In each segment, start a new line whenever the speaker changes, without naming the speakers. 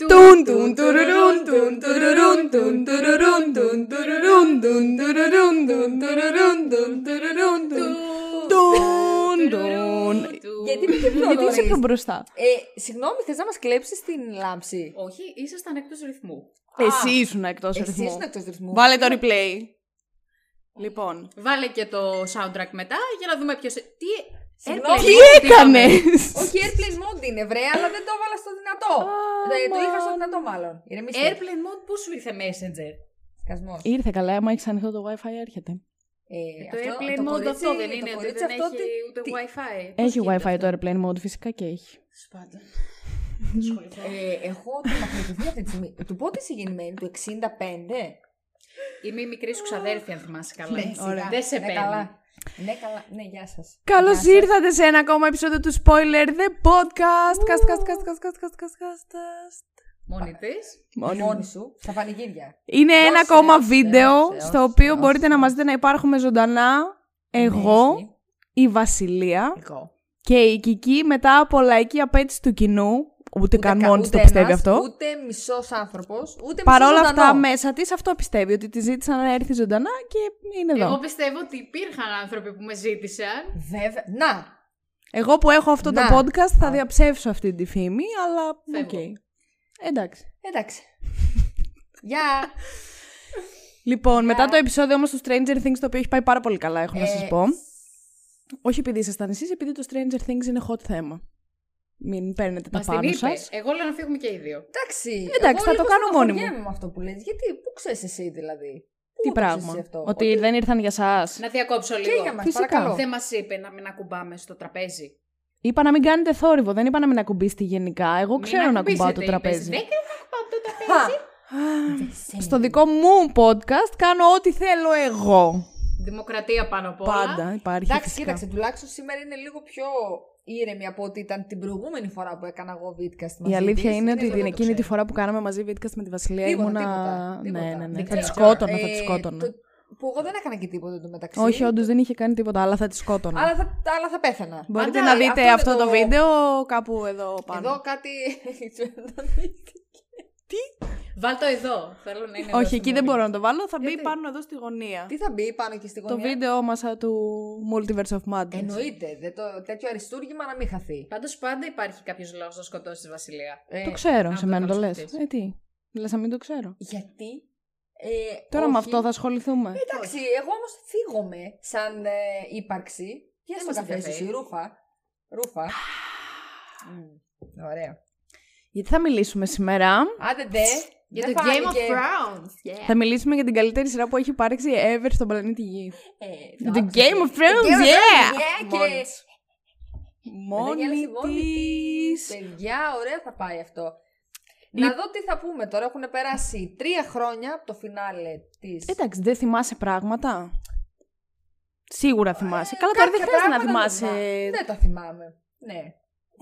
τουν τουρουρούν τουν τουρουρούν τουν τουρουρούν τουν τουρουρούν τουν τουρουρούν τουν τουρουρούν τουν τουρουρούν τουν τουν τουν
Γιατί με ξυπνώνεις?
Γιατί είσαι πιο μπροστά.
Ε, συγγνώμη, θες να μας κλέψεις την λάμψη.
Όχι, ήσασταν εκτός ρυθμού.
Εσύ ήσουν εκτός
Εσύ
ρυθμού.
ήσουν εκτός ρυθμού.
Βάλε το replay. Λοιπόν.
Βάλε και το soundtrack μετά για να δούμε ποιος. Τι.
Συγγνώμη.
airplane
Τι
mode
Τι έκανες!
Όχι, airplane mode είναι βρέ, αλλά δεν το έβαλα στο δυνατό. Ε, Το είχα στο δυνατό, μάλλον.
είχαμε.
Ηρεμήστε.
Airplane mode, πού σου ήρθε Messenger.
Σκασμός.
Ήρθε καλά, άμα έχεις ανοιχτό το wifi έρχεται.
Ε,
Το
αυτό-
airplane
το
mode
κορίτσι-
αυτό δεν
το
είναι.
κορίτσι
Δεν
αυτό
έχει
τι-
ούτε
τι-
wifi. Πώς
Έχει
γίνεται
wifi
αυτό?
το airplane mode, φυσικά και έχει.
Τέλος πάντων.
Ε, έχω τρομακτοποιηθεί αυτή τη στιγμή. Του πότε είσαι γεννημένη, του 65.
Είμαι η μικρή σου ξαδέρφη, αν θυμάσαι καλά.
Ναι, σιγά.
Δεν σε
Ναι,
παίρνει.
καλά. Ναι, καλά. Ναι, γεια σας.
Καλώς
Γεια σας.
ήρθατε σε ένα ακόμα επεισόδιο του Spoiler The Podcast. Cast, cast, cast, cast, cast, cast, cast, cast, cast.
Μόνη της.
Μόνη μου.
Μόνη σου, στα πανηγύρια.
Είναι ένα
Δώσε,
ακόμα
δώσε,
βίντεο
δώσε,
στο οποίο
δώσε.
μπορείτε να μας δείτε να υπάρχουμε ζωντανά εγώ,
Ναι, εσύ.
η Βασιλεία
Εγώ.
και η Κική μετά από λαϊκή απέτηση του κοινού. Ούτε καν
κα-
μόνη της το
ένας,
πιστεύει αυτό.
Ούτε μισός άνθρωπος, ούτε
Παρ' όλα
μισός
αυτά,
ζωντανός.
μέσα της αυτό πιστεύει. Ότι τη ζήτησαν να έρθει ζωντανά και είναι εδώ.
Εγώ
Εγώ,
πιστεύω ότι υπήρχαν άνθρωποι που με ζήτησαν.
Βέβαια. Να!
που έχω αυτό
Να.
το podcast θα
Α.
διαψεύσω αυτή τη φήμη, αλλά. Οκ.
Φεύγω.
Εντάξει.
Εντάξει. Γεια!
Λοιπόν, μετά το επεισόδιο όμως του Stranger Things, το οποίο έχει πάει πάρα πολύ καλά, έχω να σας
Ε,
πω. Όχι επειδή ήσασταν εσείς, επειδή το Stranger Things είναι hot θέμα. Μην παίρνετε τα
Μα την
πάνω σα.
Ε,
είπε. Εγώ λέω να φύγουμε και οι δύο.
Εντάξει.
Εντάξει, θα το κάνω μόνη μου.
Δεν με αυτό που λες. Γιατί, πού ξέρεις εσύ δηλαδή. Πού
Τι
το ξέρεις
πράγμα.
εσύ αυτό? Ναι.
Ότι δεν ήρθαν για εσά.
Να διακόψω
Και για
λίγο.
μας,
Φυσικά.
παρακαλώ.
Δεν μας είπε να μην ακουμπάμε στο τραπέζι.
Είπα να μην κάνετε θόρυβο, δεν είπα να μην ακουμπήσετε γενικά. Εγώ ξέρω να ακουμπάω το τραπέζι.
Δεν ξέρω να ακουμπάω το τραπέζι.
Χα!
Στο δικό μου podcast κάνω ό,τι θέλω εγώ.
Δημοκρατία πάνω απ' όλα.
Πάντα υπάρχει.
Εντάξει,
φυσικά.
κοίταξε, τουλάχιστον σήμερα είναι λίγο πιο ήρεμη από ότι ήταν την προηγούμενη φορά που έκανα εγώ βίτκα στη
Η
μαζί
αλήθεια
της.
είναι ότι
αυτό
την
το
εκείνη τη
ξέρω.
φορά που κάναμε μαζί βίντεο με τη Βασιλεία
Τίποτα,
ήμουνα.
τίποτα, τίποτα.
ναι, ναι, ναι.
Δεν
Θα τη
ξέρω.
σκότωνα, θα τη
Ε,
σκότωνα.
το- Που εγώ δεν έκανα και τίποτα το μεταξύ.
Όχι, όντως δεν είχε κάνει τίποτα, αλλά θα τη σκότωνα.
Αλλά θα, αλλά θα πέθανα.
Μπορείτε
Πάντα
να δείτε
είναι
αυτό, το... βίντεο κάπου εδώ πάνω.
Εδώ κάτι.
Βάλ το εδώ. Θέλω να είναι εδώ
Όχι,
στο
εκεί δεν
μόνιμο.
μπορώ να το βάλω, θα μπει
Γιατί?
πάνω εδώ στη γωνία.
Τι θα μπει πάνω και στη
Το
γωνία. Ε,
βίντεο μας α, του Multiverse of Madness.
Εννοείται. Δε το, τέτοιο αριστούργημα να μην χαθεί.
Πάντως πάντα υπάρχει κάποιος λόγος να σκοτώσει τη Βασιλεία.
Ε,
Το ξέρω,
αν
σε
το
μένα το λες.
καλοσκεφτείς.
Ε, τι. Λες να μην το ξέρω.
Γιατί. Ε,
Τώρα με
όχι.
αυτό θα ασχοληθούμε.
Εντάξει, εγώ όμως θίγομαι σαν ε, ύπαρξη. Πιάσε το
Δεν μας
καφέ σου, εσύ,
ενδιαφέρει.
ρούφα. Ρούφα. Μμμ, Ωραία.
Γιατί θα μιλήσουμε σήμερα.
Άντε ντε.
Για
δεν
το Game of
φάνηκε.
Thrones.
Ε.
Yeah.
Θα μιλήσουμε για την καλύτερη σειρά που έχει υπάρξει ever στον πλανήτη Γη.
Ε,
Το
το
Game
άκουσες.
of
Το
Thrones,
Game of
yeah!
Thrones, yeah,
Μόνη
και-
της. Μόνη
γέλασε μόνη
της.
Παιδιά, ωραία θα πάει αυτό. Να δω τι θα πούμε τώρα. Έχουν περάσει τρία χρόνια από το φινάλε της.
Εντάξει, δεν θυμάσαι πράγματα.
Ε,
Σίγουρα θυμάσαι. Καλά, τώρα δεν χρειάζεται να θυμάσαι.
Δεν τα θυμάμαι. Ναι.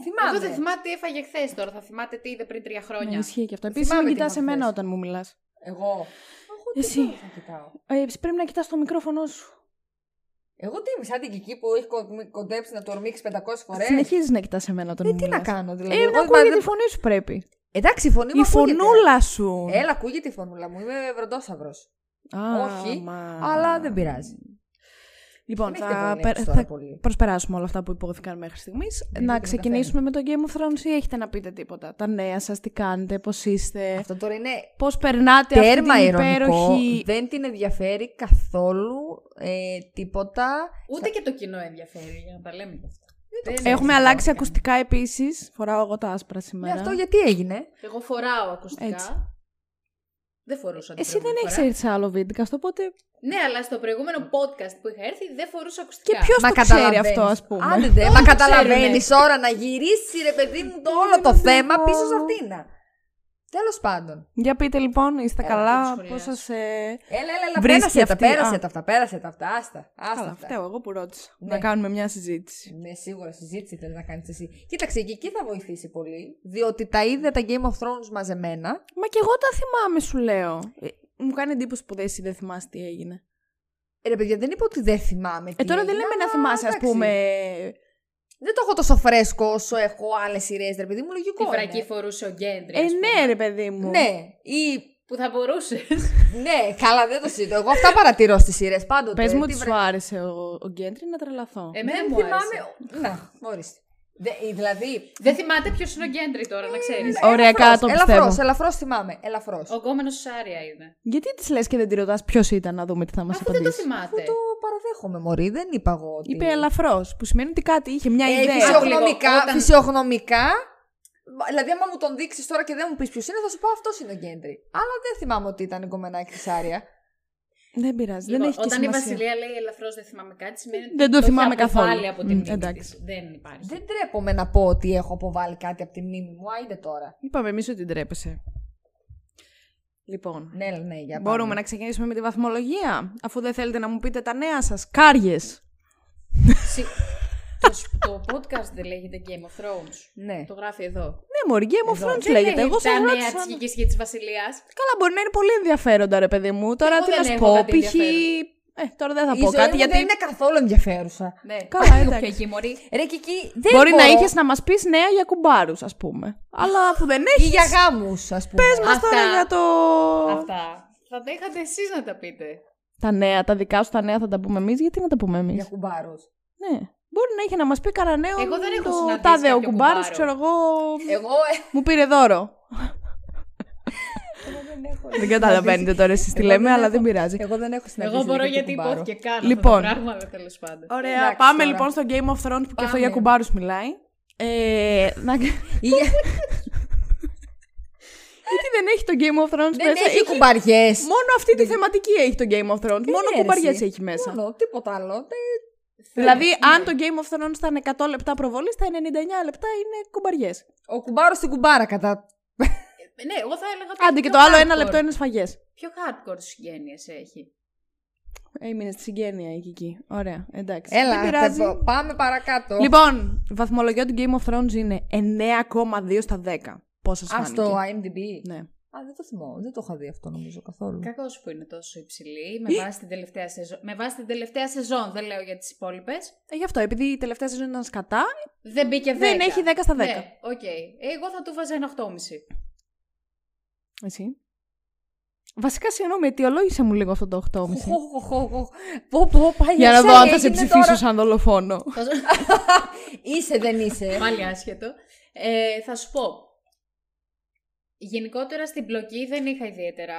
Θυμάμαι.
Εγώ δεν θυμάται τι έφαγε χθες τώρα. Θα θυμάται τι είδε πριν τρία
Ναι,
χρόνια.
ισχύει και αυτό. Επίσης,
Θυμάμαι
μην
τι
κοιτάς
είχα
εμένα
χθες.
όταν μου μιλάς.
Εγώ. Εγώ τι
Εσύ.
θα κοιτάω.
Ε, πρέπει να κοιτάς το μικρόφωνο σου.
Εγώ τι είμαι, σαν την Κική που έχει κον- κοντέψει να το ορμήξει 500 φορές.
Συνεχίζεις να κοιτάς εμένα όταν
Ε,
μου
τι
μιλάς.
να κάνω, δηλαδή.
Ε,
εγώ
να
δεν-
ακούγεται
δεν-
τη φωνή σου πρέπει.
Εντάξει, η φωνή μου.
Η
ακούγεται. Ε,
φωνούλα σου.
Έλα, ακούγεται η φωνούλα μου. Είμαι βροντόσαυρος.
Α,
όχι,
μα.
Αλλά δεν πειράζει.
Λοιπόν,
δεν έχετε
θα,
βολέψει
πε-
τώρα
θα
πολύ. Ε,
προσπεράσουμε όλα αυτά που υπόθηκαν μέχρι στιγμής. Να
δεν
ξεκινήσουμε με το Game of Thrones ή έχετε να πείτε τίποτα. Τα νέα σας, τι κάνετε, πώς είστε,
Αυτό τώρα είναι
πώς περνάτε αυτή
τέρμα
την
ειρωνικό.
υπέροχη.
Δεν την ενδιαφέρει καθόλου ε, τίποτα.
Ούτε και το κοινό ενδιαφέρει για να τα λέμε και αυτά. Δεν
Έχουμε
έχει
αλλάξει
νόημα.
ακουστικά επίσης. Φοράω εγώ τα άσπρα
Ναι,
σήμερα.
αυτό γιατί έγινε.
Εγώ φοράω ακουστικά.
Έτσι.
Δεν φορούσα. την
Εσύ δεν
προηγούμενη
έχεις
φορά.
έρθει σε άλλο βίντεο, οπότε.
Ναι, αλλά στο προηγούμενο podcast που είχα έρθει δεν φορούσα ακουστικά.
Και ποιος το ξέρει αυτό, ας πούμε.
Άντε, δε, μα
το
καταλαβαίνεις ώρα να γυρίσει ρε παιδί μου το όλο το θέμα πίσω σε αυτήν. Τέλος πάντων.
Για πείτε λοιπόν, είστε
Έλα,
καλά,
δεν τους
πώς
σχολιάζω.
σας. Ε...
Έλα, έλα, έλα
Βρίσκει
πέρασε τα,
αυτή,
πέρασε
α.
τα αυτά, πέρασε τα αυτά. Άστα. άστα
Καλά,
αυτά.
φταίω, εγώ που ρώτησα.
Ναι.
Να κάνουμε μια συζήτηση.
Ναι, σίγουρα συζήτηση θέλει να κάνεις εσύ. Κοίταξε, και εκεί θα βοηθήσει πολύ. Διότι τα είδε τα Game of Thrones μαζεμένα.
Μα και εγώ τα θυμάμαι, σου λέω. Ε, Μου κάνει εντύπωση που δεν εσύ δεν θυμάσαι τι έγινε.
Ε, ρε παιδιά, δεν είπα ότι δεν θυμάμαι.
Ε, τώρα δεν λέμε να θυμάσαι, ας πούμε,
Δεν το έχω τόσο φρέσκο όσο έχω άλλες σειρές, ρε παιδί μου, λογικό.
Τη βρακή
είναι.
φορούσε ο Γκέντρι.
Ε,
ας πούμε.
ναι, ρε παιδί μου.
Ναι, ή.
Που θα μπορούσες.
Ναι, καλά, δεν το συζητώ. Εγώ αυτά παρατηρώ στις σειρές πάντοτε.
Πες μου
ε, Τι
ότι
βρα-
σου άρεσε ο, ο Γκέντρι να τρελαθώ.
Εμένα
Δεν
μου άρεσε.
θυμάμαι. Να, ορίστε. Δε- ε, Δηλαδή.
Δεν θυμάται ποιος είναι ο Γκέντρι τώρα, να ξέρεις.
Ωραία, κάτω πιστεύω.
Ελαφρώς, ελαφρώς θυμάμαι. Ελαφρώς.
Ο γκόμενος Σάρια είναι.
Γιατί της λες και δεν τη ρωτάς ποιος ήταν να δούμε τι θα μας
Αφού δεν το
απαντήσει.
θυμάται.
Το παραδέχομαι, Μωρή, δεν είπα εγώ. Ότι...
Είπε ελαφρώς, που σημαίνει ότι κάτι είχε μια
Ε,
ιδέα.
φυσιογνωμία.
φυσιογνωμικά,
Όταν-
φυσιογνωμικά, δηλαδή άμα μου τον δείξεις τώρα και δεν μου πεις ποιος είναι, θα σου πω αυτός είναι ο Γκέντρι. Αλλά δεν θυμάμαι ότι ήταν η κομμενάκι της Άρια.
Δεν πειράζει, δεν
Λοιπόν,
έχει και
όταν η
σημασία.
Βασιλεία λέει ελαφρώς δεν θυμάμαι κάτι, σημαίνει ότι
Δεν το
έχει
θυμάμαι
αποβάλει
καθόλου.
από
Μμ,
την μνήμη
εντάξει.
της. Δεν υπάρχει.
Δεν τρέπομαι να πω ότι έχω αποβάλει κάτι από τη μνήμη μου. Άιντε τώρα.
Είπαμε εμείς ότι τρέπεσαι. Λοιπόν,
Ναι, ναι, για πάμε.
μπορούμε να ξεκινήσουμε με τη βαθμολογία, αφού δεν θέλετε να μου πείτε τα νέα σας. Κάριες.
Συ- το, σ- το podcast δεν λέγεται Game of Thrones.
Ναι.
Το γράφει εδώ.
Ναι, Μωρή, Game of
Εδώ.
Thrones
Δεν
λέγεται. Εγώ σα
τα νέα
ρώτησα. ναι.
τη γη και της βασιλείας.
Καλά, μπορεί να είναι πολύ ενδιαφέροντα, ρε παιδί μου. Τώρα
Εγώ
τι
δεν
να σου
έχω
πω,
κάτι
π.χ. Ε, τώρα δεν θα
Η
πω
ζωή
κάτι
μου
γιατί.
δεν είναι καθόλου ενδιαφέρουσα.
Ναι,
Καλά,
Λίγο
εντάξει.
πιο εκεί, μωρή.
Ρε και εκεί δεν
Μπορεί να
μπορώ.
είχες να μας πεις νέα για κουμπάρους, ας πούμε. Αλλά αφού δεν
Ή
έχεις.
για γάμους, ας πούμε.
Πες μας
Αυτά.
τώρα για το.
Αυτά. Θα τα είχατε εσείς να τα πείτε.
Τα νέα, τα δικά σου τα νέα θα τα πούμε εμείς. Γιατί να τα πούμε εμείς.
Για κουμπάρους.
Ναι. Μπορεί να είχε να μας πει κανένα νέο.
Εγώ δεν έχω
το
συναντήσει
τάδε ο
κάποιο
κουμπάρο,
κουμπάρο.
ξέρω εγώ.
Εγώ. ε,
Μου πήρε δώρο.
εγώ δεν έχω.
δεν καταλαβαίνετε τώρα εσείς τι
Εγώ
λέμε,
δεν
αλλά
έχω.
δεν πειράζει.
Εγώ δεν έχω συναντήσει.
Εγώ μπορώ
δίκιο
γιατί
κουμπάρο.
υπόθηκε κάνω
Λοιπόν.
αυτό το πράγμα, αλλά τέλος πάντων.
Ωραία,
Εντάξει,
πάμε
τώρα.
λοιπόν στο Game of Thrones που και αυτό
Πάμε.
για κουμπάρους μιλάει. Ε, να...
Ή για-
Γιατί δεν έχει το Game of Thrones
Δεν
μέσα.
έχει κουμπαριές.
Μόνο αυτή τη θεματική έχει το Game of Thrones. Μόνο
ρε,
κουμπαριέ
εσύ.
έχει μέσα.
Μόνο, τίποτα άλλο.
Δηλαδή, αν το Game of Thrones ήταν 100 λεπτά προβολής, τα 99 λεπτά είναι κουμπαριές.
Ο κουμπάρος στην κουμπάρα κατά.
Ε, Ναι, εγώ θα έλεγα.
Άντε και το
πιο
άλλο ένα
hardcore.
λεπτό είναι σφαγές.
Πιο hardcore συγγένειες έχει.
Έμεινε Ε, στη συγγένεια η Κική. Ωραία, εντάξει.
Έλα,
Δεν πειράζει.
τεπο- πάμε παρακάτω.
Λοιπόν, βαθμολογία του Game of Thrones είναι 9,2 στα 10. Πώ σα
Α
φάνηκε.
το IMDb.
Ναι.
Α, δεν το θυμώ. Δεν το είχα δει αυτό νομίζω καθόλου.
Κακός που είναι τόσο υψηλή με βάση την τελευταία σεζόν. Με βάση την τελευταία σεζόν, δεν λέω για τις υπόλοιπες.
Ε, γι' αυτό, επειδή η τελευταία σεζόν ήταν σκατά,
Δεν μπήκε 10.
δεν έχει 10 στα 10.
Ναι, οκ. Ε, Εγώ θα του βάζα ένα 8,5.
Εσύ. Βασικά, συγγνώμη, αιτιολόγησε μου λίγο αυτό το 8,5.
Χω, χω, χω, χω. Πω, πω, πάει
Για να
έξω,
δω αν
ε, έγινε
θα σε
τώρα.
ψηφίσω σαν δολοφόνο.
Θα σου-
Είσαι, δεν είσαι.
Πάλι άσχετο. Ε, θα σου πω. Γενικότερα στην πλοκή δεν είχα ιδιαίτερα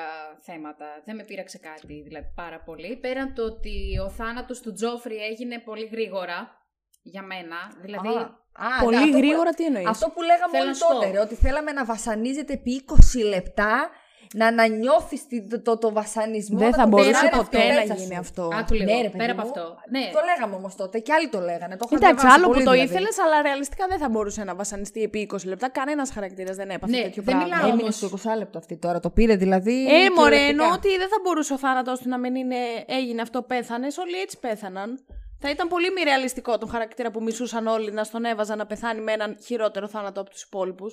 θέματα. Δεν με πείραξε κάτι δηλαδή πάρα πολύ. Πέραν το ότι ο θάνατος του Τζόφρι έγινε πολύ γρήγορα για μένα. Δηλαδή
Α, α, ναι,
Πολύ
αυτό που-
γρήγορα, τι εννοείς.
Αυτό που λέγαμε
Θέλω
όλοι
να σου πω.
τότε, ρε, ότι θέλαμε να βασανίζεται επί 20 λεπτά, να ανανιώθεις τη- το, το, το βασανισμό.
Δεν
να
θα
τον
μπορούσε
περάσεις
πέρασε
ποτέ
αυτό
να
μέσα
γίνει
σου.
αυτό.
άκου λίγο,
ναι, ρε, παιδί
πέρα από
μου.
αυτό. Ναι,
Το λέγαμε όμως τότε και άλλοι το λέγανε. Το είχα
Κοιτάξτε,
διαβάσει
άλλο που
πολύ
το
δηλαδή.
ήθελες, αλλά ρεαλιστικά δεν θα μπορούσε να βασανιστεί επί 20 λεπτά. Κανένας χαρακτήρας δεν έπαθε
Ναι,
τέτοιο
δεν
πράγμα.
μιλάω.
Έμεινε
όμως.
στο 20 λεπτό αυτή τώρα. Το πήρε δηλαδή.
Ε, μωρέ,
κυριολεκτικά.
εννοώ ότι δεν θα μπορούσε ο θάνατος του να μην είναι έγινε αυτό, πέθανε. Όλοι έτσι πέθαναν. Θα ήταν πολύ μη ρεαλιστικό τον χαρακτήρα που μισούσαν όλοι να στον έβαζαν να πεθάνει με έναν χειρότερο θάνατο από τους υπόλοιπους.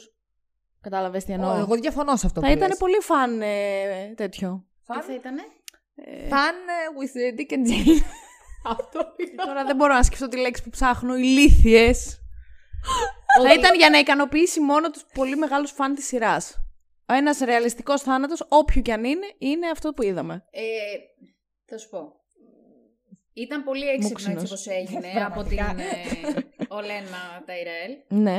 Κατάλαβες τι εννοώ.
Ω, Εγώ διαφωνώ σε αυτό.
θα
που
ήταν
λες.
πολύ φαν ε, τέτοιο.
τι θα ήτανε.
Fan ε, with ε, Dick and Jane.
αυτό
Τώρα δεν μπορώ να σκεφτώ τη λέξη που ψάχνω. ε, Ηλίθιε. θα ήταν για να ικανοποιήσει μόνο τους πολύ μεγάλους φαν της σειράς. Ένας ρεαλιστικός θάνατος, όποιο κι αν είναι, είναι αυτό που είδαμε.
Ε, θα σου πω. Ήταν πολύ έξυπνο
Μούξινος.
έτσι όπως έγινε από την
Πραγματικά.
ε, Ολένα Ταϊρέλ.
Ναι.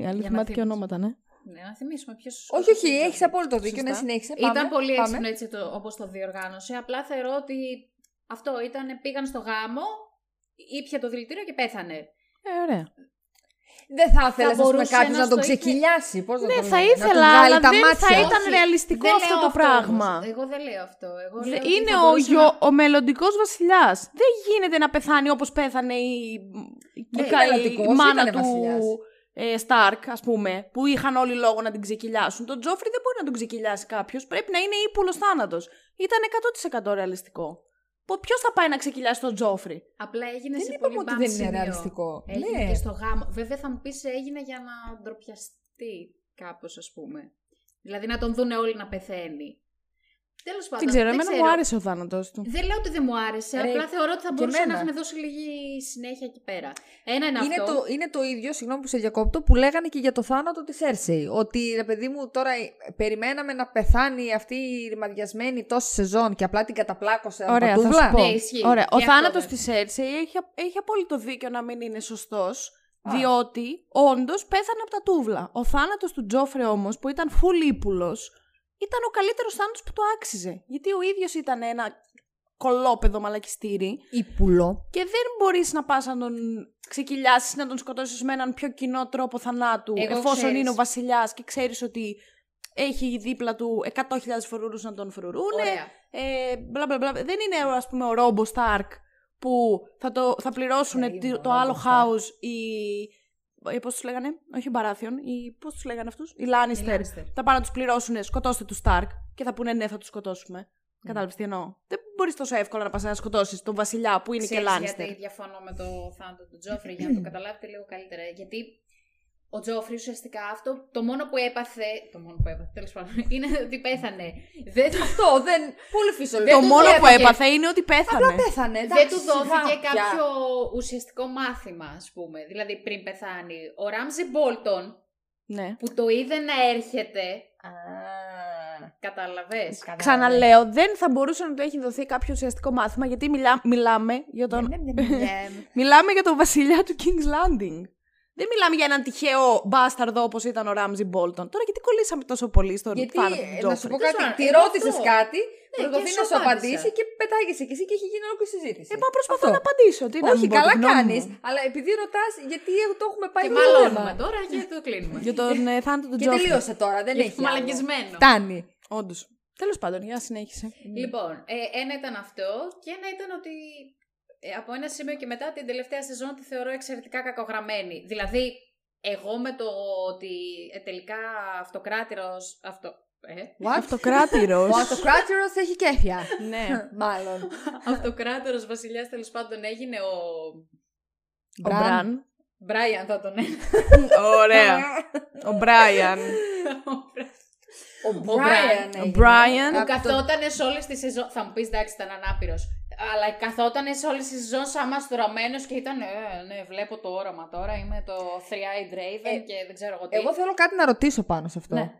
Η άλλη θυμάται και
θυμάσαι.
ονόματα, ναι.
Ναι, να θυμίσουμε ποιος...
όχι, όχι, έχεις απόλυτο δίκιο.
Σωστά.
Ναι, συνέχισε.
Ήταν
πάμε,
πολύ
πάμε.
έξυπνο έτσι το, όπως το διοργάνωσε. Απλά θεωρώ ότι αυτό ήταν, πήγαν στο γάμο, ήπια το δηλητήριο και πέθανε.
Ε, ωραία.
Δεν θα ήθελες να πούμε
μπορούσε
κάποιος
να
να τον
στο είχε-
ξεκυλιάσει. Πώς να
Ναι,
τον-
θα
να του
ήθελα,
βγάλει
αλλά
τα
δεν
μάτια.
θα ήταν
Όχι,
ρεαλιστικό
δεν
αυτό
λέω
το πράγμα.
όμως. Εγώ δεν λέω αυτό. Εγώ
Δε-
λέω ότι
Είναι
θα
ο,
μπορούσε
γιο,
να-
ο μελλοντικός βασιλιάς. Δεν γίνεται να πεθάνει όπως πέθανε η, η,
Ναι,
κα- η
μελλοντικός
μάνα
ήτανε
του
βασιλιάς.
ε, Σταρκ, ας πούμε, που είχαν όλοι λόγο να την ξεκυλιάσουν. Τον Τζόφρι δεν μπορεί να τον ξεκυλιάσει κάποιος. Πρέπει να είναι ύπουλος θάνατος. Ήταν 100% ρεαλιστικό. Ποιος θα πάει να ξεκυλιάσει τον Τζόφρι.
Απλά έγινε
Δεν
σε
είπαμε
πολύ
ότι
μπαμ
δεν είναι
σημείο.
ρεαλιστικό.
Έγινε
Ναι.
και στο γάμο. Βέβαια θα μου πεις έγινε για να ντροπιαστεί κάπως ας πούμε. Δηλαδή να τον δούνε όλοι να πεθαίνει. Τέλος πάντων.
Δεν ξέρω,
δεν
εμένα μου άρεσε ο θάνατο του.
Δεν λέω ότι δεν μου άρεσε,
Ρε,
απλά θεωρώ ότι θα
και
μπορούσε να
εμένα.
είχαν δώσει λίγη συνέχεια εκεί πέρα. Ένα είναι,
Είναι
αυτό.
το, είναι το ίδιο, συγγνώμη που σε διακόπτω, που λέγανε και για το θάνατο της Έρσεϊ. Ότι ρε παιδί μου, τώρα ε, περιμέναμε να πεθάνει αυτή η ρημαδιασμένη τόση σεζόν και απλά την καταπλάκωσε. από Ε,
Ωραία, θα
τούβλα.
σου πω.
Ναι, ισχύει.
Ωραία.
Και
Ο
αυτό
θάνατος
βέβαια.
της Έρσεϊ έχει, έχει απόλυτο δίκιο να μην είναι σωστός. Διότι όντως πέθανε από τα τούβλα. Ο θάνατος του Τζόφρε όμως, που ήταν φουλίπουλο, ήταν ο καλύτερος θάνατος που το άξιζε. Γιατί ο ίδιος ήταν ένα κολόπεδο μαλακιστήρι
Ήπουλο.
και δεν μπορείς να πας να τον ξεκυλιάσεις, να τον σκοτώσεις με έναν πιο κοινό τρόπο θανάτου,
Εγώ
εφόσον
ξέρεις.
είναι ο βασιλιάς και ξέρεις ότι έχει δίπλα του 100.000 φρουρούς να τον φρουρούνε
Ωραία.
ε, μπλα, μπλα, μπλα. Δεν είναι ας πούμε ο Ρόμπο Σταρκ που θα, το, θα πληρώσουν
Ε, είναι
το,
ο
άλλο
Ρόμπο Σταρκ.
χάους οι... ε, Πώς τους λέγανε, όχι οι Μπαράθιον, οι... πώς τους λέγανε αυτούς, οι Λάνιστερ.
Lannister.
Θα πάνε να τους πληρώσουν, σκοτώστε τους Σταρκ και θα πούνε ναι θα τους σκοτώσουμε. Mm. Κατάλαβες τι εννοώ. Δεν μπορείς τόσο εύκολα να πας να σκοτώσεις τον βασιλιά που είναι και
Ξέρεις
Λάνιστερ.
γιατί διαφωνώ με το θάνατο του Τζόφρι, για να το καταλάβετε λίγο καλύτερα. Γιατί ο Τζόφρι ουσιαστικά αυτό το μόνο που έπαθε. Το μόνο που έπαθε, τέλος πάντων, είναι ότι πέθανε. Δεν, του-
Αυτό δεν. Πολύ φυσιολογικό.
Το
του
μόνο που
δόθηκε.
έπαθε είναι ότι πέθανε.
Απλά πέθανε.
δεν
εντάξει,
του
σιγά
δόθηκε
πια.
κάποιο ουσιαστικό μάθημα, ας πούμε. Δηλαδή πριν πεθάνει. Ο Ράμζι Μπόλτον
Ναι.
που το είδε να έρχεται.
Α,
Καταλαβέ.
κατάλαβα.
Ξαναλέω, δεν θα μπορούσε να του έχει δοθεί κάποιο ουσιαστικό μάθημα γιατί μιλά- μιλάμε για τον
Ναι, ναι, ναι, ναι, ναι.
Μιλάμε για τον βασιλιά του King's Landing. Δεν μιλάμε για έναν τυχαίο μπάσταρδο όπως ήταν ο Ράμζι Μπόλτον. Τώρα γιατί κολλήσαμε τόσο πολύ στον
Γιατί
θάνατο του
ε, να σου
Τζόφρι.
πω
Δεν
κάτι, τη
ξέρω, εγώ
ρώτησες
αυτό.
κάτι,
Ναι,
προσπαθεί
και
να
σου
σου
απάντησα.
απαντήσει και πετάγεσαι και εσύ και έχει γίνει ολόκληρη συζήτηση.
Ε, μα προσπαθώ
Αυτό.
να απαντήσω. Τι να
Όχι,
μην πω,
καλά
τη γνώμη μου.
κάνει, αλλά επειδή ρωτάς, γιατί ε, το έχουμε πάει
Και
λίγο
μαλώνουμε
θέμα.
τώρα και το κλείνουμε.
Για τον ε, θάνατο του
Και
Τζόφρι.
τελείωσε τώρα, δεν έχει.
Έχουμε
άλλο.
μαλαγισμένο.
Φτάνει.
Όντως. Τέλος πάντων, για να συνέχισε.
Λοιπόν, ε, ένα ήταν αυτό και ένα ήταν ότι ε, από ένα σημείο και μετά την τελευταία σεζόν τη θεωρώ εξαιρετικά κακογραμμένη. Δηλαδή, εγώ με το ότι ε, τελικά αυτοκράτηρος... Αυτό, ε,
What?
Αυτοκράτηρος.
Ο αυτοκράτηρος έχει κέφια.
ναι.
Μάλλον.
αυτοκράτορος βασιλιάς τέλος πάντων έγινε ο...
Ο Μπραν.
Μπράιαν θα τον έλεγα. Ναι.
Ωραία. Ο Μπράιαν.
Ο Μπράιαν.
Ο
Brian.
Μπράιαν.
Ο Brian.
Που καθότανε σε όλε τι σεζόν. Θα μου πεις εντάξει, ήταν ανάπηρος. Αλλά καθότανε σε όλες τις σεζόν σαν μαστουραμένο και ήταν. Ε, ναι, βλέπω το όραμα τώρα. Είμαι το 3-eyed Raven
Ε,
και δεν ξέρω εγώ τι.
Εγώ θέλω κάτι να ρωτήσω πάνω σε αυτό.
Ναι.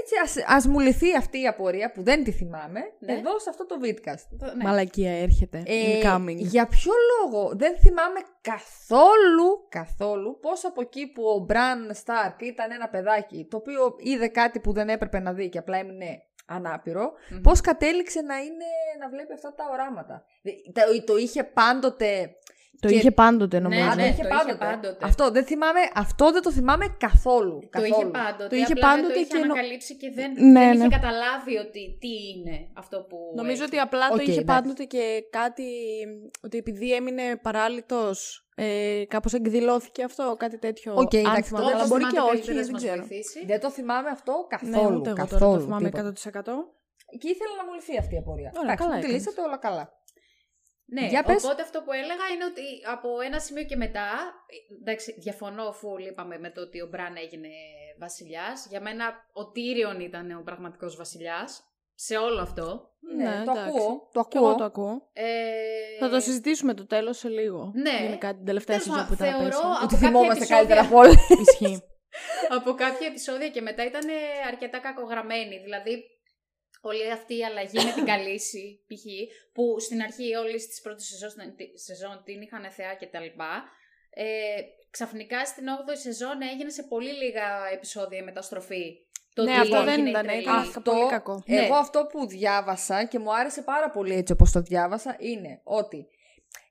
Έτσι, ας, ας μου λυθεί αυτή η απορία που δεν τη θυμάμαι
Ναι.
εδώ σε αυτό το βίντεο.
Το- ναι.
Μαλακία έρχεται.
Ε,
Incoming.
Για ποιο λόγο δεν θυμάμαι καθόλου, καθόλου πώς από εκεί που ο Μπραν Σταρκ ήταν ένα παιδάκι το οποίο είδε κάτι που δεν έπρεπε να δει και απλά έμεινε ανάπηρο,
Μμμ.
πώς κατέληξε να, είναι, να βλέπει αυτά τα οράματα. Δε- Το, το είχε πάντοτε...
Το
και-
είχε πάντοτε
Ναι,
νομίζω.
Α,
ναι, το είχε πάντοτε.
Αυτό δεν, θυμάμαι, αυτό δεν το θυμάμαι καθόλου.
Το
καθόλου.
είχε πάντοτε.
Το είχε
απλά δεν
πάντοτε
το είχε
και νο-
ανακαλύψει και δεν,
Ναι,
δεν είχε
ναι.
καταλάβει ότι τι είναι αυτό που.
Νομίζω
έχει.
ότι απλά
Οκ,
το είχε
εντάξει.
πάντοτε και κάτι. Ότι επειδή έμεινε παράλυτος ε, κάπως εκδηλώθηκε αυτό, κάτι τέτοιο.
Οκ, εντάξει,
άνθημα.
το-
Όποιος
Αλλά μπορεί και
θυμάται
όχι,
καλύτερα να
δεν
μας
ξέρω.
βοηθήσει.
Δεν το θυμάμαι αυτό
Ναι,
καθόλου.
ούτε εγώ τώρα
καθόλου,
το θυμάμαι
τίποτα.
100%.
Και ήθελα να μου λυθεί αυτή η απορία.
Ωραία,
Εντάξει,
καλά
μου τη
έκανες.
λύσατε όλα καλά.
Ναι,
Για πες.
οπότε αυτό που έλεγα είναι ότι από ένα σημείο και μετά, εντάξει, διαφωνώ φουλ είπαμε με το ότι ο Μπραν έγινε βασιλιάς. Για μένα ο Τύριον ήταν ο πραγματικός βασιλιάς σε όλο αυτό.
Ναι,
Ναι,
το
εντάξει.
ακούω. Το
Και εγώ
ακούω.
το ακούω.
Ε,
Θα το συζητήσουμε το τέλος σε λίγο.
Ναι.
Γενικά την τελευταία
Τέλος
σεζόν
πάντων,
που ήταν
θεωρώ
απέσια.
από
Ότι θυμόμαστε
κάποια
καλύτερα από
επεισόδια-
όλα.
Ισχύει.
από κάποια επεισόδια και μετά ήταν ε, αρκετά κακογραμμένη. Δηλαδή, όλη αυτή η αλλαγή με την καλύση, π.χ., που στην αρχή όλη της πρώτης σεζόν, σεζόν την είχαν θεά κτλ. Ε, ξαφνικά στην 8η σεζόν έγινε σε πολύ λίγα επεισόδια η μεταστροφή. Το
Ναι,
ότι
αυτό
έγινε
δεν
η
ήταν.
τρελή.
Ήταν πολύ κακό.
Εγώ
Ναι.
αυτό που διάβασα και μου άρεσε πάρα πολύ έτσι όπως το διάβασα είναι ότι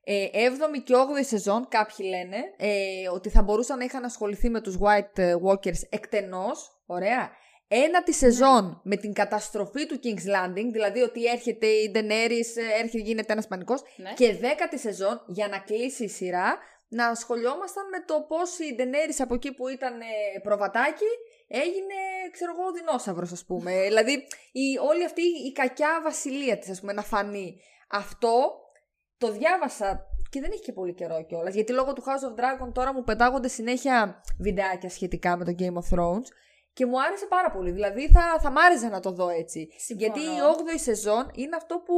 ε, 7η και 8η σεζόν κάποιοι λένε ε, ότι θα μπορούσαν να είχαν ασχοληθεί με τους White ε, Walkers εκτενώς, ωραία. Ένατη σεζόν με την καταστροφή του King's Landing, δηλαδή ότι έρχεται η Daenerys, ε, έρχεται, γίνεται ένας πανικός.
Ναι.
Και δέκατη σεζόν, για να κλείσει η σειρά, να ασχολιόμασταν με το πώς η Daenerys από εκεί που ήταν ε, προβατάκι έγινε, ξέρω εγώ, δεινόσαυρος ας πούμε. δηλαδή, η, όλη αυτή η κακιά βασιλεία της, ας πούμε, να φανεί. Αυτό το διάβασα και δεν έχει και πολύ καιρό κιόλας. Γιατί λόγω του House of Dragon τώρα μου πετάγονται συνέχεια βιντεάκια σχετικά με το Game of Thrones. Και μου άρεσε πάρα πολύ. Δηλαδή θα, θα μ' άρεσε να το δω έτσι.
Συμφωνώ.
Γιατί η 8η σεζόν είναι αυτό που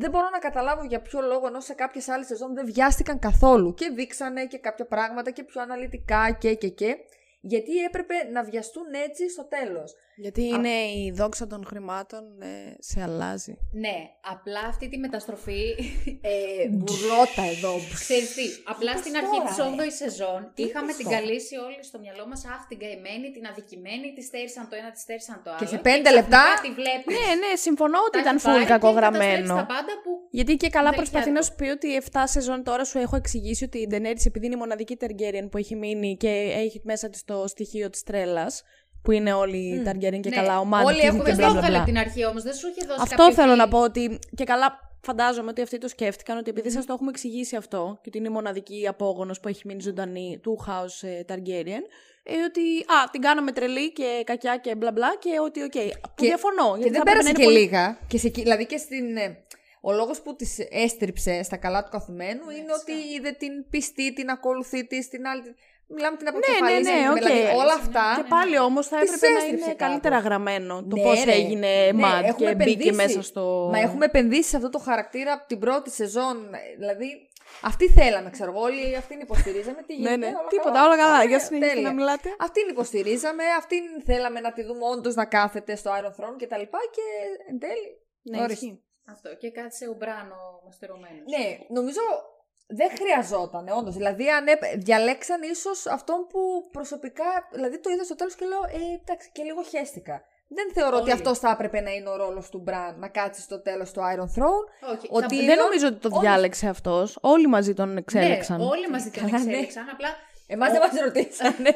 δεν μπορώ να καταλάβω για ποιο λόγο ενώ σε κάποιες άλλες σεζόν δεν βιάστηκαν καθόλου και δείξανε και κάποια πράγματα και πιο αναλυτικά και και και γιατί έπρεπε να βιαστούν έτσι στο τέλος.
Γιατί είναι η δόξα των χρημάτων, ε, σε αλλάζει.
Ναι, απλά αυτή τη μεταστροφή.
Ε, μπουρλώτα εδώ.
Ξέρεις τι, απλά στην
Πώς
αρχή
τώρα,
της
ε?
8ης σεζόν
Τι
είχαμε
είπες
την
τώρα?
καλύσει όλοι στο μυαλό μας Αχ, την καημένη, την αδικημένη, τη στέρισαν το ένα, τη στέρισαν το άλλο.
Και σε πέντε λεπτά-
ξαφνικά Τη βλέπεις.
Ναι, ναι, συμφωνώ ότι
Τα
ήταν
έχει
φουλ
πάρει και
κακογραμμένο.
καταστρέψει Τα Ναι, πάντα που.
Γιατί και καλά
Δεν
προσπαθεί να
χαίρεται.
σου πει ότι 7 σεζόν τώρα σου έχω εξηγήσει ότι η Ντενέρη, επειδή είναι η μοναδική Ταργκέριεν που έχει μείνει και έχει μέσα της το στοιχείο της τρέλας, που είναι όλοι οι Ταργκέριεν και
Ναι,
καλά ομάδα.
όλοι
και
έχουμε
και
Δεν
μπλα,
το
μπλα,
έβγαλε
μπλα.
από την αρχή όμως, δεν σου είχε δώσει
Αυτό
κάποιο
θέλω να
feeling.
πω ότι. Και καλά, φαντάζομαι ότι αυτοί το σκέφτηκαν ότι επειδή σας το έχουμε εξηγήσει αυτό, και ότι είναι η μοναδική απόγονος που έχει μείνει ζωντανή του House ε, Targaryen, ε, ότι α, την κάναμε τρελή και κακιά και μπλα μπλα και ότι οκ. Που
Και-
διαφωνώ.
Και
γιατί
δεν
θα έπρεπε να
πέρασε
είναι
και
πολύ-
λίγα. Και σε, εκεί- δηλαδή και στην. ε, Ο λόγος που τη έστριψε στα καλά του καθημένου
Ναι,
είναι ότι είδε την πιστή, την ακολουθή τη, την άλλη. την- Μιλάμε την αποκεφαλή.
ναι, οκ.
δηλαδή, όλα
Ναι,
αυτά.
ναι,
Και πάλι όμως θα
Της
έπρεπε να είναι
έστριψε κάπως.
καλύτερα γραμμένο το
Ναι,
πώς
ρε.
έγινε
Ναι,
Mad
έχουμε
και μπήκε
επενδύσει.
μέσα στο.
Μα έχουμε επενδύσει σε αυτό το χαρακτήρα από την πρώτη σεζόν. ε, Δηλαδή, αυτή θέλαμε, ξέρω εγώ. Όλοι αυτήν υποστηρίζαμε. Τι γίνεται.
Ναι, ναι.
όλα
Τίποτα, όλα καλά.
Ωραία,
Για συνεχίστε
τέλεια.
να μιλάτε.
Αυτήν υποστηρίζαμε, αυτήν θέλαμε να τη δούμε όντως να κάθεται στο Iron Throne και τα λοιπά και εν τέλει.
Ναι,
ορίστε.
ισχύει.
Αυτό. Και κάτσε ουμπράνο μαστερωμένος.
Ναι, νομίζω δεν χρειαζόταν, όντως. Δηλαδή, αν έπ- διαλέξαν ίσως αυτόν που προσωπικά. Δηλαδή, το είδα στο τέλος και λέω, ε, εντάξει, και λίγο χαίστηκα. Δεν θεωρώ ότι
Όλοι.
αυτός θα έπρεπε να είναι ο ρόλος του Μπραν, να κάτσει στο τέλος του Iron Throne.
Όχι,
Ότι
θα-
είναι
Δεν νομίζω ότι το
Όντως.
διάλεξε αυτός. Όλοι μαζί τον εξέλεξαν.
Ναι, όλοι μαζί τον
Καλά, ναι.
εξέλιξαν. Απλά
Εμάς δεν μας ρωτήσανε.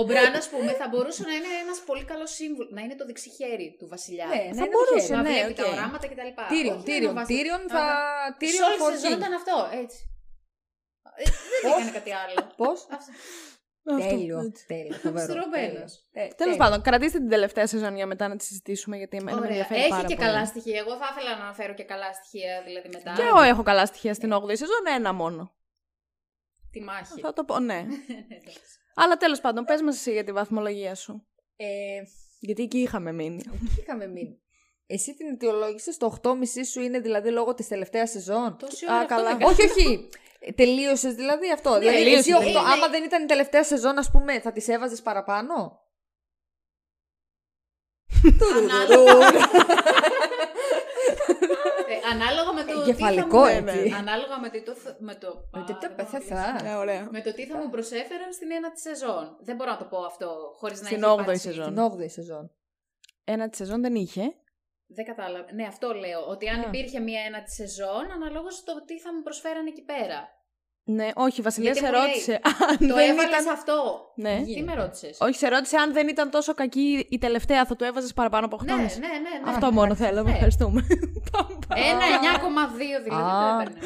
ο Μπράν, ας πούμε, θα μπορούσε να είναι ένας πολύ καλός σύμβουλος. Να είναι το δεξί χέρι του Βασιλιά.
Ναι,
Να
να είναι
μπορούσε,
τυχαίο.
ναι,
βλέπει τα
οκ.
οράματα κτλ.
Τύριον, τύριον, τύριον θα.
Σε
Τύριον
όλη τη σεζόν
φορτί.
ήταν αυτό, έτσι. Ε, Δεν έκανε κάτι άλλο.
Πώς.
Αυτό.
Τέλειο. Τέλειο. φοβερό,
Στρωμένος.
τέλειος. Ε,
Τέλος
τέλειο.
πάντων, κρατήστε την τελευταία σεζόν για μετά να τη συζητήσουμε γιατί εμένα με
Ωραία.
ενδιαφέρει
Έχει
πάρα
και
πολύ.
καλά στοιχεία. Εγώ θα ήθελα να αναφέρω και καλά στοιχεία δηλαδή μετά.
Και εγώ έχω καλά στοιχεία στην 8η σεζόν, ένα μόνο.
Τη μάχη.
Θα το πω, ναι. Αλλά τέλος πάντων, πες μας εσύ για τη βαθμολογία σου.
Ε,
Γιατί εκεί είχαμε μείνει.
Τι είχαμε μείνει. Εσύ την αιτιολόγησες το 8,5 σου είναι δηλαδή λόγω της τελευταίας σεζόν.
Τόση
Α,
ώρα αυτό
καλά.
δεν κάνω.
όχι, όχι. Τελείωσες δηλαδή αυτό. δηλαδή,
τελείωσε,
εσύ 8,
τελείωσε.
άμα δεν ήταν η τελευταία σεζόν, ας πούμε, θα τις έβαζες παραπάνω.
Ανάλογα. Ε, Ανάλογα με το. τι θα
Εγκεφαλικό,
μου-
έτσι.
Ανάλογα με το. Με το.
Με το Ε, τι
Α, δεν μπορώ να
θα-
μιλήσω.
θα.
Ναι, ωραία.
Με το τι θα μου προσέφεραν στην ένατη σεζόν. Δεν μπορώ να το πω αυτό χωρί να
Στην
έχει
όγδοη
υπάρξει-
σεζόν.
Την 8η σεζόν.
Ένα τη σεζόν δεν είχε.
Δεν κατάλαβα. Ναι, αυτό λέω. Ότι αν
Α.
υπήρχε μία ένατη σεζόν, αναλόγως το τι θα μου προσφέραν εκεί πέρα.
Ναι, όχι, η Βασιλεία
Γιατί
σε
μου λέει,
ρώτησε. αν
το
δεν
έβαλες
ήταν-
αυτό.
Ναι.
Τι με ρώτησες.
Όχι, σε ρώτησε αν δεν ήταν τόσο κακή η τελευταία, θα το έβαζες παραπάνω από 8,5.
Ναι, ναι, ναι, ναι.
Αυτό μόνο θέλαμε.
Ναι.
Ευχαριστούμε. Πάμε παρακάτω.
Ένα 9,2 δηλαδή
Α.
το έπαιρνε.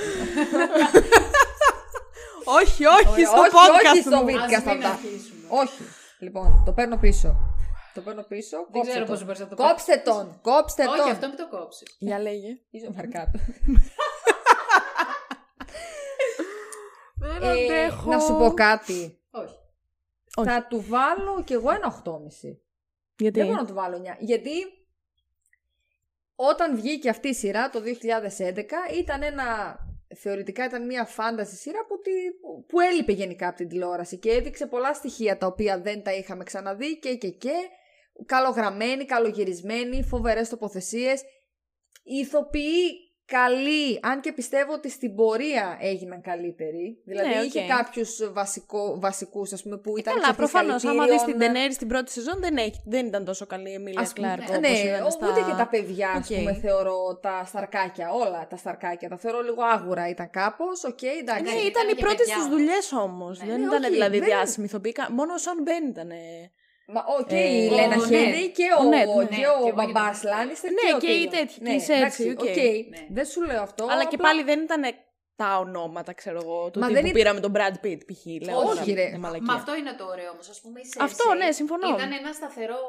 όχι, όχι,
Ωραία,
στο
όχι,
podcast.
όχι στο
μου.
βίντεο.
Ας
και αυτά
μην
τα-
αρχίσουμε.
Όχι. Λοιπόν, το παίρνω πίσω. Το παίρνω πίσω.
Δεν
κόψτε
ξέρω
τον.
πώς μπορείς να το
Κόψτε τον. Κόψτε τον.
Όχι, αυτό μην το κόψεις.
Για λέγε.
Ίσο μαρκάτο.
Δεν
Ε, να σου πω κάτι.
Όχι.
Όχι.
Θα του βάλω κι εγώ ένα 8,5.
Γιατί.
Δεν μπορώ να του βάλω 9. Γιατί όταν βγήκε αυτή η σειρά το 2011 ήταν ένα. Θεωρητικά ήταν μια φάνταση σειρά που, τη, που έλειπε γενικά από την τηλεόραση και έδειξε πολλά στοιχεία τα οποία δεν τα είχαμε ξαναδεί και και και. Καλογραμμένη, καλογυρισμένη, φοβερές τοποθεσίες. Οι ηθοποιοί καλοί, αν και πιστεύω ότι στην πορεία έγιναν καλύτεροι. Δηλαδή
Ναι, οκ. Ε,
είχε κάποιους βασικό, βασικούς ας πούμε που ήταν
Καλά,
ξεφύγει
προφανώς. Άμα δεις την
χαρακτήριων.
Τενέρη στην πρώτη σεζόν δεν, έχει, δεν ήταν τόσο καλή η Εμίλια
ναι. Ας πούμε,
Κλάρκ.
ναι.
όπως
ναι,
ήταν
ο-
στα-
ούτε και τα παιδιά, ας
Οκ.
πούμε, θεωρώ τα σταρκάκια. Όλα τα σταρκάκια. Τα θεωρώ λίγο άγουρα ήταν κάπως. Οκ, εντάξει.
Ναι,
ήταν
ήταν οι
και
πρώτες
παιδιά
τους
όμως.
δουλειές όμως. Δεν
ναι,
ήταν
όχι,
δηλαδή
δεν-
διάσημοι ηθοποιοί. κα- Μόνο ο Σον Μπεν ήταν. ε,
Μα, ο, και
Ε,
η
ο
Λένα
Νέτ.
Χένρι και
Ο
ο,
Νέτ, ναι.
και
Ναι,
ο
και εγώ
μπαμπά
γιατί-
Λάνιστερ.
Ναι,
ο
και οι
Τύριον.
τέτοιοι,
Ναι,
οι
εντάξει,
Σέρξοι, οκ.
οκ.
Ναι.
Δεν σου λέω αυτό.
Αλλά και
απλά-
πάλι δεν ήταν τα ονόματα, ξέρω εγώ, του
Μα
τύπου
δεν
που
ήταν-
πήραμε τον Brad Pitt π.χ. Λέω,
Όχι,
τώρα,
ρε.
είναι μαλακία.
Μα αυτό είναι το ωραίο όμως. Ας πούμε, η Cersei
Αυτό, ναι, συμφωνώ.
Ήταν ένα σταθερό,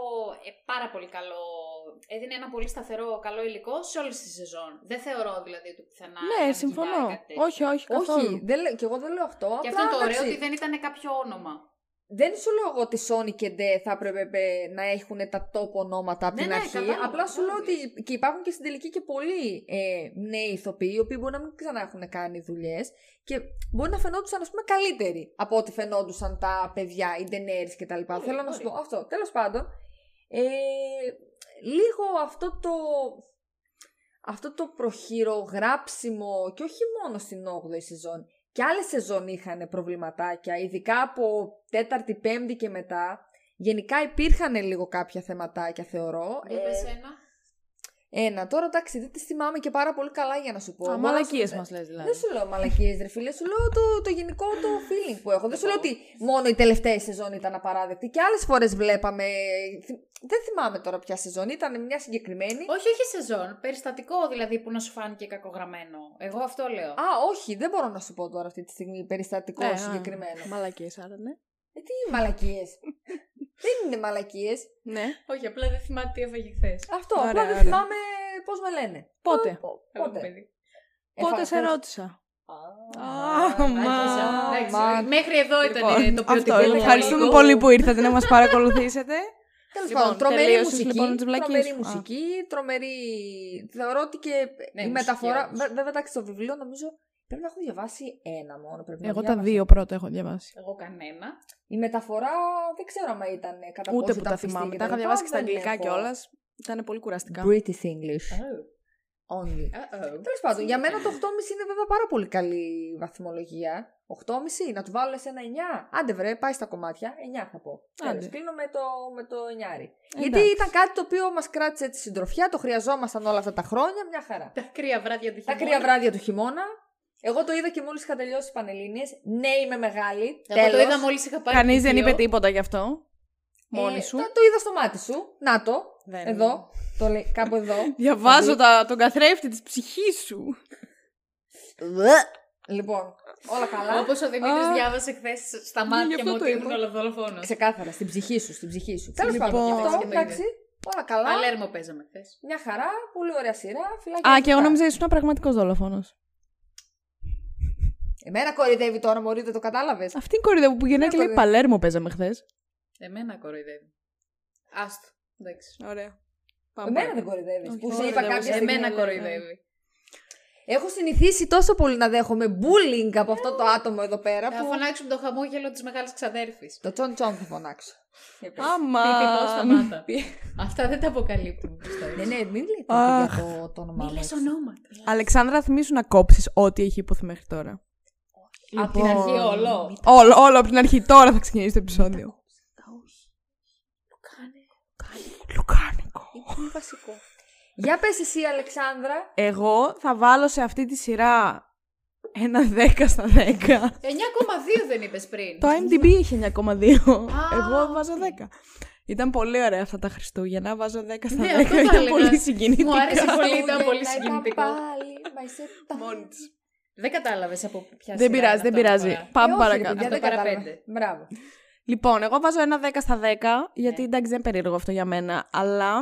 ε, πάρα πολύ καλό. Έδινε ένα πολύ σταθερό, καλό υλικό σε όλες τις σεζόν. Δεν θεωρώ δηλαδή ότι πουθενά.
Ναι,
ήταν κοιλιά ή
συμφωνώ.
κάτι τέτοιο.
Όχι, όχι,
Όχι,
καθόλου.
δεν λέω, και εγώ δεν λέω αυτό. απλά,
Και αυτό είναι το ωραίο
εντάξει,
ότι δεν ήταν κάποιο όνομα. Ναι,
την
ναι,
αρχή.
κατάλαβα,
Απλά σου λέω
κατάλαβα.
ότι και υπάρχουν και στην τελική και πολλοί ε, νέοι ηθοποιοί, οι οποίοι μπορεί να μην ξανά έχουν κάνει δουλειές και μπορεί να φαινόντουσαν ας πούμε καλύτεροι από ό,τι φαινόντουσαν τα παιδιά, οι Ντενέρι κτλ.
Μπορεί,
Θέλω να σου
μπορεί.
πω αυτό. Τέλος πάντων, ε, λίγο αυτό το. Αυτό το προχειρογράψιμο και όχι μόνο στην 8η σεζόν. Και άλλες σεζόν είχαν προβληματάκια, ειδικά από τέταρτη, πέμπτη και μετά. Γενικά υπήρχαν λίγο κάποια θεματάκια, θεωρώ.
Ναι.
Ε... Είπες ένα.
ένα, τώρα εντάξει, δεν τις θυμάμαι και πάρα πολύ καλά για να σου πω.
Α,
Μπορώ να
μαλακίες
σου-
μας λες δηλαδή.
Δεν σου λέω μαλακίες ρε φίλε, σου λέω το, το γενικό το feeling που έχω. Δεν σου λέω ότι μόνο η τελευταία σεζόν ήταν απαράδεκτη. Και άλλες φορές βλέπαμε. θυ- Δεν θυμάμαι τώρα ποια σεζόν, ήταν μια συγκεκριμένη.
Όχι, όχι σεζόν. Περιστατικό δηλαδή που να σου φάνηκε κακογραμμένο. Εγώ αυτό λέω.
Α, όχι, δεν μπορώ να σου πω τώρα αυτή τη στιγμή περιστατικό
Ναι, α,
συγκεκριμένο.
Μαλακίες, άρα ναι.
Ε, τι είναι μαλακίες. δεν είναι μαλακίες.
Ναι.
Όχι, απλά δεν θυμάται τι έφαγε χθες.
Αυτό.
Ωραία,
απλά δεν
ωραία.
θυμάμαι πώς με λένε.
Πότε?
Ε, πο- Πότε. Ε,
Πότε σε ρώτησα. Α, μα.
μα.
Μέχρι εδώ ήταν
Λοιπόν,
ε, το ποιοτικό.
αυτό,
είναι.
ευχαριστούμε
υλικό.
πολύ που ήρθατε να μας παρακολουθήσετε.
Τέλος
Λοιπόν,
πάντων, τρομερή
τελείωσες,
μουσική.
λοιπόν, τις βλακίες
τρομερή
σου. Α.
μουσική, τρομερή. Θεωρώ ότι και
Ναι,
η
μουσική
μεταφορά.
όμως.
Βέ- Βέβαια, εντάξει, στο βιβλίο νομίζω πρέπει να έχω διαβάσει ένα μόνο. Πρέπει να
Εγώ τα
διάβασα.
δύο πρώτα έχω διαβάσει.
Εγώ κανένα.
Η μεταφορά δεν ξέρω αν ήταν ε, κατά
Ούτε
πόσο
που
ήταν
τα
πιστή
θυμάμαι.
και
Τα είχα
λοιπά,
διαβάσει και στα
δεν
αγγλικά
έχω.
κιόλας. Ήταν πολύ κουραστικά.
British English only.
Uh-oh.
Τέλος πάντων, για μένα το 8,5 είναι βέβαια πάρα πολύ καλή βαθμολογία. 8,5, να του βάλω σε ένα 9. Άντε βρε, πάει στα κομμάτια. 9 θα πω.
Άντε.
Τέλος, κλείνω με το, με το 9. Γιατί
Εντάξει.
ήταν κάτι το οποίο μας κράτησε τη συντροφιά, το χρειαζόμασταν όλα αυτά τα χρόνια, μια χαρά.
Τα κρύα βράδια του
Τα
χειμώνα.
κρύα βράδια του χειμώνα. Εγώ το είδα και μόλις είχα τελειώσει τις Πανελλήνιες. Ναι, είμαι μεγάλη.
Εγώ
Τέλος.
το είδα μόλις είχα πάρει.
Κανείς δεν
βιβλίο.
είπε τίποτα γι' αυτό. Μόνη
Ε,
σου.
Το, το είδα στο μάτι σου. Να το.
Ναι,
Δεν-
Εδώ. Το λέει κάπου εδώ.
Διαβάζω τα, τον καθρέφτη της ψυχής σου.
λοιπόν, όλα καλά.
Όπως ο Δημήτρης
Α. Ναι,
διάβασε χθες στα
γι'
μάτια
αυτό
μου
το
ότι
είπα.
ήμουν όλο δολοφόνος.
Ξεκάθαρα, στην ψυχή σου, στην ψυχή σου. Τέλος
Λοιπόν,
πάντων,
και
αυτό,
το είδα.
εντάξει, όλα καλά.
Παλέρμο παίζαμε χθες.
Μια χαρά, πολύ ωραία σειρά, φυλάκια.
Α, και εγώ νόμιζα ήσουν πραγματικός δολοφόνος.
Εμένα κορυδεύει τώρα, Μωρή, δεν το κατάλαβες.
Αυτή η κορυδεύω που γεννάει και λέει
κορυδεύω.
Παλέρμο παίζαμε χθες.
Εμένα κοροϊδεύει. Άστο. Εντάξει.
Ωραία.
Εμένα δεν κορυδεύει.
Όχι,
Που
εγώ ναι,
σε είπα
κορυδεύω
κάποια
σε
στιγμή.
Εμένα
λέει,
κοροϊδεύει.
Έχω συνηθίσει τόσο πολύ να δέχομαι bullying από αυτό το άτομο εδώ πέρα
Θα
που.
φωνάξουμε το χαμόγελο της μεγάλης ξαδέρφης.
Το τσον τσον θα φωνάξω.
Πίπι,
Άμα.
σταμάτα. Αυτά δεν τα αποκαλύπτουμε.
Ναι, ναι, μην λέτε
Αχ.
για το, το όνομά
Μη
μου.
λες
έτσι.
ονόματα.
Αλεξάνδρα, θυμίσου να κόψεις ό,τι έχει υποθεί μέχρι τώρα.
Από την αρχή όλο.
Όλο, όλο από την αρχή. Τώρα θα ξεκινήσει το επεισόδιο. Λουκάνικο.
Είναι βασικό. Για πες εσύ, Αλεξάνδρα.
Εγώ θα βάλω σε αυτή τη σειρά ένα 10 στα 10.
9,2 δεν είπες πριν.
Το IMDb είχε 9,2.
Α,
Εγώ βάζω
οκ.
10. Ήταν πολύ ωραία αυτά τα Χριστούγεννα. Βάζω 10 στα 10.
Ναι, αυτό θα
Ήταν
έλεγα.
πολύ συγκινητικά.
Μου άρεσε πολύ, ήταν πολύ
Χριστούγεννα,
συγκινητικό.
Πάλι, μα είσαι τα- Ε,
Μόνη της.
Δεν κατάλαβες από ποια
Δεν
σειρά
πειράζει,
είναι
δεν
αυτά τα
πειράζει.
φορά.
Πάμε
Ε, όχι, ρε παιδιά,
παρακάτω.
δεν
Αυτό παρά
κατάλαβα.
πέντε.
Μπράβο.
Λοιπόν, εγώ βάζω ένα 10 στα 10, γιατί
Ναι.
εντάξει δεν είναι περίεργο αυτό για μένα, αλλά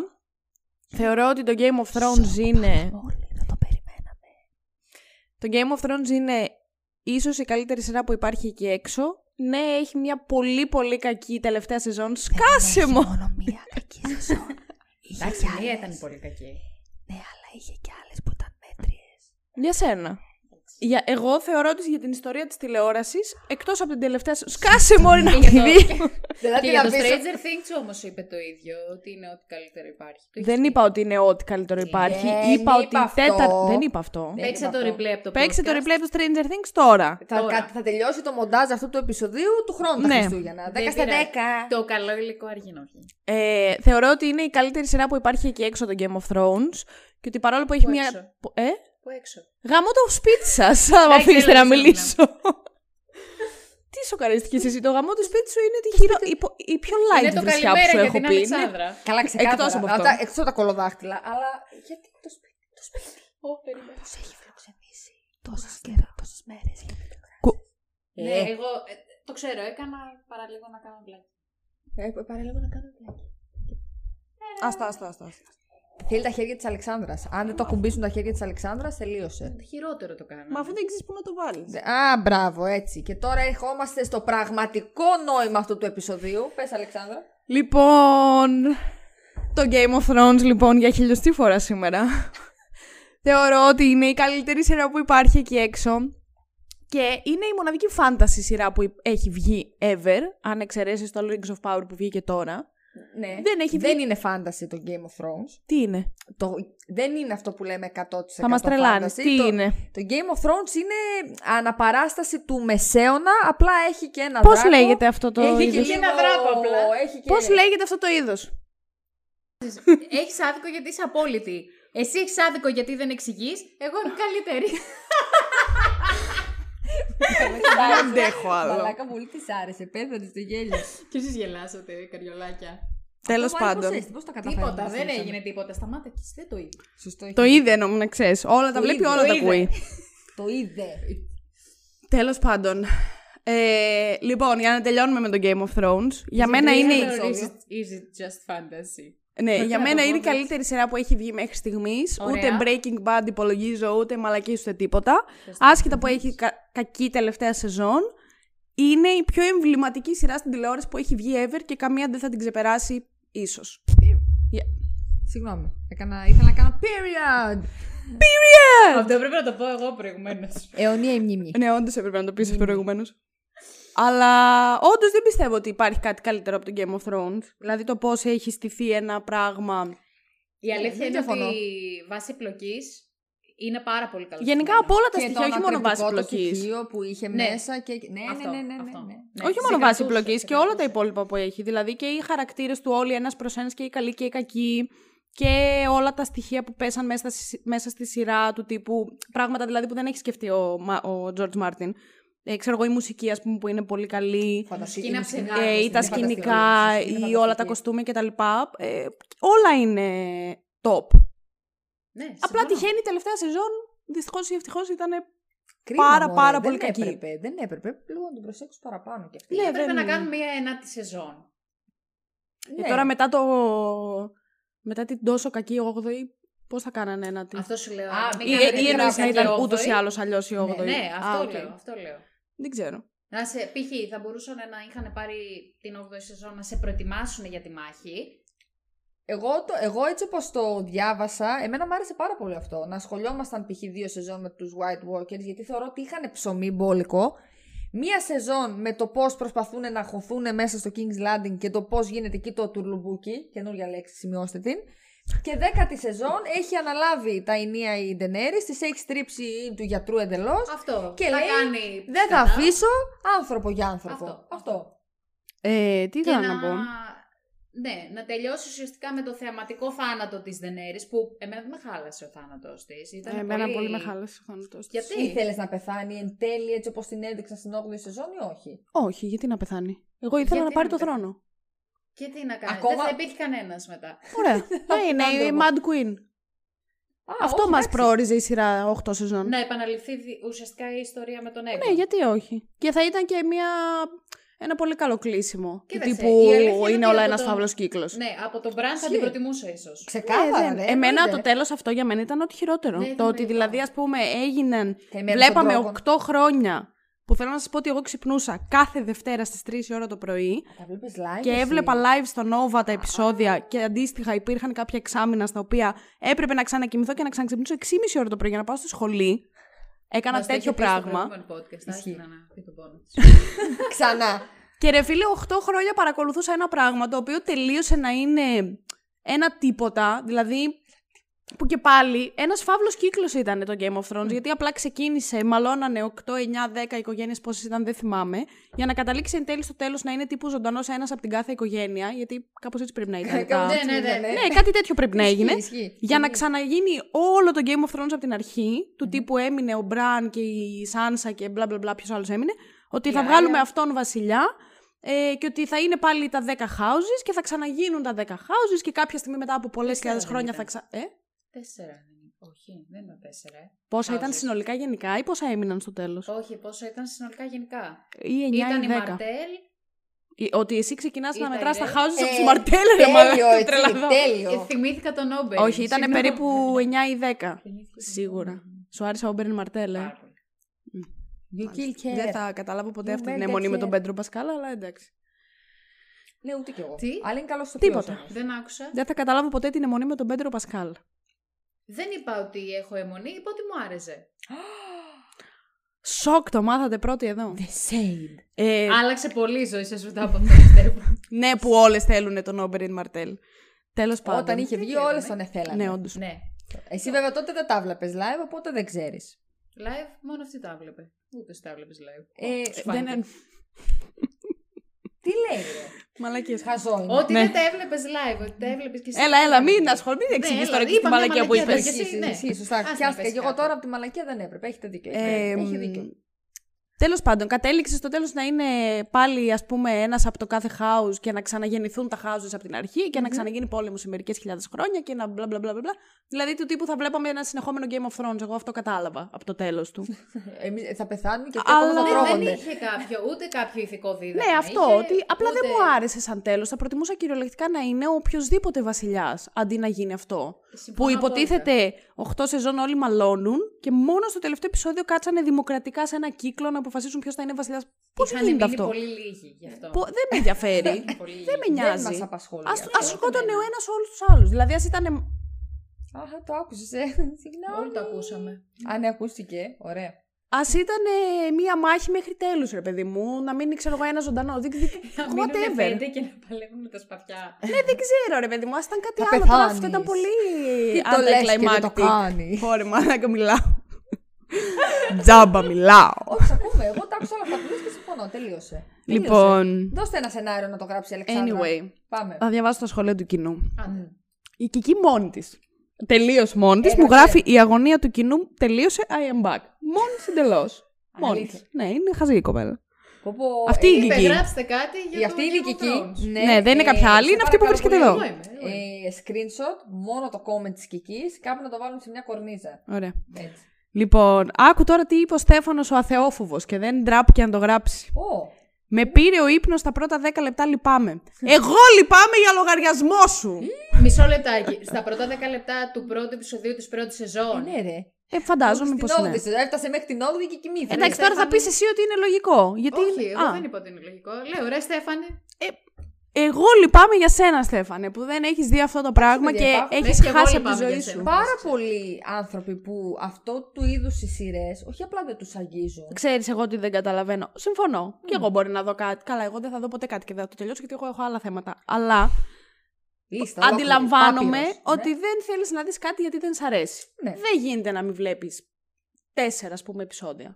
θεωρώ ότι το Game of Thrones είναι. Το Game of Thrones είναι ίσως η καλύτερη σειρά που υπάρχει εκεί έξω. Ναι, έχει μια πολύ πολύ κακή τελευταία σεζόν. Σκάσε μου!
Μόνο μία κακή σεζόν. Είχε
Εντάξει,
κι άλλες.
μία ήταν πολύ κακή.
Ναι, αλλά είχε και άλλες που ήταν μέτριες.
Για σένα. Για, εγώ θεωρώ ότι για την ιστορία της τηλεόρασης, εκτός από την τελευταία σεζόν... Σκάσε μόλι να
Και για το-
πει!
Δηλαδή
Και για
να
το
πεις-
Stranger Things όμως είπε το ίδιο, ότι είναι ό,τι καλύτερο υπάρχει. Το έχεις
Δεν
πει.
είπα ότι είναι ό,τι καλύτερο
Ε,
υπάρχει.
ναι,
Δεν
είπα ότι
είπα
η τέταρτη...
αυτό.
Δεν είπα αυτό.
Δεν
Παίξε
είπα
το
αυτό.
replay από το
Παίξε το
podcast.
replay του Stranger Things τώρα.
Θα,
Τώρα.
κα- θα τελειώσει το μοντάζ αυτού του επεισοδίου του χρόνου
Ναι.
τα Χριστούγεννα. 10
Δεν
στα 10.
πειράζει. Το καλό υλικό αργινό.
Ε, θεωρώ ότι είναι η καλύτερη σειρά που υπάρχει εκεί έξω το Game of Thrones και ότι παρόλο που έχει
Που
μια.
έξω.
που- Ε,
Που έξω.
γαμώ το σπίτι σας. Θα με
Εντάξει,
αφήσετε να
έλα, Ζαμίνα.
μιλήσω. Τι σοκαρίστηκε εσύ, το γαμώ του σπίτι σου είναι τη χειρο... η, πο- η πιο
Είναι
light
το
βρισιά που σου
καλημέρα για
έχω
την
πει. Ναι.
Αλεξάνδρα.
Καλά, ξεκάθαρα.
Εκτός από αυτό.
Α, τα- Εκτός από τα κολοδάχτυλα. Αλλά γιατί το σπίτι. Το σπίτι.
Ω, περίμενα.
Του έχει φιλοξενήσει τόσες καιρά, τόσε μέρε.
Ναι, εγώ ε, το ξέρω, έκανα παραλίγο να κάνω πλάκα.
Ε, παραλίγο να κάνω πλάκα.
Άστα, άστα, άστα. άστα.
Θέλει τα χέρια της Αλεξάνδρας. Αν δεν το ακουμπήσουν τα χέρια της Αλεξάνδρας, τελείωσε.
Χειρότερο το κάνω.
Μα αφού δεν ξέρεις πού να το βάλεις.
Α, μπράβο, έτσι. Και τώρα ερχόμαστε στο πραγματικό νόημα αυτού του επεισοδίου. Πες, Αλεξάνδρα.
Λοιπόν, το Game of Thrones λοιπόν για χιλιοστή φορά σήμερα. Θεωρώ ότι είναι η καλύτερη σειρά που υπάρχει εκεί έξω. Και είναι η μοναδική φάνταση σειρά που έχει βγει ever, αν εξαιρέσεις το Rings of Power που βγήκε τώρα.
Ναι.
Δεν έχει βγει.
Δεν είναι φάνταση το Game of Thrones.
Τι είναι.
Το... Δεν είναι αυτό που λέμε 100%
Θα μας τρελάνει.
fantasy.
Τι
το...
είναι?
Το Game of Thrones είναι αναπαράσταση του μεσαίωνα, απλά έχει και ένα
Πώς
δράκο.
λέγεται αυτό το
Έχει
είδος?
και
ένα δράκο απλά.
Έχει και...
Πώς λέγεται αυτό το είδος.
Έχεις άδικο γιατί είσαι απόλυτη. Εσύ έχεις άδικο γιατί δεν εξηγείς. Εγώ είμαι καλύτερη.
Μαλάκα,
αντέχω άλλο.
Μαλάκα πολύ της άρεσε, πέθανε στο γέλιο.
και εσείς γελάσατε, καριολάκια.
Τέλος πάντων.
Πώς τα καταφέραμε.
Τίποτα, δεν έγινε τίποτα. Σταμάτα και εσύ δεν το είδες.
Σωστό,
Το είδε νόμου να ξέρεις. Όλα τα
Το
βλέπει,
είδε,
όλα
το
τα
είδε.
ακούει.
Το είδε.
Ε,
Τέλος πάντων. Ε, λοιπόν, για να τελειώνουμε με το Game of Thrones. Για μένα είναι, η-
Is it- is it just fantasy?
ναι, για
να
μένα
το
είναι η
πω,
καλύτερη σειρά που έχει βγει μέχρι στιγμής.
Ωραία.
Ούτε Breaking Bad υπολογίζω, ούτε μαλακή, ούτε τίποτα. Άσχετα που έχει κα- κακή τελευταία σεζόν. Είναι η πιο εμβληματική σειρά στην τηλεόραση που έχει βγει ever και καμία δεν θα την ξεπεράσει, ίσως.
Συγγνώμη. Έκανα, ήθελα να κάνω period. Ε,
Αυτό πρέπει να το πω εγώ προηγουμένως.
Αιωνία η μνήμη.
Ναι, όντως έπρεπε να το πεις προηγουμένως. Αλλά όντως δεν πιστεύω ότι υπάρχει κάτι καλύτερο από το Game of Thrones. Δηλαδή το πώς έχει στηθεί ένα πράγμα.
Η αλήθεια
δεν
είναι
διαφωνώ.
ότι βάση πλοκής είναι πάρα πολύ καλός.
Γενικά από όλα τα
Και
στοιχεία, όχι μόνο βάση πλοκής.
στοιχείο που είχε
Ναι.
μέσα και. Ναι,
Αυτό,
ναι, ναι, ναι, ναι,
αυτό.
ναι.
Ναι,
όχι
σε
μόνο βάση
κρατούσε,
πλοκή
σε
και όλα τα
κρατούσε.
υπόλοιπα που έχει. Δηλαδή και οι χαρακτήρες του όλοι ένας προς ένας και οι καλοί και οι κακοί. Και όλα τα στοιχεία που πέσαν μέσα, στη- μέσα στη σειρά του τύπου. Πράγματα δηλαδή που δεν έχει σκεφτεί ο, Μα- ο George Martin. Ε, ξέρω εγώ, η μουσική, ας πούμε, που είναι πολύ καλή.
Φανταστική
Σκηνά
μουσική.
ψεγάδες,
ε, ή τα
ναι, Είναι φανταστική
σκηνικά
μουσική, είναι
ή όλα
φανταστική.
τα κοστούμια κτλ. Ε, όλα είναι top.
Ναι,
Απλά
συμφωνώ.
τυχαίνει η τελευταία σεζόν. Δυστυχώς ή ευτυχώς ήταν.
Κρίμα,
πάρα,
μωρέ,
πάρα
δεν
πολύ κακή.
έπρεπε, Δεν έπρεπε. Πρέπει λίγο να τον προσέξω παραπάνω και αυτή.
Ναι,
Έπρεπε
δεν-
να κάνουμε μια ενάτη σεζόν.
Ε, ναι.
Ναι.
Και Ε, τώρα μετά το. Μετά την τόσο κακή 8η, πώς θα κάνανε ένα τη.
Αυτό σου λέω.
Α,
μην
Ή,
Ή-
κάνετε
ή
ή εννοείς
γράφια
να
και
ήταν
όγδοη.
ούτως ή άλλως αλλιώς η 8η.
Ναι,
Α,
αυτό
οκ.
λέω. Αυτό λέω.
Δεν ξέρω.
Να σε, π.χ. θα μπορούσαν να είχαν πάρει την 8η σεζόν να σε προετοιμάσουν για τη μάχη.
Εγώ, το, εγώ έτσι όπως το διάβασα, εμένα μου άρεσε πάρα πολύ αυτό. Να ασχολιόμασταν π.χ. δύο σεζόν με τους White Walkers, γιατί θεωρώ ότι είχαν ψωμί μπόλικο. Μία σεζόν με το πώς προσπαθούν να χωθούν μέσα στο King's Landing και το πώς γίνεται εκεί το τουρλουμπούκι, καινούργια λέξη, σημειώστε την. Και δέκατη σεζόν έχει αναλάβει τα ενία η Ντενέρη, τη έχει στρίψει του γιατρού εντελώς.
Αυτό.
Και
θα
λέει,
κάνει.
Δεν θα
πιθανά
αφήσω άνθρωπο για άνθρωπο.
Αυτό.
αυτό.
Ε, τι
Και
ήθελα
να...
να πω.
Ναι, να τελειώσει ουσιαστικά με το θεαματικό θάνατο της Δενέρης που εμένα δεν με χάλασε ο θάνατος της. Ήταν
Εμένα πολύ Ε, με χάλασε ο θάνατος της.
Γιατί?
Ήθελες να πεθάνει εν τέλει έτσι όπως την έδειξαν στην 8η σεζόν ή όχι.
Όχι, γιατί να πεθάνει. Εγώ ήθελα
Γιατί
να πάρει
να
το
πεθάνει?
θρόνο.
Και τι να κάνει.
Ακόμα-
Δεν θα υπήρχε κανένας μετά.
Ωραία. Να είναι η
Άντρομο.
Mad Queen.
Α,
Αυτό
όχι,
μας
εντάξει.
προόριζε η σειρά 8 σεζόν.
να επαναληφθεί δι- ουσιαστικά η ιστορία με τον Έγκο.
Ναι, γιατί όχι. Και θα ήταν και μια... ένα πολύ καλό κλείσιμο. Του
Κοίταξε,
τύπου
η αλήθεια είναι
είναι
ότι
όλα
από
ένα
τον-
φαύλος κύκλος.
Ναι, από τον Μπραν θα
Ισχύει.
την προτιμούσα ίσως.
Ε, Ξεκάθαρα, ρε,
Ε, Εμένα
εννοείται.
το τέλος αυτό για μένα ήταν ό,τι χειρότερο.
Ναι, ήταν
το ότι
τραγικό.
δηλαδή, ας πούμε, έγιναν.
Καημένα
Βλέπαμε
στον τρόπο.
8 χρόνια που θέλω να σας πω ότι εγώ ξυπνούσα κάθε Δευτέρα στις 3 η ώρα το πρωί
Τα βλέπεις live.
και
εσύ.
έβλεπα live στο Nova τα επεισόδια και αντίστοιχα υπήρχαν κάποια εξάμεινα στα οποία έπρεπε να ξανακοιμηθώ και να ξαναξυπνήσω 6,5 ώρα το πρωί για να πάω στο σχολείο. Έκανα
Μας το
τέτοιο
είχε πει στο
πράγμα.
προηγούμενο podcast,
Ισχύει.
άρχινα να πει τον πόνο της.
Ξανά.
Και ρε φίλε, 8 χρόνια παρακολουθούσα ένα πράγμα το οποίο τελείωσε να είναι ένα τίποτα, δηλαδή που και πάλι ένας φαύλος κύκλος ήταν το Game of Thrones, γιατί απλά ξεκίνησε, μαλώνανε 8, 9, 10 οικογένειες πόσες ήταν δεν θυμάμαι, για να καταλήξει εν τέλει στο τέλος να είναι τύπου ζωντανός ένας από την κάθε οικογένεια, γιατί κάπως έτσι πρέπει να ήταν. τα-
Κάπως έτσι
ναι, ναι,
ήταν,
ναι.
ε.
ναι, κάτι τέτοιο πρέπει να έγινε.
Ισχύει.
Για να ξαναγίνει όλο το Game of Thrones από την αρχή, του τύπου έμεινε ο Μπραν και η Σάνσα και μπλα μπλα μπλα, ποιος άλλος έμεινε, ότι θα
Άρια.
βγάλουμε αυτόν βασιλιά ε, και ότι θα είναι πάλι τα 10 houses και θα ξαναγίνουν τα 10 houses και κάποια στιγμή μετά από πολλές
Τέσσερα
χιλιάδες
δεν
χρόνια
ήταν.
θα ξα. Ε,
Τέσσερα. δεν είναι. Όχι, δεν είναι τέσσερα. ε.
πόσα ήταν
Houses.
συνολικά γενικά ή πόσα έμειναν στο τέλος.
Όχι, πόσο ήταν συνολικά γενικά.
Ή 9
Ήταν η
ή 10.
Μαρτέλ,
Ε, Ότι εσύ ξεκινάς να
Ήταν,
μετράς τα
ε,
houses από
ε,
του Μαρτέλ, ρε
Τέλειο,
μαλάκα,
έτσι,
τρελαδό.
τέλειο.
Θυμήθηκα τον Όμπερ.
Όχι, ήταν περίπου 9 ή 10.
ναι,
Σίγουρα. Σου άρεσε ο Όμπερν Μαρτέλ, ε.
You kill care.
Δεν θα καταλάβω ποτέ
You
αυτή την
better
αιμονή με τον
care.
Πέντρο Πασκάλα, αλλά εντάξει.
Ναι, ούτε κι εγώ.
Τι?
Αλλά είναι καλός στο
Τίποτα.
Δεν άκουσα.
Δεν θα καταλάβω ποτέ την αιμονή με τον Πέντρο Πασκάλ.
Δεν είπα ότι έχω αιμονή, είπα ότι μου άρεσε.
Σοκ, το μάθατε πρώτοι εδώ.
The shade.
Ε,
Άλλαξε πολύ η ζωή σας μετά από αυτό, πιστεύω.
ναι, που όλες θέλουν τον Όμπερν Μαρτέλ. Τέλος πάντων.
Όταν είχε βγει,
θέλανε.
όλε τον εθέλανε.
Ναι, όντως.
ναι.
Εσύ βέβαια τότε δεν τα βλέπει live, οπότε δεν ξέρεις.
Live, μόνο αυτή τα βλέπε. Ούτε εσύ τα βλέπεις live.
Ε,
Δεν
δεν... Τι λέει, ρε.
Μαλακίες.
Χαζό είναι.
Ότι
Ναι. Ε,
δεν τα έβλεπες live, ότι τα έβλεπες και εσύ.
Έλα, έλα, μην ασχολείσαι.
Ναι,
Μην εξηγεί
έλα,
τώρα και την
είπα μια
μαλακία που
μαλακία
είπε.
τώρα κι εσύ.
Εσύ,
ναι.
εσύ, σωστά.
Ας να
Πιάστηκα
πες
και εγώ
κάτω.
τώρα από τη μαλακία δεν έπρεπε. Έχετε
Ε,
δίκιο. έχετε- Έχει δίκιο.
Τέλος πάντων, κατέληξε στο τέλος να είναι πάλι ας πούμε, ένας από το κάθε house και να ξαναγεννηθούν τα houses από την αρχή και να ξαναγίνει πόλεμος σε μερικές χιλιάδες χρόνια και να μπλα μπλα μπλα. μπλα. μπλα. Δηλαδή του τύπου θα βλέπαμε ένα συνεχόμενο Game of Thrones. Εγώ αυτό κατάλαβα από το τέλος του.
Εμείς ε, θα πεθάνουν και
Αλλά-
Αλλά... θα
Ναι, δεν
τρώγονται.
είχε κάποιο, ούτε κάποιο ηθικό δίδαγμα.
ναι, αυτό.
είχε,
Ότι απλά
ούτε-
δεν μου άρεσε σαν τέλος. Θα προτιμούσα κυριολεκτικά να είναι ο οποιοδήποτε βασιλιάς αντί να γίνει αυτό.
Συμφωνώ
Που υποτίθεται 8 σεζόν όλοι μαλώνουν και μόνο στο τελευταίο επεισόδιο κάτσανε δημοκρατικά σε ένα κύκλο να αποφασίσουν ποιος θα είναι βασιλιάς. Πώς
Είχαν
γίνεται
μείνει
αυτό.
πολύ λίγοι γι' αυτό.
Πο- δεν με ενδιαφέρει.
Πολύ λίγοι.
δεν με
Δεν
νοιάζει.
μα απασχολεί.
Ας,
αυτό. Ναι.
ας σκότωνε ο ένας όλους τους άλλους. Δηλαδή, ας ήταν.
Αχα, το άκουσες. ε.
Όλοι
Συγγνώμη.
το ακούσαμε.
Αν ακούστηκε. Ωραία.
Ας ήτανε μία μάχη μέχρι τέλους, ρε παιδί μου, να μείνει, ξέρω εγώ, ένας ζωντανός. Δεν, δεν,
Να μείνουν
whatever.
πέντε και να παλεύουν με τα σπαθιά.
ναι, δεν ξέρω, ρε παιδί μου. Ας ήταν κάτι
Θα
άλλο. Τώρα αυτό
πεθάνεις.
ήταν πολύ.
Τι το λες και δεν το
anticlimactic.
κάνεις.
Ωρε, μαλάκα, μιλάω. Τζάμπα, μιλάω.
Όχι, σ' ακούμε. Εγώ τα άκουσα όλα αυτά που λες και συμφωνώ. Τελείωσε.
λοιπόν.
Δώστε ένα σενάριο να το γράψει η Αλεξάνδρα.
Anyway,
Πάμε.
θα διαβάσω τα σχολεία του κοινού.
Άντε.
Η Κική μόνη Ε, ναι. της. Τελείως μόνη της. Μου
Έγραψε.
γράφει η αγωνία του κοινού. Τελείωσε. I am back. Μόνη εντελώ. Μόνη.
Αλήθεια.
Ναι, είναι χαζή η κοπέλα.
Πω, πω,
Αυτή
ε,
η
Είπε,
Κική.
γράψτε κάτι για
η
το
αυτή
Game
είναι η
of
Κική.
Thrones.
Ναι, δεν είναι κάποια άλλη,
ε, σε
είναι αυτή που
παρακαλώ
βρίσκεται
πολύ.
εδώ.
Εγώ είμαι, εγώ είμαι.
Ε, screenshot, μόνο το comment της Κικής, κάπου να το βάλουμε σε μια κορνίζα.
Ωραία.
Έτσι.
Λοιπόν, άκου τώρα τι είπε ο Στέφανος ο Αθεόφοβος και δεν ντράπηκε να το γράψει.
Ω,
Με πήρε ο ύπνος τα πρώτα 10 λεπτά, λυπάμαι. Εγώ λυπάμαι για λογαριασμό σου!
Μισό λεπτάκι. Στα πρώτα 10 λεπτά του πρώτου επεισοδίου της πρώτης
ε,
σεζόν.
ναι ρε.
Ε, φαντάζομαι
Στην
πως
όγδοη
είναι.
σεζόν, Έφτασε μέχρι την 8η και κοιμήθηκε.
Εντάξει, τώρα θα πεις εσύ ότι είναι λογικό. Γιατί
Όχι,
είναι-
εγώ
Α,
δεν είπα ότι είναι λογικό. Λέω, ρε Στέφανε,
Ε, εγώ λυπάμαι για σένα, Στέφανε, που δεν έχεις δει αυτό το πράγμα
παιδιά,
και
υπάρχουν.
έχεις
Λες και εγώ
χάσει από τη
λυπάμαι για
ζωή σου.
σένα.
Πάρα πολλοί άνθρωποι που αυτό του είδους οι σειρές, όχι απλά δεν τους αγγίζουν.
Ξέρεις εγώ ότι δεν καταλαβαίνω. Συμφωνώ. Και εγώ μπορεί να δω κάτι. Καλά, εγώ δεν θα δω ποτέ κάτι και δεν θα το τελειώσω γιατί εγώ έχω άλλα θέματα. Αλλά
Λίστα, ολόκληρη,
αντιλαμβάνομαι
πάπυρος, ναι.
ότι δεν θέλεις να δεις κάτι γιατί δεν σ' αρέσει.
Ναι.
Δεν γίνεται να μην βλέπεις τέσσερα, ας πούμε, επεισόδια.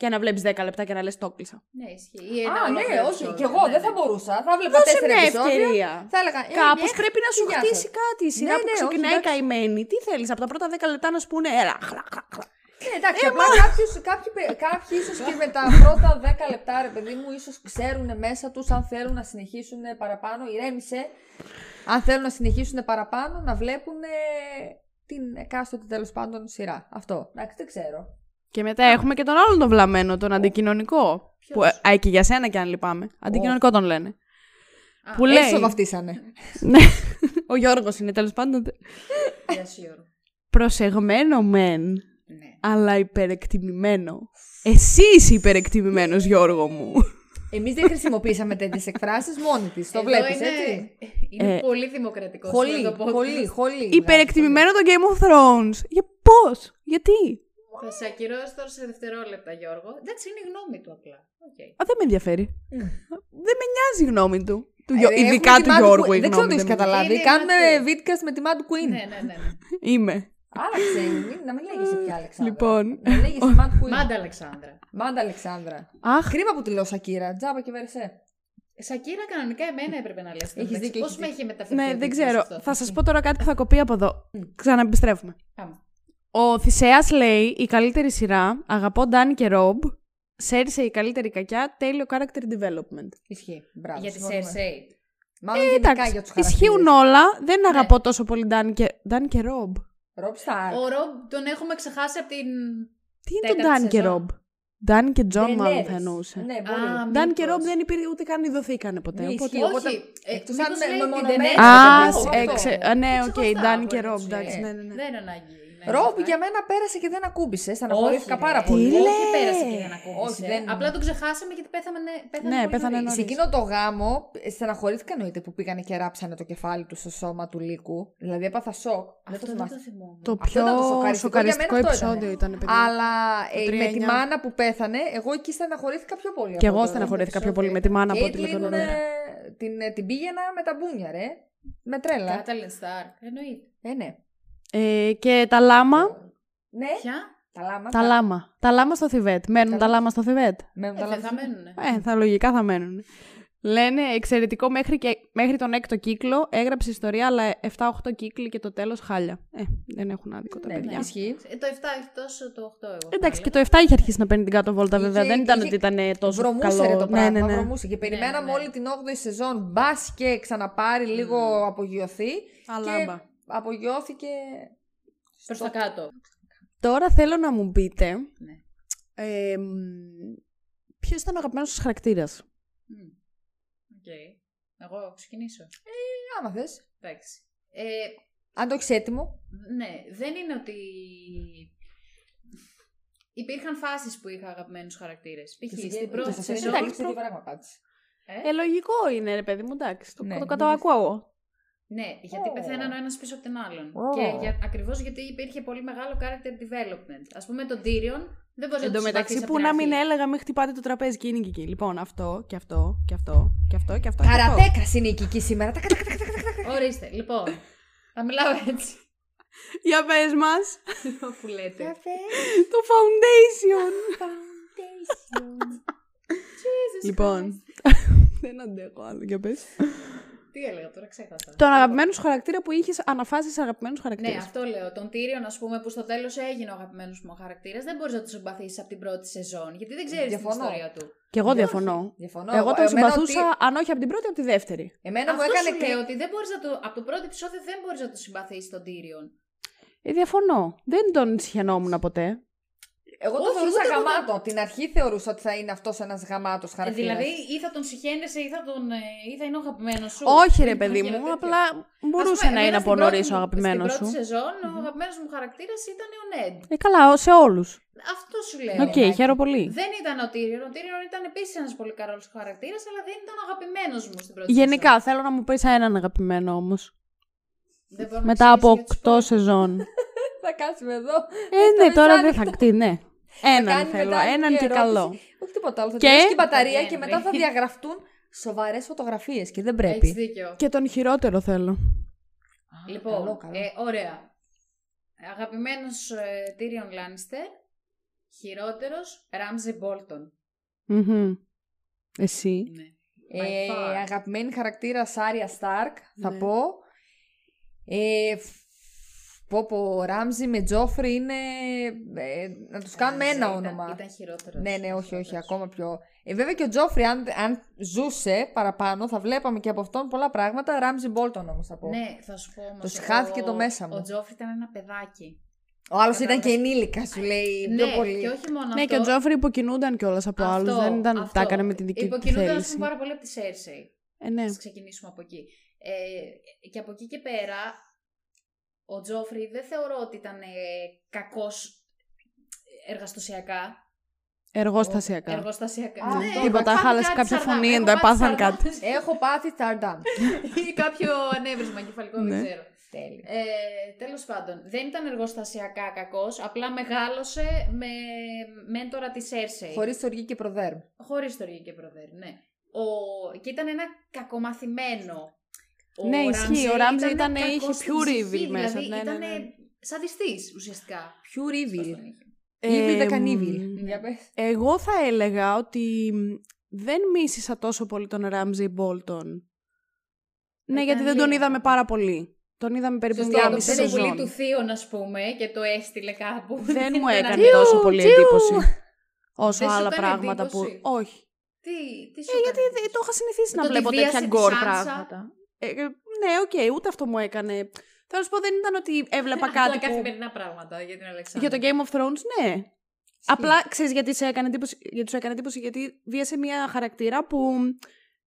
Και να βλέπει δέκα λεπτά και να λες το κλείσα.
Ναι, ισχύει. Ή ένα
Α, ναι,
ολόκληρο
όχι.
επεισόδιο,
Κι εγώ
ναι,
δεν
ναι.
θα μπορούσα. Θα βλέπα
Σε
τέσσερα
δηλαδή. μια
επεισόδια.
ευκαιρία.
Θα έλεγα. ε,
Κάπως
μια-
πρέπει να σου
γεια
χτίσει
σας.
κάτι. Η σειρά
Ναι,
που
ναι, όχι,
ξεκινάει
εντάξει.
καημένη, τι θέλεις από τα πρώτα δέκα λεπτά να σου πούνε Ελά, χλα, χλα, χλα.
Ναι, εντάξει,
Ε,
απλά κάποιος, κάποιοι, πε- κάποιοι ίσως και με τα πρώτα 10 λεπτά, ρε παιδί μου, ίσως ξέρουν μέσα τους αν θέλουν να συνεχίσουν παραπάνω. Ηρέμησε. Αν θέλουν να συνεχίσουν παραπάνω, να βλέπουν την εκάστοτε τέλος πάντων σειρά. Αυτό. Εντάξει, δεν ξέρω.
Και μετά έχουμε και τον άλλον τον βλαμμένο, τον αντικοινωνικό. Που, ε, α, εκεί για σένα κι αν λυπάμαι. Αντικοινωνικό τον λένε.
Α,
που
Έτσι το
λέει.
βαφτίσανε.
Ναι. Ο Γιώργος είναι τέλος πάντων.
Γεια σου, Γιώργο.
Προσεγμένο μεν,
Ναι.
αλλά υπερεκτιμημένο. Εσύ είσαι υπερεκτιμημένος, Γιώργο μου.
Εμείς δεν χρησιμοποιήσαμε τέτοιες εκφράσεις μόνη της. Το
Εδώ
βλέπεις,
είναι,
έτσι.
Είναι
Ε,
πολύ δημοκρατικό.
Χολή,
το podcast.
χολή, χολή. Δηλαδή,
υπερεκτιμημένο το Game of Thrones. Για πώς, γιατί.
Θα σε ακυρώσω τώρα σε δευτερόλεπτα, Γιώργο. Εντάξει, είναι η γνώμη του απλά. Ναι, Okay.
Α, δεν με ενδιαφέρει. δεν με νοιάζει η γνώμη του. του Γιω-
Ε,
ειδικά
έχουμε τη
του
Mad
Γιώργου
Queen.
η
Δεν ξέρω αν
γνώμη.
το έχεις
δεν με-
καταλάβει.
Είναι
Κάνουμε
Mad Queen.
βίντεο με τη Mad Queen.
Ναι, ναι, ναι. ναι.
Είμαι.
Άλλαξε, μην- να μην λέγεσαι πια Αλεξάνδρα.
Λοιπόν.
Να λέγεσαι Mad Queen.
Μάντα Αλεξάνδρα.
Μάντα Αλεξάνδρα.
Αχ,
Κρίμα που τη λέω Σακύρα. Τζάμπα και βερσέ.
Σακύρα, κανονικά εμένα έπρεπε να λες.
Έχεις δίκιο,
Πώ
έχεις
με έχει μεταφερθεί.
ναι,
ο
δεν
τίτλος
ξέρω.
αυτό.
Θα σας πω τώρα κάτι που θα κοπεί από εδώ. Ξαναεπιστρέφουμε.
Πάμε.
Ο Θησέας λέει η καλύτερη σειρά, αγαπώ Ντάνι και Ρομπ, Σέρσε η καλύτερη κακιά, τέλειο character development.
Ισχύει. Μπράβο.
Για τη
συμφωνούμε.
Cersei.
Μάλλον γενικά
Ε, Εντάξει,
για Ναι. τους χαρακτήρες.
ισχύουν όλα, δεν αγαπώ τόσο πολύ Ντάνι και, Ντάνι και Ρομπ.
Rob Star.
Ο Ρομπ τον έχουμε ξεχάσει από την.
Τι είναι το
Τέταρτη
Ντάνι και
σεζόν.
Ρομπ. Ντάν και Τζον μάλλον
Ντενέρης.
θα εννοούσε.
Ναι,
Α,
μπορεί.
Ντάν και
μήπως.
Ρομπ δεν υπήρχε ούτε καν ειδωθήκανε ποτέ.
Ναι,
Οπότε...
ισχύει. οπότε-
Όχι, ε,
εκτός
μήπως
αν είναι
λέει την
μεμονωμένη.
Ντενέρη.
Α,
Αυτό,
ε,
αυτό.
ξε- ε, ναι, οκ,
Ξεχωριστά
Ντάν
από
και Ρομπ,
τους,
εντάξει,
ε,
ναι, ναι, ναι.
Δεν είναι ανάγκη. ναι,
Ρομπ
σωστά.
για μένα πέρασε και δεν ακούμπησε.
Όχι,
Στεναχωρήθηκα
ρε.
πάρα
Τι
πολύ.
λες?
Όχι, πέρασε και δεν ακούμπησε.
Όχι, δεν-
Απλά τον ξεχάσαμε γιατί πέθανε. πέθανε
Ναι,
πολύ
πέθανε
νωρίς.
νωρίς.
Σε εκείνο το γάμο, ε, στεναχωρήθηκα εννοείται που πήγανε και ράψανε το κεφάλι τους στο σώμα του λύκου. Δηλαδή έπαθα σοκ. δεν το
Αυτό δεν
θυμάσαι.
το θυμόμουν.
Το
Αυτό
πιο
ήταν το σοκαριστικό,
σοκαριστικό
για μένα αυτό ε.
επεισόδιο ήταν, παιδιά.
Αλλά ε,
Το
με τη
3-9.
μάνα που πέθανε, εγώ εκεί στεναχωρήθηκα πιο πολύ.
Κι
από
εγώ
το
στεναχωρήθηκα πιο
επεισόδιο.
πολύ με τη μάνα από ότι με
Caitlyn,
τον
ε,
Ονέρα.
την, ε, την πήγαινα με τα μπούνια, ρε. Με τρέλα.
Κάταλιν Σταρκ. Εννοείται.
Ε, ναι.
Ε, και τα λάμα,
Ναι,
Ποια?
τα λάματα.
τα λάμα. Τα λάμα στο Θιβέτ. Μένουν
Τα
τα
λάμα.
λάμα στο Θιβέτ.
Μένουν τα
Ε, δεν
λάματα.
θα μένουνε.
Ε, θα λογικά θα μένουν. Λένε εξαιρετικό μέχρι, και, μέχρι τον έκτο κύκλο. Έγραψε ιστορία, αλλά 7-8 κύκλοι και το τέλος χάλια. Ε, δεν έχουν άδικο τα
Ναι,
παιδιά.
ναι, ισχύει.
Ε, Το 7 έχει τόσο, το 8 εγώ.
Εντάξει,
θα
και το 7 είχε αρχίσει να παίρνει την κάτω βόλτα, βέβαια.
Είχε-
δεν ήταν
είχε-
ότι ήταν ε, τόσο
Βρωμούσε
καλό.
ρε το πράγμα,
ναι, ναι, ναι.
βρωμούσε. Και περιμέναμε
ναι.
όλη την 8η σεζόν. Μπας και ξαναπάρει λίγο απογειωθεί.
Αλάμπα.
Και απογειώθηκε.
έλεγα. Προς τα κάτω.
Τώρα θέλω να μου πείτε.
Ναι.
Ε, Ποιος ήταν ο αγαπημένος σας χαρακτήρας.
Μμ. Οκ. Εγώ ξεκινήσω.
Άμα θες.
Εντάξει. Ε,
Αν το έχεις έτοιμο.
ναι, δεν είναι ότι... Υπήρχαν φάσεις που είχα αγαπημένους χαρακτήρες. Π.χ. στην πρώτη
Εντάξει,
σεζόν...
εντάξει, δύο πράγματα πάτησε.
Ε,
Ε, λογικό είναι, ρε παιδί μου, εντάξει. Το,
Ναι,
το καταακούω εγώ.
Ναι, γιατί
Ω.
πεθαίναν ο ένας πίσω από τον άλλον.
Ω.
Και για, ακριβώς γιατί υπήρχε πολύ μεγάλο character development. Ας πούμε, τον Tyrion δεν μπορεί να
Εν
τον
τω
συμπαθείς
μεταξύ,
από
που
την
να
αρχή.
μην έλεγα μην χτυπάτε το τραπέζι και είναι και εκεί. Λοιπόν, αυτό και αυτό και αυτό και αυτό και αυτό. και αυτό.
Καρατέκα είναι η Κική σήμερα. Τα κατα-
Ορίστε, λοιπόν. Θα μιλάω έτσι.
Για πες μας.
που λέτε.
το foundation. λοιπόν. Δεν αντέχω άλλο, για πες.
Τι έλεγα τώρα, ξέχασα.
Τον αγαπημένο σου χαρακτήρα που είχες αναφάσεις αγαπημένου
Ναι,
χαρακτήρε.
αυτό λέω. Τον Tyrion, ας πούμε, που στο τέλος έγινε ο αγαπημένος μου χαρακτήρας, δεν μπορείς να τον συμπαθήσεις από την πρώτη σεζόν. Γιατί δεν ξέρεις την
Διαφωνώ.
ιστορία του.
και εγώ διαφωνώ.
Διαφωνώ.
Εγώ τον
Εμένα
συμπαθούσα,
ότι-
αν όχι από την πρώτη, από τη δεύτερη.
Εμένα μου
Αυτό
έκανε
σου λέω
κλικ.
ότι δεν μπορείς να το, από το πρώτο επεισόδιο δεν μπορείς να τον συμπαθήσεις τον Tyrion.
Ε, διαφωνώ. Δεν τον συχαινόμουν ποτέ.
Εγώ το
Όχι,
θεωρούσα
ούτε εγώ δεν-
γαμάτο. Από την αρχή θεωρούσα ότι θα είναι αυτός ένας γαμάτος
Ε,
χαρακτήρας.
Δηλαδή, ή θα τον συχαίνεσαι, ή θα, τον, ε, ή θα είναι ο αγαπημένος σου.
όχι, ρε
Ή
παιδί
ένα
μου,
τέτοιο.
απλά
Ας
μπορούσε
πούμε,
να
εμένα
είναι από
στην πρώτη
νωρίς ο
μου-
αγαπημένο
Στην
σου.
πρώτη σεζόν, ο αγαπημένος μου χαρακτήρας ήταν ο Νέντ.
Ε, καλά, σε όλους.
Αυτό σου λέω.
Οκ,
Μάκη.
χαίρομαι πολύ.
Δεν ήταν ο Tyrion. Ο Tyrion ήταν επίσης ένας πολύ καλός χαρακτήρας, αλλά δεν ήταν ο αγαπημένος μου στην πρώτη
Γενικά, θέλω να μου πεις έναν αγαπημένο όμως.
σεζόν. Δεν μπορώ να
Μετά από
εξηγήσω για τους
8 σεζόν.
Θα κάτσουμε εδώ.
Ε, ναι,
Μετά
τώρα δεν
μεσάνυχτα.
θα κτίνει, ναι. Έναν
κάνει
θέλω,
μετά
έναν
μια
και
ερώτηση.
καλό.
Όχι τίποτα άλλο. Θα
Και- Ναι,
τελειώσει και η μπαταρία και
Βγαίνει.
μετά θα διαγραφτούν σοβαρές φωτογραφίες και
Ε,
δεν
υπόλοιπους. Έχεις
πρέπει.
δίκιο.
Και τον χειρότερο θέλω.
Λοιπόν,
καλό, καλό.
Ε, ωραία. Αγαπημένος ε, Tyrion Lannister. Χειρότερος Ramsey Bolton.
Μμμ. Εσύ.
Ναι.
Ε,
By far.
αγαπημένη χαρακτήρα Σάρια Σταρκ, θα
Ναι.
πω. Ε, φ- πω πω, Ράμζι με Τζόφρι είναι. ε, να τους κάνουμε
Ramsay
ένα
ήταν-
όνομα.
Ήταν χειρότερος.
Ναι, ναι, όχι, όχι, ακόμα πιο. Ε, βέβαια και ο Τζόφρι, αν, αν ζούσε παραπάνω, θα βλέπαμε και από αυτόν πολλά πράγματα. Ράμζι Μπόλτον όμως θα πω.
Ναι, θα σου πω όμως,
Το συχάθηκε
εγώ-
το μέσα μου.
Ο Τζόφρι ήταν ένα παιδάκι.
Ο άλλος ήταν
Κατάλαβα.
και ενήλικα, σου λέει πιο
ναι,
πολύ.
και όχι μόνο
Ναι,
αυτό.
και ο Τζόφρι υποκινούνταν κιόλας από
Αυτό,
άλλους. Δεν ήταν ότι
αυτό.
τα έκανε με τη δική του
Υποκινούνταν, ας
θέληση.
πούμε, πάρα πολύ από τη Σέρσεϊ.
Ε, ναι.
Ας ξεκινήσουμε από εκεί. Ε, και από εκεί και πέρα, ο Τζόφρι δεν θεωρώ ότι ήταν ε, κακός εργαστοσιακά.
Εργοστασιακά.
Εργοστασιακά.
Α,
Ναι,
τίποτα,
πάθει
χάλασε
κάτι
κάποια
σαρδάμ.
φωνή,
Έχω
τα
πάθει
πάθαν
σαρδάμ.
κάτι.
Έχω πάθει ταρντάμ.
Ή κάποιο ανέβρισμα κεφαλικό, δεν
Ναι.
ξέρω.
Τέλειο.
Ε, τέλος πάντων, δεν ήταν εργοστασιακά κακός, απλά μεγάλωσε με μέντορα της Σέρσεϊ.
Χωρί οργή και προδέρμ.
Χωρίς τοργή και προδέρ, ναι. Ο... Και ήταν ένα κακομαθημένο. Ο
Ναι, ισχύει. Ο
Ramsey
Ramsey
ήτανε
ήτανε- είχε
κακός στην
pure
ψυχή,
evil μέσα,
Δηλαδή
ναι, ναι,
ήταν
ναι.
σαντιστής ουσιαστικά.
Pure evil.
Σωστά.
Evil the
Ε,
Canivil.
μ,
Για πες.
Εγώ θα έλεγα ότι μ, δεν μίσησα τόσο πολύ τον Ράμζι Μπόλτον. Ναι,
Ήταν
γιατί δεν τον
λίγο.
είδαμε πάρα πολύ. Τον είδαμε περίπου
Σωστά,
μία
το
μισή
πήρε η βουλή
σεζόν.
του Θείων, ας πούμε, και το έστειλε κάπου.
Δεν μου
ήταν
έκανε
αλλιώς.
τόσο πολύ εντύπωση. Όσο
Δεν σου
άλλα
έκανε
πράγματα
εντύπωση?
που. Όχι.
Τι, τι σου
Ε, γιατί
έκανε.
δε- το είχα συνηθίσει
Με
να
το
βλέπω
τη βίασε
τέτοια
τη
γκορ
Σάνσα.
πράγματα. Ε, ε, ναι, οκ, ούτε αυτό μου έκανε. Θέλω να σου πω, δεν ήταν ότι έβλεπα
Ε, Απλά
κάτι που...
καθημερινά πράγματα για την Αλεξάνδρα.
Για το Game of Thrones, ναι. Απλά ξέρεις γιατί, σε έκανε εντύπωση- γιατί σου έκανε εντύπωση, γιατί βίασε μια χαρακτήρα που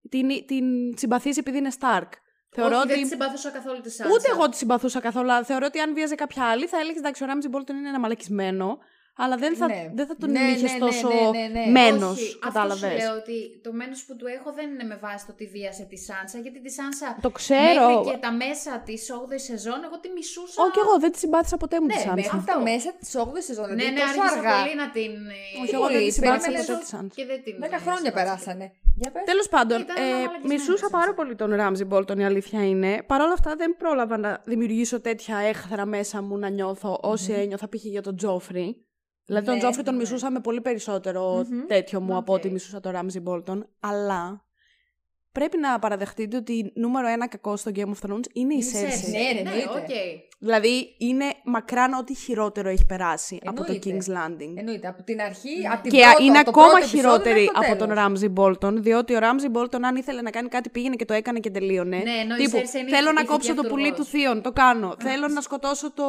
την, την συμπαθείς επειδή είναι Stark. Θεωρώ
Όχι,
ότι.
δεν τη συμπαθούσα καθόλου τη Σάνσα.
Ούτε εγώ τη συμπαθούσα καθόλου. αλλά Θεωρώ ότι αν βίαζε κάποια άλλη θα έλεγε εντάξει, ο Ράμιτζι Μπόλτον είναι ένα μαλακισμένο, αλλά δεν θα,
Ναι.
δεν θα τον
Ναι,
είχες
ναι, ναι,
τόσο
ναι, ναι, ναι.
μένος.
Όχι, Αυτό σου
Κατάλαβες.
λέω ότι το μένος που του έχω δεν είναι με βάση το ότι βίασε τη Σάνσα, γιατί τη Σάνσα
Το ξέρω.
μέχρι και τα μέσα της 8η σεζόν εγώ τη μισούσα.
Όχι, εγώ δεν τη συμπάθησα ποτέ μου
Ναι,
τη
με
Σάνσα.
αυτό.
Αυτά μέσα της 8η σεζόν.
Ναι,
δηλαδή,
ναι,
τόσο
άρχισα
αργά.
πολύ να την.
Όχι,
ε,
εγώ δεν τη
πολύ,
συμπάθησα
περίμενες
ποτέ
όσο-
τη Σάνσα.
Και δεν την.
Δέκα χρόνια
συμπάθησα.
περάσανε. Για πες.
Τέλος πάντων,
Ήταν ένα
ε,
μαλακισμένο
μισούσα
σαν
πάρα
σαν.
πολύ τον Ράμζι Μπόλτον, η αλήθεια είναι. Παρ' όλα αυτά, δεν πρόλαβα να δημιουργήσω τέτοια έχθρα μέσα μου να νιώθω όση ένιωθα π.χ. για τον Τζόφρι. Δηλαδή, τον
Ναι,
Τζόφρι τον
ναι.
μισούσα με πολύ περισσότερο
Μμμ.
τέτοιο μου από
Οκ.
ότι μισούσα τον Ράμζι Μπόλτον. Αλλά πρέπει να παραδεχτείτε ότι νούμερο ένα κακό στο Game of Thrones είναι η
Είναι η
Σέρση.
Cersei.
Ναι, ρε, εννοείται.
οκ.
Δηλαδή, είναι μακράν ό,τι χειρότερο έχει περάσει από το
Εννοείται.
King's Landing.
Εννοείται, από την αρχή, από την
Και
πρώτο,
είναι
από το πρώτο
ακόμα
επεισόδιο
χειρότερη
μέχρι το
από τον
τέλος.
Ράμζι Μπόλτον, διότι ο Ράμζι Μπόλτον, αν ήθελε να κάνει κάτι, πήγαινε και το έκανε και τελείωνε.
Ναι, ενώ η
Τύπου,
Cersei είναι
θέλω να
ηθική
κόψω το πουλί του
αυτούργος.
θείων, το κάνω. θέλω να σκοτώσω το,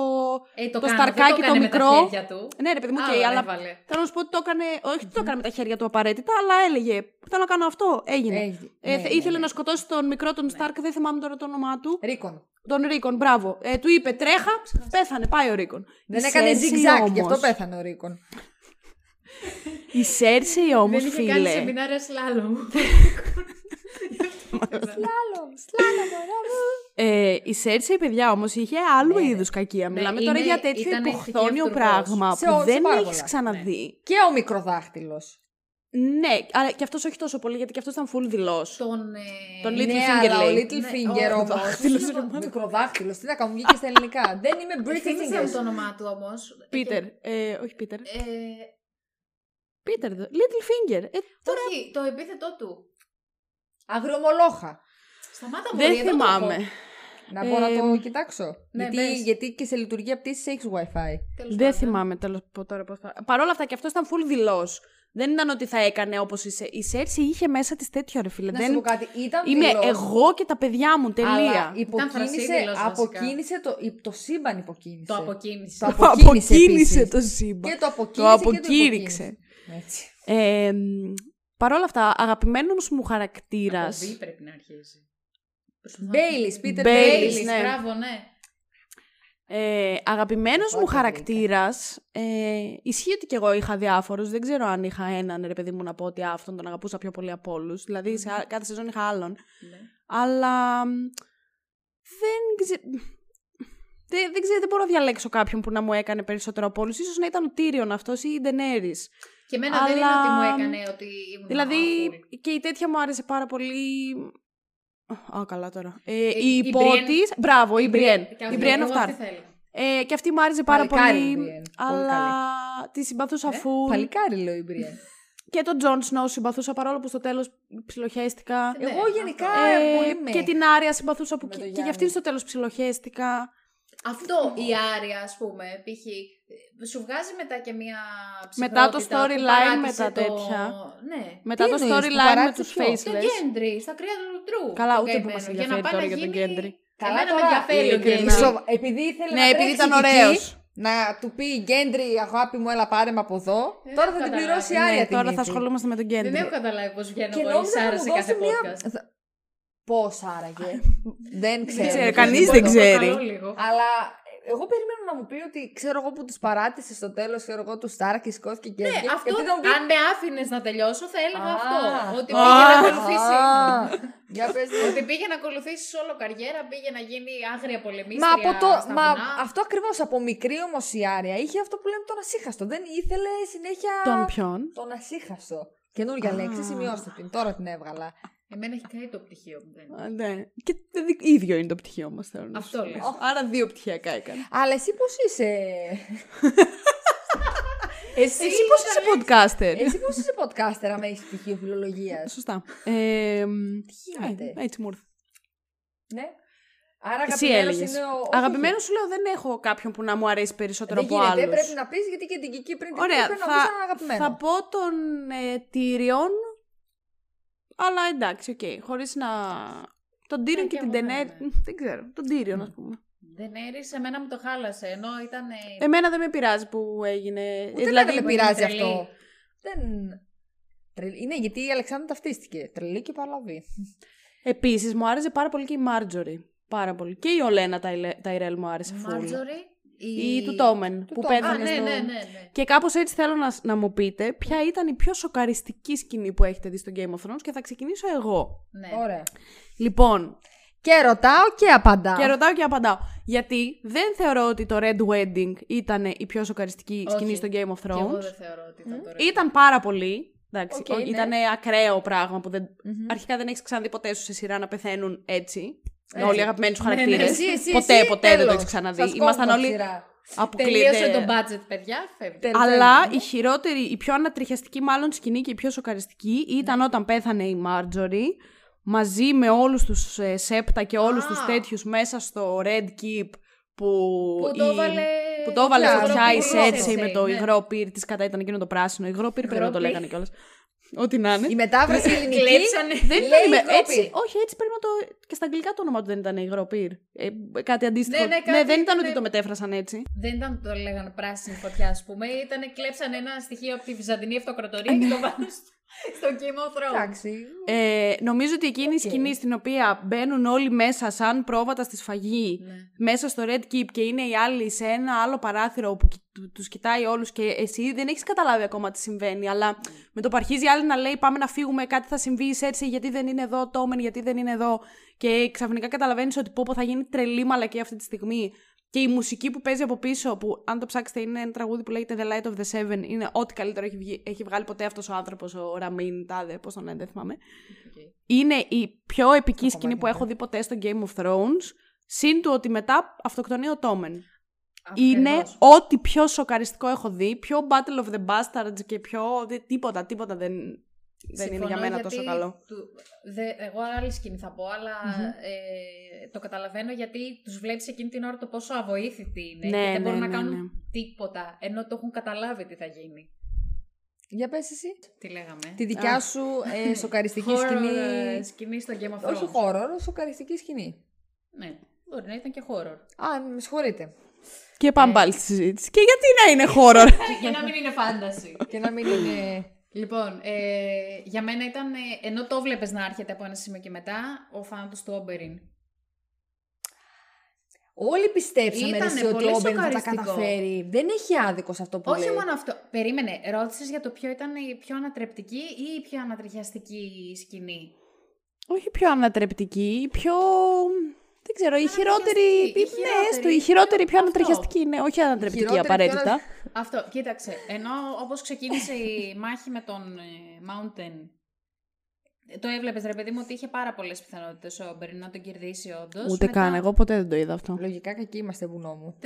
Ε,
το,
το, κάνω, δεν
σταρκάκι το,
έκανε με τα
μικρό.
χέρια του.
Ναι, ρε παιδί μου, οκ,
Άλλο
αλλά
έβαλε.
θέλω να σου πω ότι το έκανε. Όχι, δεν το έκανε με τα χέρια του απαραίτητα, αλλά έλεγε. Θέλω να κάνω αυτό. Έγινε.
Έγινε.
Ε,
Ναι,
θε-
ναι,
ήθελε
ναι.
να σκοτώσει τον μικρό τον Σταρκ, δεν θυμάμαι τώρα το όνομά του.
Ρίκον.
Τον Ρίκον, μπράβο. Ε, του είπε τρέχα, πέθανε, πάει ο Ρίκον.
Δεν
Η
έκανε
Cersei
zigzag, γι' αυτό
όμως-
πέθανε ο Ρίκον.
Η Σέρσεϊ όμως,
Δεν είχε κάνει
φίλε.
σεμινάρια σλάλομ.
Ε, η Σέρσεϊ, παιδιά, όμως είχε άλλου
Ναι.
είδους κακία. Μιλάμε
είναι-
τώρα για τέτοιο
ήταν ηθική
υποχθόνιο
αυτούργος.
πράγμα
Σε
που
ό- σε
δεν
πάρα
έχεις
πολλά.
ξαναδεί.
Και ο μικροδάχτυλος.
Ναι. αλλά και αυτός όχι τόσο πολύ, γιατί και αυτός ήταν full δηλός.
Τον. ε,
Τον
Ναι,
Little
αλλά
Finger
ο
λέει.
Little
Ναι,
Finger
ο
όμω.
δάχτυλος είναι μόνο.
Μικροδάχτυλο. Τι να κάνω, βγήκε στα ελληνικά. Δεν είμαι British
Θύμισε μου το
English.
όνομά του όμως.
Πίτερ. Ε, όχι Πίτερ.
Ε,
Πίτερ, δε- Little Finger. Ε,
Όχι, το επίθετό του.
Αγρομολόχα.
Σταμάτα μου.
δεν
ρε, εδώ το
θυμάμαι.
έχω.
Να μπορώ να
Εμ,
το κοιτάξω.
ναι,
γιατί,
πες.
γιατί και σε λειτουργία πτήση έχει WiFi.
Τέλος
Δεν
πάντων.
θυμάμαι τέλος τώρα πώς θα. Παρ' όλα αυτά και αυτός ήταν full δηλός. Δεν ήταν ότι θα έκανε όπως είσαι. Η Σέρση είχε μέσα της τέτοιο ρε φίλε.
Να
Δεν-
σου πω κάτι. Ήταν
Είμαι
δηλός,
εγώ και τα παιδιά μου. Τελεία.
Αλλά
φρασίδηλος
υποκίνησε,
βασικά.
αποκίνησε το, υ- το σύμπαν υποκίνησε.
Το αποκίνησε.
Το αποκίνησε, επίσης.
το σύμπαν.
Και το αποκίνησε.
Το
και
αποκήρυξε.
υποκίνησε. Έτσι.
Ε, μ, Παρ' όλα αυτά, αγαπημένος μου χαρακτήρας...
Αποβεί πρέπει να αρχίζει.
Μπέιλις, Πίτερ
Μπέιλις,
Μπέιλις.
Μπέιλις,
ναι.
μπράβο, ναι.
Ε, αγαπημένος μου
Πότε
χαρακτήρας... Ε, ισχύει ότι κι εγώ είχα διάφορους. Δεν ξέρω αν είχα έναν, ρε παιδί μου, να πω ότι αυτόν τον αγαπούσα πιο πολύ από όλους. Δηλαδή, σε α- κάθε σεζόν είχα άλλον.
Ναι.
Αλλά... μ, Δεν ξέρω... Δεν, δεν ξέρω, δεν μπορώ να διαλέξω κάποιον που να μου έκανε περισσότερο από όλους. Ίσως να ήταν ο Τύριον αυτός ή η Ντενέρης.
Και εμένα δεν είναι
Αλλά-
ότι μου έκανε ότι ήμουν
Δηλαδή
awful.
και η τέτοια μου άρεσε πάρα πολύ. Α, καλά τώρα. Ε,
Ε,
η
η
υπό
Brienne.
της- Μπράβο, η Μπριέν.
Και αυτή-
Η Μπριέν
εγώ
of
αυτή
Tarth.
θέλω.
Ε, και αυτή μου άρεσε πάρα
Παλικάρι
πολύ.
η Brienne. Πολύ Ναι,
Αλλά τη συμπαθούσα
Ε,
full.
Παλικάρι, λέει η Μπριέν.
Και τον Τζον Σνόου συμπαθούσα παρόλο που στο τέλος ψιλοχέστηκα.
Ναι,
Εγώ
αυτό.
γενικά
Ε,
πολύ με.
και την Άρια συμπαθούσα που
Με
και,
τον
και
Γιάννη.
για αυτήν στο τέλος ψιλοχέστηκα.
Αυτό η Άρια, ας πούμε, π.χ. σου βγάζει μετά και μια
Μετά το
ψυχρότητα ότι
storyline,
παράτησε
μετά
το-
τέτοια.
Ναι.
Μετά το
εννοείς, που
storyline με
παράτησε
του
ποιο? Τον
Τον
faceless.
Γκέντρι, στα κρύα του Ντρού.
Καλά,
τον
ούτε που
καημένο,
μας
για να
ενδιαφέρει
πάει
τώρα
να
για τον
γίνει-
Γκέντρι.
Καλά
Εμένα με
τώρα,
ενδιαφέρει ο
ειλικρινά.
Γκέντρι.
Σοβα- Επειδή ήθελε
Ναι,
να
επειδή
τρέξει
ήταν
κι εκεί,
ωραίος.
Να του πει Γκέντρι, αγάπη μου, έλα πάρε με από εδώ.
Ε,
τώρα
δεν
θα την
καταλάβει.
πληρώσει η
Ναι,
Άρια
Ναι,
την
τώρα θα
ύφη.
ασχολούμαστε με τον
Δεν έχω
Κέντρι.
καταλάβει πώς βγαίνω
Και
εγώ
νόμιζα
η
να
Σάρα
μου
σε
δώσει
κάθε
μια...
podcast.
θα- Πώς άραγε. δεν ξέρω.
ξέρω,
ποιος
κανείς
είναι
δεν
το-
ξέρει.
Αλλά εγώ περίμενα να μου πει ότι ξέρω εγώ που τους παράτησε στο τέλος, ξέρω εγώ τους Στάρκ και σηκώθηκε και
Ναι,
έφυγε.
αυτό,
Επειδή θα μου πει-
αν με άφηνες να τελειώσω, θα έλεγα
Α,
αυτό. Ότι
α,
πήγε να
α.
ακολουθήσει.
Α, Για πες μου.
Ότι πήγε να ακολουθήσει όλο καριέρα, πήγε να γίνει άγρια πολεμίστρια.
Μα, από το,
στα
μα
βουνά.
αυτό ακριβώς από μικρή όμως η Άρια είχε αυτό που λέμε τον ασύχαστο. Δεν ήθελε συνέχεια
Τον ποιον.
τον ασύχαστο. Καινούργια
Α.
λέξη, σημειώστε την. Τώρα την έβγαλα.
Εμένα έχει κάνει το πτυχίο μου. δεν-
Α, Ναι. Και το δι- ίδιο είναι το πτυχίο μας, θέλω να
Αυτό
σου
λέω.
πω. Άρα δύο πτυχιακά έκανε.
Αλλά εσύ πώς είσαι.
Εσύ, πώς είσαι podcaster.
εσύ πώς είσαι podcaster, άμα έχεις πτυχίο φιλολογίας.
Σωστά. Ε, μ,
γίνεται?
ε, έτσι μου ήρθε.
ναι. Άρα
Εσύ
αγαπημένος
έλεγες.
είναι ο... Ε,
Αγαπημένο σου λέω δεν έχω κάποιον που να μου αρέσει περισσότερο
Δεν
από
γίνεται,
άλλους.
πρέπει να πεις γιατί και την Κική πριν την
Ωραία,
Ωραία, να πεις έναν
θα,
αγαπημένο.
θα πω τον ε, Τύριον. Αλλά εντάξει, οκ. χωρίς να. Τον Τύριον
Ναι,
και
και
την
εγώ
ναι,
δεν
Τενέρ.
είμαι.
Δεν ξέρω. Τον Τύριον, ας πούμε.
Δεν Δεν έρισε, εμένα μου το χάλασε. Ενώ ήταν. ε,
Εμένα δεν με πειράζει που έγινε.
Ούτε
Ε,
δηλαδή,
δηλαδή,
με
μπορεί
πειράζει
να είναι τρελή.
αυτό. Δεν... τρελή- Είναι γιατί η Αλεξάνδρα ταυτίστηκε. Τρελή και παραλαβή.
Ναι.
επίσης μου άρεσε πάρα πολύ και η Μάρτζορι. Πάρα πολύ. Και η Ολένα Ταϊλε- Ταϊρέλ μου άρεσε. Μάρτζορι.
Μάρτζορι.
Ή του Τόμεν
του
που
Τόμεν.
Α,
πέθανε
ναι,
στο...
ναι, ναι, ναι.
Και κάπως έτσι θέλω να, σ- να μου πείτε ποια ήταν η πιο σοκαριστική σκηνή που έχετε δει στο Game of Thrones και θα ξεκινήσω εγώ.
ναι.
Ωραία.
Λοιπόν,
Και ρωτάω και απαντάω.
και ρωτάω και απαντάω. Γιατί δεν θεωρώ ότι το Red Wedding ήταν η πιο σοκαριστική
Όχι.
σκηνή στο Game of
Και εγώ δεν
Thrones.
θεωρώ ότι ήταν τώρα.
Ήταν πάρα πολύ. Εντάξει,
Οκ, ναι.
ήταν ακραίο πράγμα που δεν...
Μμμ.
αρχικά δεν έχεις ξαναδεί ποτέ σου σε σειρά να πεθαίνουν έτσι.
Έτσι.
Όλοι οι αγαπημένοι σου
Ναι, ναι.
χαρακτήρες.
Εσύ, εσύ,
ποτέ,
εσύ,
ποτέ δεν το
τέλος.
έχεις ξαναδεί.
Σας
Ήμασταν
κόβω
όλοι.
σειρά.
Αποκλείεται.
Τελείωσε το budget, παιδιά. Φεύγει.
Τέλος,
Αλλά
ναι.
τέλος.
η χειρότερη, η πιο ανατριχιαστική μάλλον σκηνή και η πιο σοκαριστική ήταν
Ναι.
όταν πέθανε η Μάρτζορι μαζί με όλους τους ε, Σέπτα και όλους
Α.
τους τέτοιους μέσα στο Red Keep που,
Που το
η-
έβαλε.
που το έβαλε
φωτιά,
φωτιά
το
η
πυρό,
Σέτσεϊ με το
ναι.
υγρό πυρ της κατά ήταν εκείνο το πράσινο υγρό πυρ πρέπει να το
Υγρό πυρ.
λέγανε κιόλας ό,τι να είναι
Η μετάφραση ελληνική.
Κλέψανε.
δεν
λέει
ήταν
υγρό
έτσι,
πυρ.
όχι έτσι πρέπει να το και στα αγγλικά το όνομα του δεν ήταν υγρό πυρ ε, κάτι αντίστοιχο
Ναι, ναι, κάτι
δεν ήταν
ήταν-
ότι το μετέφρασαν έτσι
Δεν ήταν που το λέγανε πράσινη φωτιά, ας πούμε. Ήτανε, κλέψανε ένα στοιχείο από τη Βυζαντινή Αυτοκρατορία και το βάλανε στο, στο Game of
Ε,
Thrones.
ναι. Εντάξει.
Ε, νομίζω ότι εκείνη η
Οκ.
σκηνή στην οποία μπαίνουν όλοι μέσα σαν πρόβατα στη σφαγή
Ναι.
μέσα στο Red Keep και είναι οι άλλοι σε ένα άλλο παράθυρο όπου κι- του- τους κοιτάει όλους και εσύ δεν έχεις καταλάβει ακόμα τι συμβαίνει αλλά με το που αρχίζει η άλλη να λέει πάμε να φύγουμε κάτι θα συμβεί έτσι γιατί δεν είναι εδώ Τόμεν γιατί δεν είναι εδώ και ξαφνικά καταλαβαίνεις ότι πω πω θα γίνει τρελή μαλακή αυτή τη στιγμή και η μουσική που παίζει από πίσω, που αν το ψάξετε είναι ένα τραγούδι που λέγεται The Light of the Seven, είναι ό,τι καλύτερο έχει, βγει- έχει βγάλει ποτέ αυτός ο άνθρωπος, ο Ραμίν, τάδε, πώς τον λένε, δεν θυμάμαι είναι η πιο επική σκηνή που έχω δει ποτέ στο Game of Thrones. Συν του ότι μετά αυτοκτονεί ο Τόμεν. Είναι
Ακριβώς.
ό,τι πιο σοκαριστικό έχω δει. Πιο Battle of the Bastards και πιο. δε- Τίποτα, τίποτα δεν, δεν είναι
Συμφωνώ,
για μένα
γιατί
τόσο καλό.
του- δε- εγώ άλλη σκηνή θα πω, αλλά ε, το καταλαβαίνω γιατί τους βλέπεις εκείνη την ώρα το πόσο αβοήθητοι είναι
Ναι,
και δεν
ναι,
μπορούν
ναι,
να κάνουν
ναι.
τίποτα, ενώ το έχουν καταλάβει τι θα γίνει.
Για πες εσύ.
Τι λέγαμε.
Τη δικιά σου ε, σοκαριστική
Horror,
σκηνή.
ε, σκηνή στο Game of Thrones.
Όχι χώρο, σοκαριστική σκηνή.
Ναι, μπορεί να ήταν και horror.
Α, με συγχωρείτε.
Και πάμε πάλι στη συζήτηση. Και γιατί να είναι horror.
και να μην είναι fantasy.
Και να μην είναι.
Λοιπόν, ε, για μένα ήταν, ε, ενώ το βλέπεις να έρχεται από ένα σημείο και μετά, ο θάνατος του Όμπεριν.
Όλοι πιστέψαμε
Ήτανε
εσύ, ότι
πολύ
ο Όμπεν θα τα
σοκαριστικό.
καταφέρει. Δεν έχει άδικο σε αυτό που
Όχι
λέει.
μόνο αυτό. Περίμενε, ρώτησες για το ποιο ήταν η πιο ανατρεπτική ή η πιο ανατριχιαστική σκηνή.
Όχι πιο ανατρεπτική, η πιο. Δεν ξέρω, η χειρότερη.
Ανατριχιαστική, η
η- Ναι, έστω, η
χειρότερη.
χειρότερη, η πιο
Αυτό.
ανατριχιαστική. Ναι, όχι ανατρεπτική
Χειρότερη, πιο
απαραίτητα.
Αυτό, κοίταξε. Ενώ όπως ξεκίνησε η μάχη με τον ε, Mountain, ε, το έβλεπες ρε παιδί μου ότι είχε πάρα πολλές πιθανότητες ο Όμπεριν να τον κερδίσει όντως.
Ούτε καν. Εγώ ποτέ δεν το είδα αυτό.
Λογικά κακοί είμαστε, βουνό μου.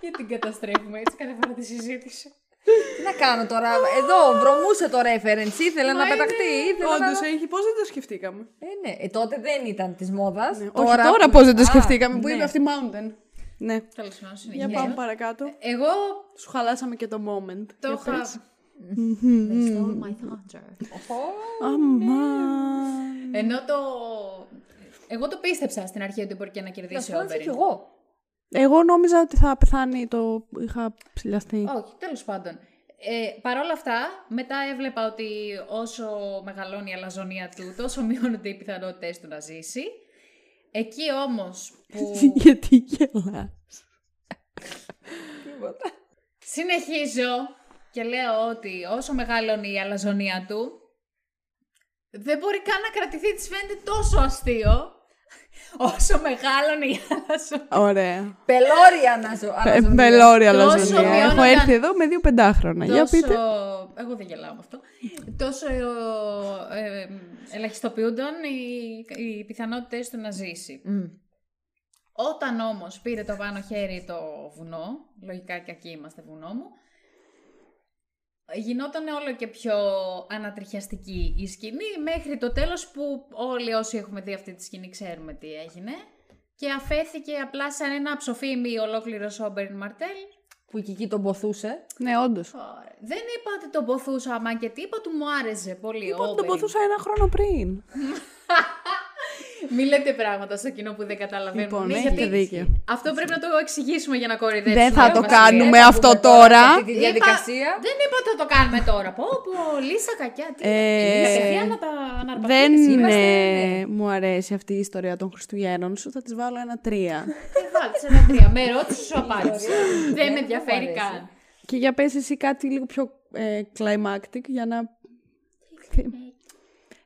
Και την καταστρέφουμε έτσι κάθε φορά τη συζήτηση.
Τι να κάνω τώρα. Εδώ βρωμούσε το reference. Ήθελε να πεταχτεί. Ήθελε να...
Όντως έχει, πώς δεν το σκεφτήκαμε.
Ε, ναι. Ε, τότε δεν ήταν της μόδας.
Τώρα, Ναι, Όχι τώρα πώς δεν το
Α,
σκεφτήκαμε, που
ναι.
είπε αυτή Mountain. Ναι.
Τέλος πάντων,
Για
συνεχίζω.
πάμε παρακάτω.
Εγώ
Σου χαλάσαμε και το moment.
το είχα. They stole my thunder.
Ω,
Αμάν.
Ενώ το. Εγώ το πίστεψα στην αρχή ότι μπορεί και να
Να
κερδίσει
σου
ο
φάνησε κι
Όμπεριν.
εγώ.
Εγώ νόμιζα ότι θα πεθάνει το... Είχα ψηλιαστεί.
Όχι, τέλος πάντων. Ε, Παρ' όλα αυτά, μετά έβλεπα ότι όσο μεγαλώνει η αλαζονία του, τόσο μειώνονται οι πιθανότητες του να ζήσει. Εκεί όμως που
Γιατί γελάς.
Τίποτα.
συνεχίζω και λέω ότι όσο μεγαλώνει η αλαζονία του, δεν μπορεί καν να κρατηθεί, της φαίνεται τόσο αστείο, όσο μεγάλωνε η αλαζονία.
Ωραία.
Πελώρια να σου.
Ε,
αναζωογραφία.
Πελώρια
Τόσο
λαζονία.
μειώνονταν-
Έχω έρθει εδώ με δύο πεντάχρονα. Για
τόσο...
πείτε.
Εγώ δεν γελάω με αυτό. τόσο ε, ε, ελαχιστοποιούνταν οι, οι πιθανότητες του να ζήσει.
Μμ.
Όταν όμως πήρε το πάνω χέρι το βουνό, λογικά και εκεί είμαστε βουνό μου, γινόταν όλο και πιο ανατριχιαστική η σκηνή μέχρι το τέλος που όλοι όσοι έχουμε δει αυτή τη σκηνή ξέρουμε τι έγινε και αφέθηκε απλά σαν ένα ψοφίμι ολόκληρος Σόμπερν Μαρτέλ
Που η Κική τον ποθούσε.
Ναι, όντως.
Ωραία. Δεν είπα ότι τον ποθούσα, άμα και τι είπα, του μου άρεσε πολύ. ο
Είπα ότι τον
Όμπεριν.
ποθούσα ένα χρόνο πριν.
Μη λέτε πράγματα στο κοινό που δεν καταλαβαίνουν.
Λοιπόν,
Εμείς,
έχετε
γιατί
δίκιο.
Αυτό πρέπει να το εξηγήσουμε για να κορυδέψουμε.
Δεν θα
Ε,
το
Βασίλη.
κάνουμε αυτό
Αυτή
τώρα.
τη
Είπα-
διαδικασία.
Δεν είπα ότι θα το κάνουμε τώρα. Πω, πω, λύσα κακιά. Τι.
Ε,
Ε, να τα αναρπαχτείτε.
Δεν
Είμαστε-
είναι... μου αρέσει αυτή η ιστορία των Χριστουγέννων σου. Θα της βάλω ένα τρία.
Ε, βάλτε σε ένα τρία. Με ρώτησε, σου απάντησε. Δεν με
μου
ενδιαφέρει
αρέσει.
καν.
Και για πες εσύ κάτι λίγο πιο ε, climactic για να...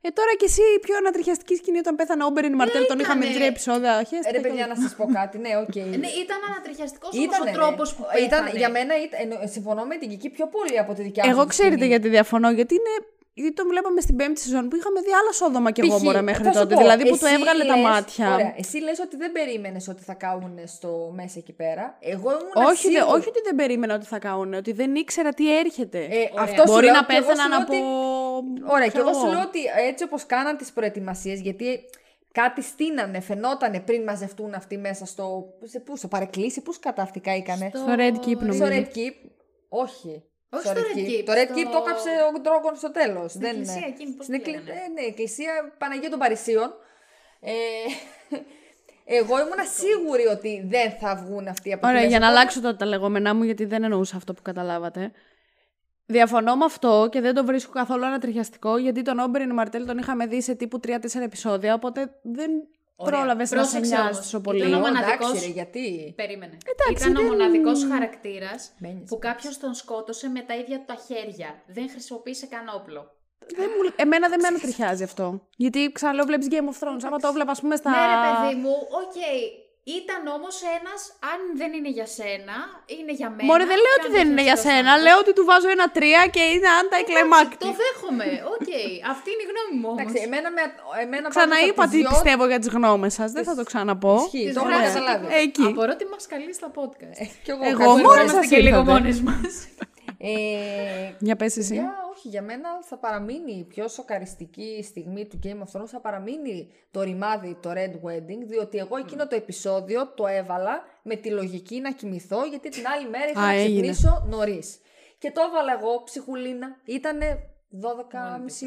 Ε, τώρα κι εσύ η πιο ανατριχιαστική σκηνή όταν πέθανε ο Όμπεριν Μαρτέλ, τον είχαμε
ήτανε.
τρία επεισόδια. χέστηκα
Ε, Ρε
κι
παιδιά,
εγώ.
να σας πω κάτι. Ναι, οκ.
Ναι, ήταν ανατριχιαστικός
Ήτανε,
ο
ναι.
τρόπος που πέθανε.
Ήταν, για μένα, ήταν- εννο- συμφωνώ με την Κική πιο πολύ από τη δικιά μου.
Εγώ
τη
ξέρετε
σκηνή.
γιατί διαφωνώ, γιατί είναι... Γιατί τον βλέπαμε στην πέμπτη σεζόν που είχαμε δει άλλα σόδομα κι εγώ
Π.χ.,
μωρέ μέχρι
θα σου
τότε.
πω,
δηλαδή που του
εσύ
έβγαλε τα
λες-
μάτια.
Ωραία, εσύ λες ότι δεν περίμενες ότι θα κάουν στο μέσα εκεί πέρα. Εγώ ήμουν
Όχι, δε,
σίγουρη.
όχι ότι δεν περίμενα ότι θα κάνουν, ότι δεν ήξερα τι έρχεται.
Ε,
Ωραία.
αυτό σου
Μπορεί
λέω
να
και εγώ σου
πέθαναν
λέω
από.
ότι- Ωραία, και
ξέρω
εγώ σου λέω ότι έτσι όπως κάναν τις προετοιμασίες, γιατί κάτι στείνανε, φαινότανε πριν μαζευτούν αυτοί μέσα στο... Σε πού, στο παρεκκλήσι, πού σκαταφτικά ήκανε.
Στο-
Στο Red Keep
Στο
νομίζω.
Red Keep, όχι.
Όχι στο Red Keep,
Το Red
στο-
Keep το έκαψε ο Ντρόγκον στο τέλος.
Στην εκκλησία εκείνη, πώς
Στην
τη
εκκλη-
λένε.
ε, ναι, εκκλησία Παναγία των Παρισίων. Ε, εγώ ήμουνα σίγουρη ότι δεν θα βγουν αυτοί από
Ωραία,
τη
για να
μέση.
αλλάξω τώρα τα λεγόμενά μου, γιατί δεν εννοούσα αυτό που καταλάβατε. Διαφωνώ με αυτό και δεν το βρίσκω καθόλου ανατριχιαστικό, γιατί τον Όμπεριν Μαρτέλ τον είχαμε δει σε τύπου 3-4 επεισόδια, οπότε δεν πρόλαβες να σε
Πρόσεξε
νοιάζει
όμως.
τόσο
Ήταν
πολύ.
ο
Ω,
μοναδικός-
Εντάξει, ρε, γιατί.
Περίμενε. ήταν ο μοναδικός χαρακτήρας
Μένεις
που κάποιος τον σκότωσε με τα ίδια του τα χέρια. Δεν χρησιμοποίησε καν όπλο.
Δεν μου- Εμένα δεν με ανατριχιάζει αυτό. Γιατί ξαναλέω, βλέπεις Game of Thrones. Άμα το βλέπα, ας πούμε, στα.
Ναι, ρε παιδί μου, οκ. Ήταν όμως ένας, αν δεν είναι για σένα, είναι για μένα.
Μωρέ, δεν λέω ότι
Κάνε
δεν είναι για
χειριστός
σένα.
άνθρωπος.
Λέω ότι του βάζω ένα τρία και είναι αν τα
Το
εκλεμάκτη.
δέχομαι. Οκ. Αυτή είναι η γνώμη μου όμως.
Εντάξει, εμένα με... Εμένα
Ξαναείπα τι
ότι
πιστεύω για τις γνώμες σας. Δεν θα το ξαναπώ.
Ισχύει,
Τις
το έχω
βγάζει.
καταλάβει.
Ε, Εκεί.
Απορώ ότι μας καλείς στα podcast.
Ε, κι εγώ,
Εγώ
κάτσε,
μόνη
είμαστε-
σας
και λίγο
ήρθατε.
μόνες μας.
Ε,
Για πες εσύ.
Για, όχι, για μένα θα παραμείνει η πιο σοκαριστική στιγμή του Game of Thrones θα παραμείνει το ρημάδι, το Red Wedding, διότι εγώ εκείνο το επεισόδιο το έβαλα με τη λογική να κοιμηθώ, γιατί την άλλη μέρα είχα
Α,
να
έγινε.
ξυπνήσω νωρίς. Και το έβαλα εγώ ψυχουλίνα. Ήτανε 12.30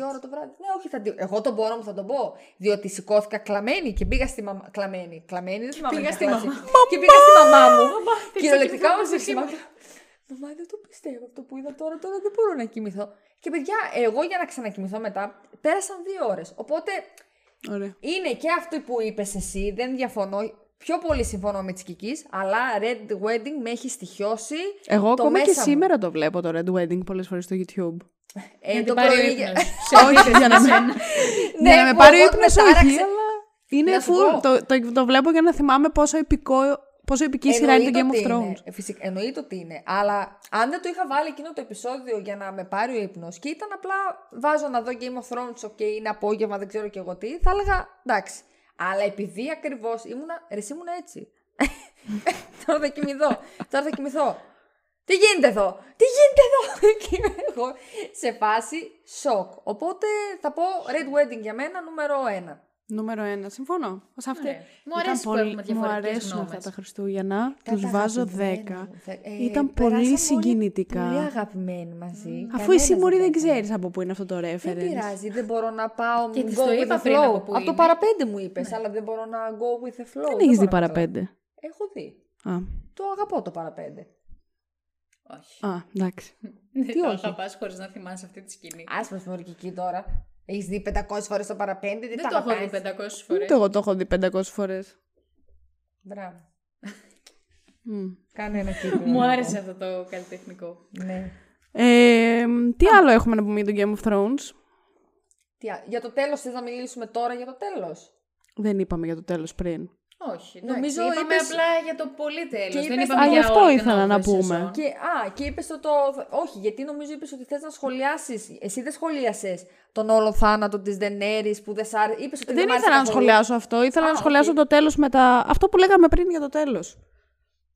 ώρα το βράδυ. Ναι, όχι, θα τη- εγώ τον μπορώ μου θα τον πω. Διότι σηκώθηκα κλαμμένη και πήγα στη μαμά. Κλαμμένη, κλαμμένη, δεν θυμάμαι.
πήγα
να
στη
είχα
μαμά.
κλάψει. Και πήγα στη μαμά μου.
θέλεις να
Κυριολεκτικά
κοιμηθώ
όμως
μαζί
στη
μου.
μαμά. Μαμά, δεν το πιστεύω αυτό που είδα τώρα. Τώρα δεν μπορώ να κοιμηθώ. Και παιδιά, εγώ για να ξανακοιμηθώ μετά, πέρασαν δύο ώρες. Οπότε
Ωραία.
είναι και αυτό που είπες εσύ, δεν διαφωνώ. Πιο πολύ συμφωνώ με τη Κικής, αλλά Red Wedding με έχει στοιχειώσει.
Εγώ
το
ακόμα και
μέσα μου.
σήμερα το βλέπω το Red Wedding πολλές φορές στο YouTube.
Ε,
Να
το
την πάρει ο
πρωί-
ύπνος.
Ε, όχι, για να, με-
Ναι,
για να με
που
πάρει ο
εγώ
ύπνος
με
όχι,
τάραξε.
αλλά είναι
Να σου
full.
πω.
Το, το, το βλέπω για να θυμάμαι πόσο, επικό, πόσο επική σειρά είναι το Game
Εννοείται
of
ότι
Thrones.
είναι. Ε, Φυσικά, εννοείται ότι είναι. Αλλά αν δεν το είχα βάλει εκείνο το επεισόδιο για να με πάρει ο ύπνος και ήταν απλά βάζω να δω Game of Thrones, OK, είναι απόγευμα, δεν ξέρω και εγώ τι, θα έλεγα εντάξει. Αλλά επειδή ακριβώς ήμουνα. Ρε, εσύ ήμουνα έτσι. Τώρα θα κοιμηθώ. Τώρα θα κοιμηθώ. Τι γίνεται εδώ, τι γίνεται εδώ. και είμαι εγώ σε φάση σοκ. Οπότε θα πω Red Wedding για μένα νούμερο 1.
Νούμερο ένα, συμφωνώ. Σε αυτή...
Ωραία. Μου
Ήταν
αρέσει που
πολύ-
έχουμε διαφορετικές
Μου αρέσουν
γνώμες.
αυτά τα Χριστούγεννα.
Κατά
Τους βάζω
αγαπημένοι
10.
μου. Θε- ε,
Ήταν
περάσαμε
πολύ
όλοι
συγκινητικά.
Πολύ αγαπημένοι μαζί.
Αφού εσύ
Κανένας
μωρή δεν
έκανε.
ξέρεις από πού είναι αυτό το reference.
Δεν πειράζει, δεν μπορώ να πάω.
Και της
go
το
with
είπα
the
πριν
flow.
από Ναι. πού
το
είναι.
παραπέντε μου είπες, αλλά δεν μπορώ να go with the flow. μπορώ
Δεν έχεις δει
να καταλάβω.
παραπέντε.
Έχω δει.
Α,
Το αγαπώ το παραπέντε.
Όχι.
α, εντάξει.
Τι
όχι.
θα πας χωρίς να θυμάσαι αυτή τη σκηνή.
Α με μορκική τώρα. Έχεις δει 500 φορές το παραπέντε, τι
Δεν το έχω δει 500 φορές.
Ούτε εγώ το έχω δει 500 φορές.
Μπράβο.
Μμ.
Κάνε ένα κύκλο.
Μου άρεσε αυτό το καλλιτεχνικό.
Ναι.
Ε, τι άλλο έχουμε να πούμε για το Game of Thrones.
Τι, α- για το τέλος θες να μιλήσουμε τώρα για το τέλος.
Δεν είπαμε για το τέλος πριν.
Όχι.
Νομίζω
Νομίζω είπαμε
είπες-
απλά για το πολύ
Και
τέλος. Δεν
είπες-
Α,
είπαμε
γι'
για
αυτό
όλη την
ήθελα να
όγδοη
πούμε.
σεζόν.
Και, α, και είπες το, το. Όχι, γιατί νομίζω είπες ότι θες να σχολιάσεις. Εσύ δεν σχολίασες τον όλο θάνατο της Δενέρη που δεν σ' άρεσε. Είπες ότι
δεν
μ' άρεσε
ήθελα να
καθόλου.
σχολιάσω αυτό. Ήθελα να σχολιάσω το τέλος με τα... Αυτό που λέγαμε πριν για το τέλος.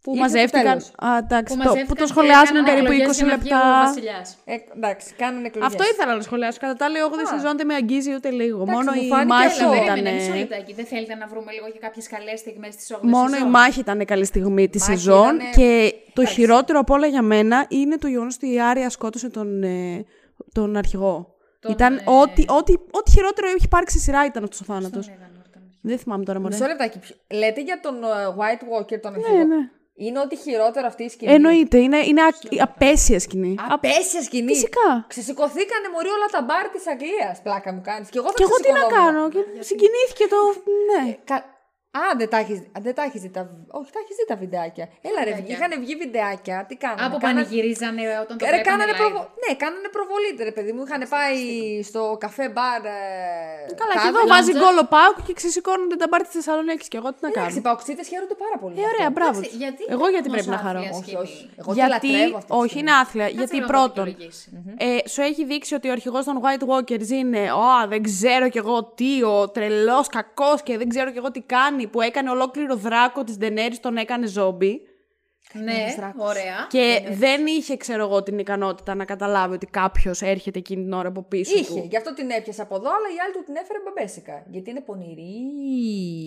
Που
Ήρθε το
μαζεύτηκαν.
τέλος.
Α, εντάξει, το, που
μαζεύτηκαν
το
και
σχολιάσαμε
έκαναν
περίπου
εκλογές
20
για να βγει ο
λεπτά.
βασιλιάς.
Ε, εντάξει, κάνανε εκλογές.
Αυτό ήθελα να σχολιάσω. Κατά τα άλλα, η 8η σεζόν δεν με αγγίζει ούτε λίγο.
Εντάξει,
Μόνο
μου
η
φάνηκε,
μάχη
αλλά
ήταν.
Περίμενε, μισό λεπτάκι. Δεν θέλετε να βρούμε λίγο για κάποιες καλές στιγμές της 8η
Μόνο η μάχη ήταν καλή στιγμή τη
Μάχη
σεζόν.
ήτανε-
Και το χειρότερο απ' όλα για μένα είναι το γεγονός ότι η Άρια σκότωσε τον, ε, τον αρχηγό.
Τον,
Ήταν
ε,
ό,τι, ό,τι, ό,τι χειρότερο έχει υπάρξει σε σειρά ήταν αυτός ο θάνατο.
Λέγανε όταν
Δεν θυμάμαι τώρα, μωρέ.
Μισό λεπτάκι. Ποιο- Λέτε για τον ε, White Walker, τον
Ναι,
αμφιβό.
ναι. Ε,
Είναι ό,τι χειρότερο αυτή η σκηνή.
Εννοείται, είναι, είναι α- απέσια σκηνή.
Απέσια σκηνή.
Φυσικά.
Ξεσηκωθήκανε μωρή όλα τα μπαρ της Αγγλίας. Πλάκα μου κάνεις. Και εγώ θα
Και εγώ τι να
ξεσηκωνόμουν.
κάνω. Και συγκινήθηκε το. Ναι.
Κα... Α, δεν τα έχεις- α, δεν τα έχεις δει τα. Όχι, τα έχεις δει τα βιντεάκια. Έλα, ρε,
βιντεάκια.
είχαν βγει βιντεάκια. Τι κάνανε.
Από
κάνανε-
πανηγυρίζανε όταν το
Ρε,
βλέπανε
κάνανε
live.
προβο... Ναι, κάνανε προβολή, ρε παιδί μου. Είχαν πάει στο καφέ μπαρ. ε,
Καλά, και
Χάβελ.
εδώ βάζει γκολ ο Πάουκ και ξεσηκώνονται τα μπάρ της Θεσσαλονίκης. Και εγώ τι να
Εντάξει,
κάνω.
οι παοξίτε χαίρονται πάρα πολύ.
Ε, ωραία, μπράβο.
Ε, Εντάξει,
τους.
γιατί είναι
Εγώ γιατί
όμως
πρέπει να
άθλια
χαρώ.
σκηνή.
Όχι, όχι. Εγώ τη
γιατί,
λατρεύω αυτή τη
όχι,
σκηνή.
είναι άθλια.
Κάτσε
γιατί
να το
πρώτον,
δικαιολογήσει.
ε, σου έχει δείξει ότι ο αρχηγός των White Walkers είναι «Ω, δεν ξέρω κι εγώ τι, ο τρελός κακός και δεν ξέρω κι εγώ τι κάνει, που έκανε ολόκληρο δράκο της Ντενέρη, τον έκανε ζόμπι.
Ναι, ωραία.
Και δεν είχε, ξέρω εγώ, την ικανότητα να καταλάβει ότι κάποιος έρχεται εκείνη την ώρα από πίσω.
Είχε,
Του.
γι' αυτό την έπιασε από εδώ, αλλά η άλλη του την έφερε μπαμπέσικα. Γιατί είναι πονηρή.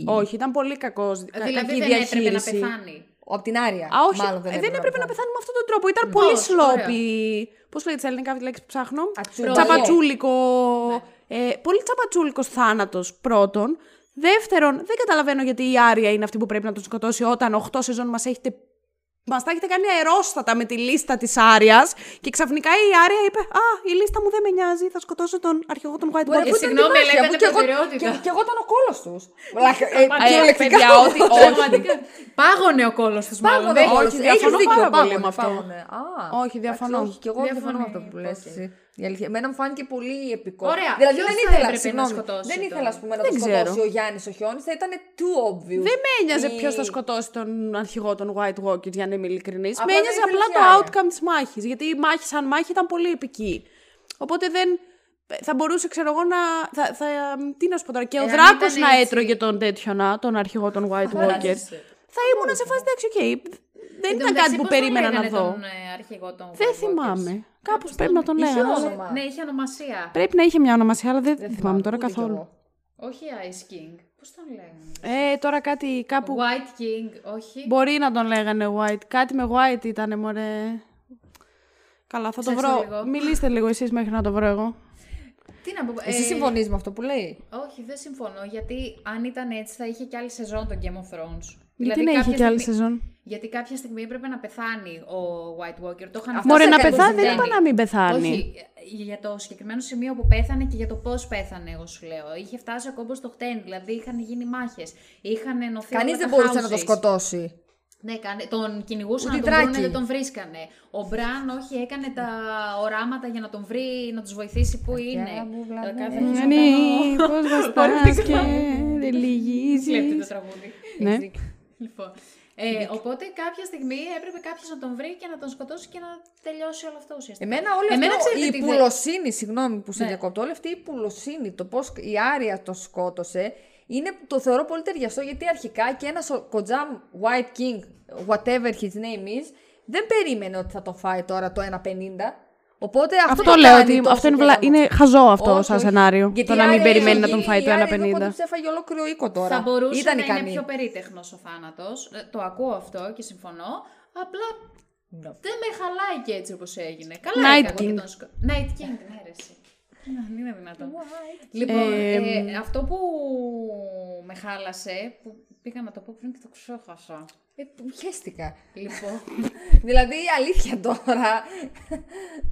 Όχι, ήταν πολύ κακός.
Δηλαδή δεν έπρεπε να πεθάνει.
Από την Άρια.
Α, όχι,
μάλλον
ε, δεν έπρεπε να
πεθάνει.
πεθάνει με αυτόν τον τρόπο. Ήταν πολύ
Πώς,
σλόπι. Πώς λέγεται στα ελληνικά αυτή τη λέξη που ψάχνω.
Ατσούρα.
Τσαπατσούλικο. Ε, πολύ τσαπατσούλικος θάνατος πρώτον. Δεύτερον, δεν καταλαβαίνω γιατί η Άρια είναι αυτή που πρέπει να τον σκοτώσει όταν 8 σεζόν μας έχετε. Μας τα έχετε κάνει αερόστατα με τη λίστα της Άριας και ξαφνικά η Άρια είπε Α, η λίστα μου δεν με νοιάζει, θα σκοτώσω τον αρχηγό των White
Ε,
Walkers.
συγγνώμη, αλλά ήταν
και εγώ,
προτεραιότητα.
και, και εγώ ήταν ο κόλος τους. Ε,
Ε,
κυριολεκτικά
παιδιά,
ο
ό,τι-
κόλος.
Πραγματικά. Πάγωνε ο κόλος τους, μάλλον.
Πάγωνε
δεν-
ο κόλος.
όχι,
Έχεις
διαφωνώ
δίκιο
πάρα
πάγωνε,
πολύ με αυτό.
πάγωνε. Α,
Όχι, διαφωνώ.
εντάξει, Όχι, και εγώ διαφωνώ με
Διαφωνεί,
αυτό που λε.
οκ.
Εμένα μου φάνηκε πολύ επικό.
Ωραία,
Δηλαδή
ποιος
δεν
θα
ήθελα,
έπρεπε
συγγνώμη,
να σκοτώσει
Δεν
τον-
ήθελα, ας πούμε, να
Δεν
τον
ξέρω.
σκοτώσει ο Γιάννης ο Χιόνι. Θα ήταν too obvious.
Δεν Ναι, με ένοιαζε
Η-
ποιος θα σκοτώσει τον αρχηγό των White Walkers, για να είμαι ειλικρινής. Με
Απλά
ένοιαζε
δεν ήθελες
απλά
η
το
Άρια.
outcome της μάχης. Γιατί η μάχη σαν μάχη ήταν πολύ επική. Οπότε δεν. Θα μπορούσε, ξέρω εγώ, να. Θα, θα, τι να σου πω τώρα. Και ο
Εάν
Δράκο
ήταν
να
έτσι.
έτρωγε τον τέτοιο να, τον αρχηγό των White Walkers. θα ήμουν σε φάση εντάξει, οκ. Δεν
Εν τω
ήταν
μεταξύ,
κάτι που
πώς τον
περίμενα να
λέγανε
δω.
Τον ε, αρχηγό των White
Δεν
Walkers?
θυμάμαι. Κάπως πρέπει να τον
Είχε
λέγανε.
όνομα.
Ναι, είχε ονομασία.
Πρέπει να είχε μια ονομασία, αλλά δεν, θυμάμαι τώρα
Ούτε κι
καθόλου.
εγώ.
Όχι Ice King. Πώς τον λέγανε.
Ε, τώρα κάτι κάπου.
White King, όχι.
Μπορεί να τον λέγανε White. Κάτι με White ήτανε, μωρέ. Καλά, θα το
Ψάξτε
βρω.
λίγο.
Μιλήστε λίγο εσείς μέχρι να το βρω εγώ.
Τι να πω. ε,
Εσύ συμφωνείς με αυτό που λέει.
Όχι, δεν συμφωνώ. Γιατί αν ήταν έτσι θα είχε και άλλη σεζόν τον Game of Thrones. Δηλαδή
Γιατί να είχε και άλλη
στιγμή...
σεζόν.
Γιατί κάποια στιγμή έπρεπε να πεθάνει ο White Walker. Το είχαν
Μωρέ, να
έκανε το
πεθάνει, δεν
ζευγάρι.
είπα να μην πεθάνει.
Όχι, ε, για το συγκεκριμένο σημείο που πέθανε και για το πώς πέθανε, εγώ σου λέω. Είχε φτάσει ο κόμπος στο χτένι, δηλαδή είχαν γίνει μάχες. Είχαν ενωθεί
Κανείς
όλα
δεν
τα
μπορούσε να το
houses.
σκοτώσει.
Ναι, κάνε- τον κυνηγούσαν
Ούτε
να τον βρούνε,
τράκι.
δεν τον βρίσκανε. Ο Μπραν, όχι, έκανε τα οράματα για να τον βρει, να τους βοηθήσει που είναι.
μου
Τα
βλαμμένα.
κάθε φορά
Ναι, πώς βαστάς και δεν
κλέπτει το
λυγίζεις.
τραγούδι.
Ναι.
Λοιπόν. Ε, οπότε κάποια στιγμή έπρεπε κάποιος να τον βρει και να τον σκοτώσει και να τελειώσει όλο αυτό ουσιαστικά.
Εμένα όλη
Εμένα
αυτό,
ξέρετε
η
τι δε-
πουλοσύνη, συγγνώμη που σε
Ναι.
διακόπτω, όλη αυτή η πουλοσύνη, το πώς η Άρια το σκότωσε, είναι, το θεωρώ πολύ ταιριαστό γιατί αρχικά και ένας ο- κοντζάμ White King, whatever his name is, δεν περίμενε ότι θα το φάει τώρα το 1.50. Οπότε αυτό,
Αυτό
το
λέω
κάνει
ότι
τόσο
αυτό είναι,
και
βλα-
να-
είναι χαζό αυτό
Όχι,
σαν
όχι.
σενάριο.
Γιατί
Το
η
να μην
Άρια
περιμένει να
εδώ
τον
και-
φάει το
η Άρια εδώ
1,50.
κόντεψε, έφαγε ολόκληρο οίκο τώρα.
Θα μπορούσε
Ήταν
να
ικανή.
είναι πιο περίτεχνος ο θάνατος. Ε, Το ακούω αυτό και συμφωνώ. Απλά
Ναι.
δεν με χαλάει και έτσι όπως έγινε. Καλά
Night
έκανα και
King.
τον σκο... Night King, ναι ρε εσύ. Δεν είναι δυνατόν. Λοιπόν,
Ε,
ε, αυτό που με χάλασε, που πήγα να το πω πριν και το ξέχασα.
Ε, χαίστηκα.
Λοιπόν,
δηλαδή η αλήθεια τώρα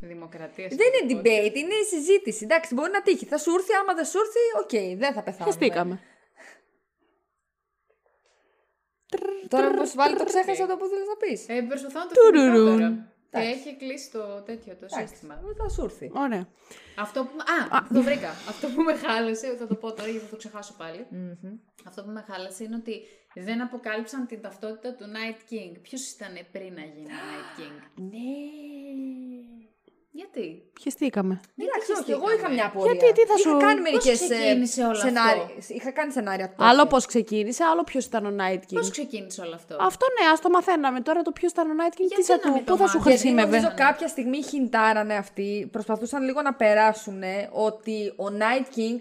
δημοκρατία.
Δεν είναι debate, είναι συζήτηση. Εντάξει, μπορεί να τύχει. Θα σου έρθει, άμα δεν σου έρθει, οκ, δεν θα πεθάνουμε.
Χαιστήκαμε.
Τώρα πως βάλει το ξέχασα το που θέλεις να πεις.
Ε, προσπαθώ να το
Τουρουρού.
θυμηθώ τώρα. Και έχει κλείσει το τέτοιο το σύστημα.
ε, Θα σου έρθει.
Ωραία.
Αυτό που. Α, το βρήκα. Αυτό που με χάλασε, θα το πω τώρα γιατί θα το ξεχάσω πάλι. Αυτό που με χάλασε είναι ότι δεν αποκάλυψαν την ταυτότητα του Night King. Ποιος ήταν πριν να γίνει Night King.
Ναι.
Γιατί.
Χαιστήκαμε.
Εντάξει, όχι, εγώ είχα μια απορία.
Γιατί, τι θα
είχα
σου-
κάνει
Πώς
μερικές ε,
ξεκίνησε όλο
σενάρι-
αυτό?
Είχα κάνει σενάρια τότε.
Άλλο πώς ξεκίνησε, άλλο ποιος ήταν ο Night King.
Πώς ξεκίνησε όλο αυτό.
Αυτό ναι, ας το μαθαίναμε τώρα το ποιος ήταν ο Night King.
Γιατί
Τι θα
να
του,
μην το
πού θα σου
μάθεις.
Γιατί
χρησιμεύε.
νομίζω κάποια στιγμή χιντάρανε αυτοί, προσπαθούσαν λίγο να περάσουν ότι ο Night King,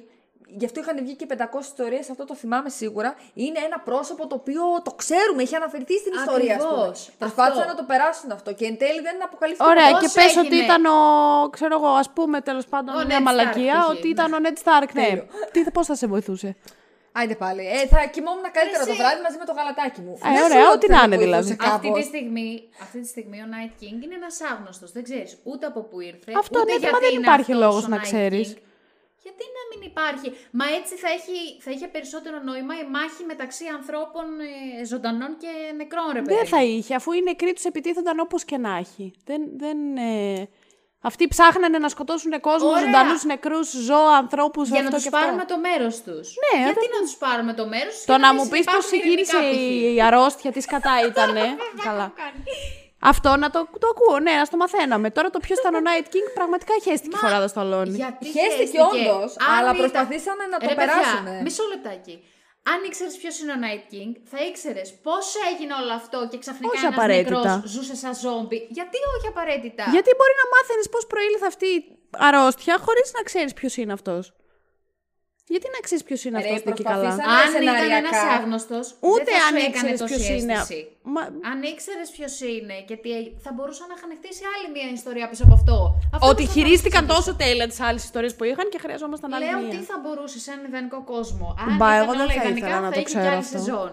γι' αυτό είχαν βγει και 500 ιστορίες, αυτό το θυμάμαι σίγουρα, είναι ένα πρόσωπο το οποίο το ξέρουμε, έχει αναφερθεί στην ιστορία. ας πούμε.
Ακριβώς.
Προσπάθησαν
Αυτό.
να το περάσουν αυτό και εν τέλει δεν αποκαλύφθηκε
Ωραία,
ποτέ.
και
πώς
πες ότι
έγινε.
ήταν ο. ξέρω εγώ, ας πούμε τέλος πάντων.
Ο
μια
Ned Stark
μαλακία,
είχε,
ότι
ναι.
ήταν ο Ned Stark. Ναι. Τι, πώς θα σε βοηθούσε.
Άντε πάλι. Ε, θα κοιμόμουν καλύτερα το
Εσύ.
βράδυ μαζί με το γαλατάκι μου.
Ε,
Δεν
ωραία,
σου
ό,τι
λέω
να
δεν
είναι
βοηθούσε
δηλαδή.
κάπως.
Αυτή τη, στιγμή, αυτή τη στιγμή ο Night King είναι ένας άγνωστος. Δεν ξέρεις ούτε από πού ήρθε.
Αυτό
ούτε
ναι, θέμα
γιατί
δεν
είναι
υπάρχει
αυτός
λόγος
ο
να
Night
ξέρεις.
King. Γιατί να μην υπάρχει. Μα έτσι θα, έχει, θα είχε περισσότερο νόημα η μάχη μεταξύ ανθρώπων ε, ζωντανών και νεκρών, ρε παιδί.
Δεν θα
μου.
είχε, αφού οι νεκροί τους επιτίθενταν όπως και να έχει. Δεν, δεν, ε... Αυτοί ψάχνανε να σκοτώσουν κόσμο,
Ωραία.
ζωντανούς νεκρούς, ζώα, ανθρώπους,
Για να
αυτό και
τους
αυτό.
πάρουμε το μέρος τους.
Ναι,
Γιατί να τους πάρουμε το μέρος τους
Το
και
να
μην
μου πεις πώς
συνεπάρχουν
ξεκίνησε
ειρηνικά, π.χ.
η, η αρρώστια, τι κατά ήτανε. Καλά. Αυτό να το, το ακούω, ναι, ας το μαθαίναμε. Τώρα το ποιο ήταν ο Night King, πραγματικά χαίστηκε η φοράδα στο αλόνι.
Γιατί
Χαίστηκε όντως,
Αν
αλλά
ήταν-
προσπαθήσανε να το
Ρε παιδιά,
περάσουνε.
Μισό λεπτάκι. Αν ήξερες ποιος είναι ο Night King, θα ήξερες πώς έγινε όλο αυτό και ξαφνικά
Όχι
ένας
απαραίτητα.
νεκρός ζούσε σαν ζόμπι. Γιατί όχι απαραίτητα.
Γιατί μπορεί να μάθαινες πώς προήλθε αυτή η αρρώστια χωρίς να ξέρεις ποιος είναι αυτός. Γιατί να ξέρεις ποιος είναι
Ρε,
αυτός που εκεί καλά.
προσπαθήσανε-
Αν ήταν
σενάριακα.
ένα άγνωστος,
Ούτε
δεν θα
αν
σου έκανε
ήξερε
τόση
ποιο είναι.
αίσθηση.
Μα,
Αν ήξερες ποιος είναι και τι έγι- θα μπορούσαν να είχαν χτίσει άλλη μια ιστορία πίσω από αυτό. αυτό
Ότι
θα
χειρίστηκαν
ήταν
τόσο τέλεια τις άλλες ιστορίες που είχαν και χρειαζόμασταν άλλη
Λέω
μία.
τι θα μπορούσε σε έναν ιδανικό κόσμο. Αν
Μπα,
ήταν
εγώ δεν
όλα
θα
ιδανικά,
ήθελα να το
είχε και
ξέρω
άλλη
αυτό.
σεζόν.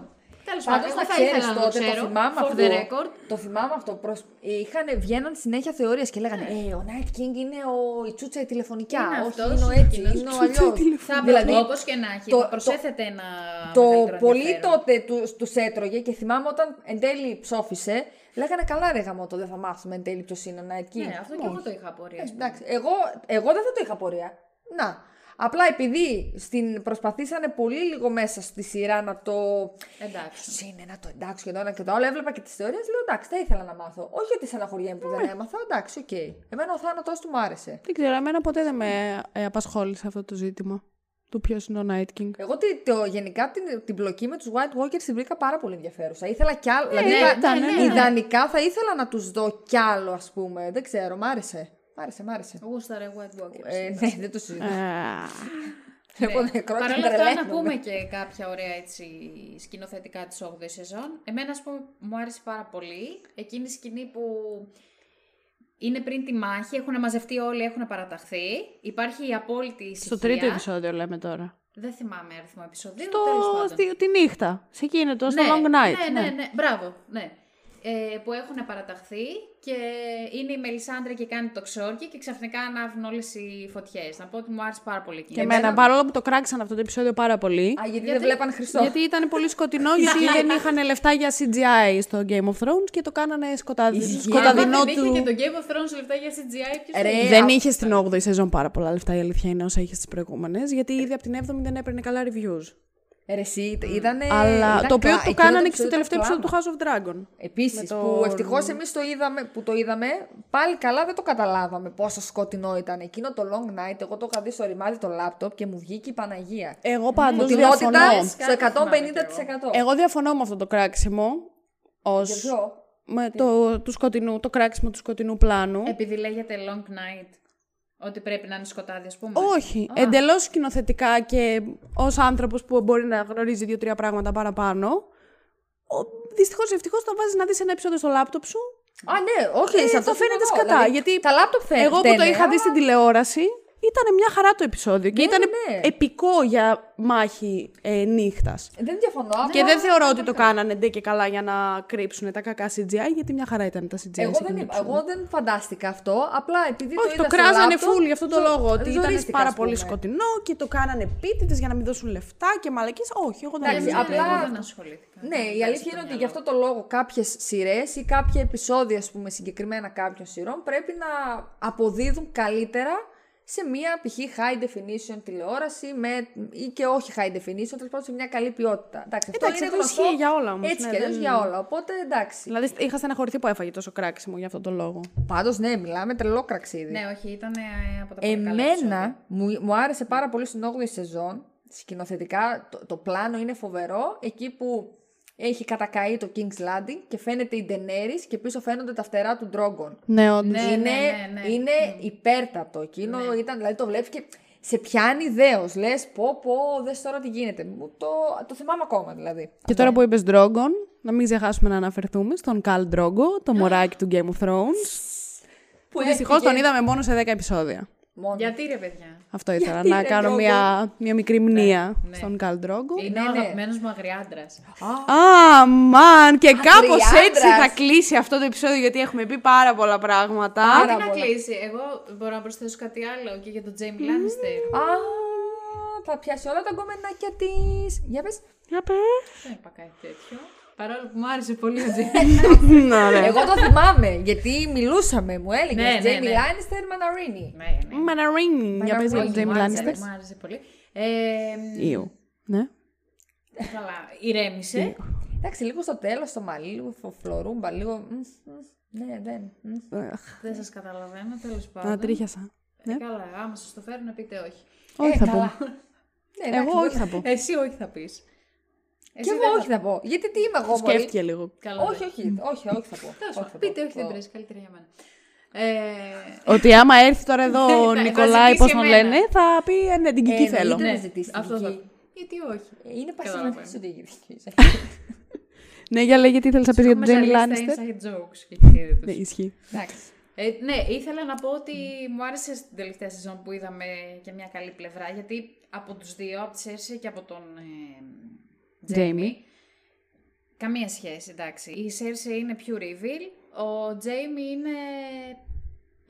Τέλο πάντων,
Πάντω
εγώ
να
θα
ξέρει
ήθελα να το
τότε, το,
ξέρω.
θυμάμαι
for
αυτό.
the record.
Το θυμάμαι αυτό. Προς... Είχαν, βγαίναν συνέχεια θεωρίες και λέγανε Ε, ο Night King είναι ο... η τσούτσα η τηλεφωνικά.
Ναι. Είναι
Όχι,
αυτός,
είναι ο
είναι
έτσι,
εκείνος.
είναι ο
Τσούτσα η
αλλιώς.
τηλεφωνικά.
Θα
Δηλαδή,
δηλαδή, όπως και να έχει,
το-
θα προσέθετε ένα
Το
μεγαλύτερο
πολύ
ενδιαφέρον.
τότε του τους έτρωγε και θυμάμαι όταν εν τέλει ψόφισε, λέγανε καλά ρε γαμό το δεν θα μάθουμε εν τέλει ποιος είναι ο Night King.
Ναι, αυτό και εγώ το είχα απορία. ας
Ε,
πούμε.
Εντάξει, εγώ, εγώ δεν θα το είχα πορεία. Να. Απλά επειδή στην, προσπαθήσανε πολύ λίγο μέσα στη σειρά να το.
Εντάξει.
Ποιος είναι, να το εντάξω και το ένα και το άλλο. Έβλεπα και τις θεωρίες, λέω εντάξει, θα ήθελα να μάθω. Όχι ότι στεναχωριέμαι που
Ναι.
δεν έμαθα, εντάξει, οκ. Εμένα ο θάνατο του μου άρεσε.
Δεν ξέρω, εμένα ποτέ δεν με ε, απασχόλησε αυτό το ζήτημα του ποιος είναι ο Night King.
Εγώ τι- το, γενικά την, την πλοκή με τους White Walkers την βρήκα πάρα πολύ ενδιαφέρουσα. Ήθελα κι άλλο. δηλαδή,
ναι,
θα-
ήταν, ναι, ναι.
Ιδανικά θα ήθελα να τους δω κι άλλο, ας πούμε. Δεν ξέρω, μ' άρεσε. Μ' άρεσε, μ' άρεσε.
Γούσταρε White Walkers.
Ε, ναι, δεν το συζητάω.
Ε,
Εγώ
Ναι.
νεκρό
Παρ'
και
όλα αυτά, να
τρελαίνομαι.
πούμε και κάποια ωραία έτσι, σκηνοθετικά της 8η σεζόν. Εμένα, ας πούμε, μου άρεσε πάρα πολύ εκείνη η σκηνή που είναι πριν τη μάχη, έχουν μαζευτεί όλοι, έχουν παραταχθεί. Υπάρχει η απόλυτη ησυχία.
στο τρίτο επεισόδιο λέμε τώρα.
Δεν θυμάμαι αριθμό επεισοδίου.
Το,
τέλος πάντων.
στη, τη νύχτα, σε εκείνο το, στο Long Night.
Ναι, ναι, ναι. Μπράβο, ναι. Ε, που έχουν παραταχθεί και είναι η Μελισάνδρα και κάνει το ξόρκι και ξαφνικά ανάβουν όλες οι φωτιές. Να πω ότι μου άρεσε πάρα πολύ εκείνη.
Και εμένα, παρόλο που το κράξαν αυτό το επεισόδιο πάρα πολύ.
Α, γιατί, δεν βλέπαν Χριστό.
Γιατί ήταν πολύ σκοτεινό, γιατί δεν είχαν λεφτά για CGI στο Game of Thrones και το κάνανε σκοτάδι,
Ισχύει.
σκοταδινό
Άμα δεν είχε
του.
και το Game of Thrones λεφτά για CGI, ποιος
Ρε,
θα είχε.
Δεν είχε στην 8η σεζόν πάρα πολλά λεφτά, η αλήθεια είναι όσα είχε στις προηγούμενες, γιατί ήδη από την 7η δεν έπαιρνε καλά reviews.
Ρε, εσύ, ήταν.
Ε,
Αλλά το οποίο το κάνανε και στο τελευταίο επεισόδιο του House of Dragon.
Επίσης,
το-
που ευτυχώς εμείς το είδαμε, που το είδαμε, πάλι καλά δεν το καταλάβαμε πόσο σκοτεινό ήταν. Εκείνο το long night, εγώ το είχα δει στο ρημάδι το λάπτοπ και μου βγήκε η Παναγία.
Ε, ναι,
Εγώ πάντως διαφωνώ.
Σκοτεινότητα στο
Κάτι θυμάμαι κι
150%.
Εγώ διαφωνώ με αυτό το κράξιμο.
Για
Ως...
ποιο?
Με το, του σκοτεινού, το κράξιμο του σκοτεινού πλάνου.
Επειδή λέγεται Long Night, ότι πρέπει να είναι σκοτάδι, ας πούμε. Ναι,
Όχι. Εντελώς σκηνοθετικά και ως άνθρωπος που μπορεί να γνωρίζει δύο-τρία πράγματα παραπάνω. Δυστυχώς ή ευτυχώς το βάζεις να δεις ένα επεισόδιο στο λάπτοπ σου.
Α, ναι, όχι,
Ε,
σε
το
αυτό
φαίνεται
συμφωνώ.
σκατά.
Δηλαδή,
γιατί
τα λάπτοπ φαίνεται.
Εγώ που το είχα δει στην τηλεόραση, ήταν μια χαρά το επεισόδιο. και
Ναι,
ήταν
ναι.
επικό για μάχη ε, νύχτας.
Δεν διαφωνώ.
Και
απλά-
Ναι, δεν θεωρώ ότι το
ναι.
κάνανε ντε και καλά για να κρύψουν τα κακά CGI, γιατί μια χαρά ήταν τα CGI. σε
Εγώ
εκείνο
δεν,
το
είπα-
επεισόδιο.
εγώ δεν φαντάστηκα αυτό. Απλά επειδή το
Όχι, το,
είδα στο
κράζανε
λάπτοπ,
φουλ γι' αυτό το
ζω-
λόγο. Ότι ήταν
ζωρίστηκα,
πάρα
ας
πολύ
πούμε.
σκοτεινό και το κάνανε επίτηδε για να μην δώσουν λεφτά και μαλακίες. Όχι, εγώ δεν
Εντάξει,
είμαι.
απλά-
ναι, Εγώ δεν ασχολήθηκα.
Ναι, η
Βγάζει
αλήθεια
το
είναι ότι
μυαλό.
γι' αυτό το λόγο κάποιες σειρές ή κάποια επεισόδια, ας πούμε, συγκεκριμένα κάποιων σειρών πρέπει να αποδίδουν καλύτερα σε μια π.χ. high definition τηλεόραση με, ή και όχι high definition, τέλος πάντων σε μια καλή ποιότητα. Εντάξει, αυτό
Εντάξει,
είναι
αυτό
γνωστό.
ισχύει για όλα όμως,
Έτσι
ναι,
κι αλλιώς
δεν-
για όλα. Οπότε εντάξει.
Δηλαδή, είχα στεναχωρηθεί που έφαγε τόσο κράξιμο για αυτό το λόγο.
Πάντως, ναι, μιλάμε τρελό κραξίδι.
Ναι, όχι, ήταν ε, από τα πολύ καλά επεισόδια.
Εμένα μου, μου άρεσε πάρα πολύ στην 8η σεζόν. Σκηνοθετικά το, το πλάνο είναι φοβερό. Εκεί που έχει κατακαεί το King's Landing και φαίνεται η Daenerys και πίσω φαίνονται τα φτερά του Drogon.
Ναι, όντως.
Ναι,
είναι
ναι, ναι, ναι.
είναι υπέρτατο εκείνο. Ήταν, δηλαδή το βλέπεις και σε πιάνει δέος. Λες πω πω δες τώρα τι γίνεται. Μου το, το θυμάμαι ακόμα δηλαδή.
Και τώρα που είπες Drogon, να μην ξεχάσουμε να αναφερθούμε στον Καλ Drogo, το μωράκι του Game of Thrones. Που δυστυχώ τον είδαμε μόνο σε 10 επεισόδια.
Μόνος.
Γιατί ρε παιδιά.
Αυτό ήθελα
Γιατί
να
ρε,
κάνω
Γιώργο?
μια, μια μικρή μνήα
ναι.
στον Καλντρόγκο.
Είναι
ναι,
ο
ναι.
αγαπημένος μου αγριάντρας.
Α, μαν! Και κάπως έτσι
τριάντρας.
θα κλείσει αυτό το επεισόδιο γιατί έχουμε πει πάρα πολλά πράγματα.
Πάρα
Τι να
πολλά.
κλείσει. Εγώ μπορώ να προσθέσω κάτι άλλο και για τον Τζέιμ Λάνιστερ.
Α, θα πιάσει όλα τα γκομενάκια της. Για πες.
Να πε.
Δεν είπα κάτι τέτοιο. Ναι, Παρόλο που μου άρεσε πολύ ο Τζέιμ.
Ωραία.
Εγώ το θυμάμαι, γιατί μιλούσαμε, μου έλεγε.
Ναι, ναι,
Jamie
ναι.
Lannister Manarino.
Ναι, ναι.
Μαναρίν. Για πες για
Μαναρίν,
τον Τζέιμι
Μου άρεσε,
Λάνιστερ.
Μου άρεσε πολύ. Ε,
Ιου. Ναι.
Καλά, ηρέμησε.
Εντάξει, λίγο στο τέλος το μαλλί, λίγο φο- φλωρούμπα, λίγο. μμ, μμ, Ναι, δεν. μμ.
Δεν σας καταλαβαίνω, τέλος
Να
πάντων.
τρίχιασα.
Ε, Καλά, άμα σας το φέρουν, πείτε όχι.
Όχι θα πω.
καλά.
Ναι, εντάξει,
Εγώ
μπορεί
όχι
να-
θα πω.
Εσύ όχι θα πεις.
Κι εγώ όχι θα πω. Γιατί τι είμαι εγώ, Μωρή.
Σκέφτηκε λίγο.
Καλά,
Όχι,
δεν.
όχι, όχι, όχι θα πω. Όχι,
Τέλος πάντων,
θα πω.
Πείτε όχι, δεν πειράζει. Καλύτερα για μένα. Ε,
Ότι άμα έρθει τώρα εδώ ο
Θα- θα
Νικολάη,
ζητήσει
πώς τον
εμένα.
λένε, θα πει «Ε, ναι, την κική
Ε,
θέλω.
ναι. να ζητήσει την
αυτό θα
δική.
Γιατί όχι.
Είναι
Καταλαβαίνω.
παρσιματική ότι γυρίσει.
Ναι, για λέγε τι θέλεις να πεις για τον
Έχουμε
Τζέιμι
ζαλίσει
Λάνιστερ.
τα inside jokes και χέρι τους.
Ναι, ισχύει.
Εντάξει.
Ε, ναι, ήθελα να πω ότι μου άρεσε στην τελευταία σεζόν που είδαμε και μια καλή πλευρά, γιατί από τους δύο, από τη Σέρση και από τον ε, Τζέιμι, καμία σχέση, εντάξει. Η Σέρση είναι πιο reveal, ο Τζέιμι είναι...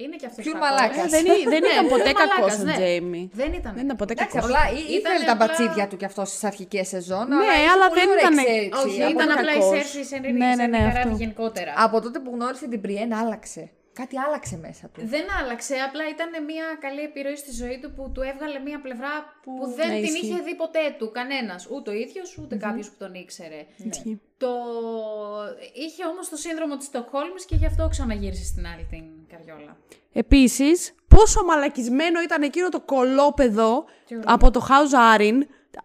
Είναι και αυτός
Πιο
κακός.
μαλάκας.
Ε, Δεν, ή- δεν
Ναι,
ήταν ποτέ
είναι
κακό
μαλάκας,
ο
ναι.
Τζέιμι.
Δεν ήταν.
Δεν ήταν ποτέ
Εντάξει,
κακός.
απλά ή-
Ήτανε
ήθελε τα
απλά-
μπατσίδια του κι αυτός στις αρχικές σεζόν.
Ναι,
είχε
αλλά
πολύ
δεν
ωραία
ήτανε-
εξέλιξη.
Όχι,
Από-
ήταν απλά η
κακός.
Σέρση, η Σέρση
Ναι, ναι, ναι,
καράβι
αυτό.
γενικότερα.
Από τότε που γνώρισε την Πριέν, άλλαξε. Κάτι άλλαξε μέσα
Ναι.
του.
Δεν άλλαξε, απλά ήταν μια καλή επιρροή στη ζωή του που του έβγαλε μια πλευρά που, δεν
Ναι,
την
ισχύει.
είχε δει ποτέ του κανένας. Ούτε ο ίδιος, κάποιος που τον ήξερε.
Ισχύει.
Το... Είχε όμως το σύνδρομο της Στοκχόλμης και γι' αυτό ξαναγύρισε στην άλλη την καριόλα.
Επίσης, πόσο μαλακισμένο ήταν εκείνο το κολόπεδο από το House Arin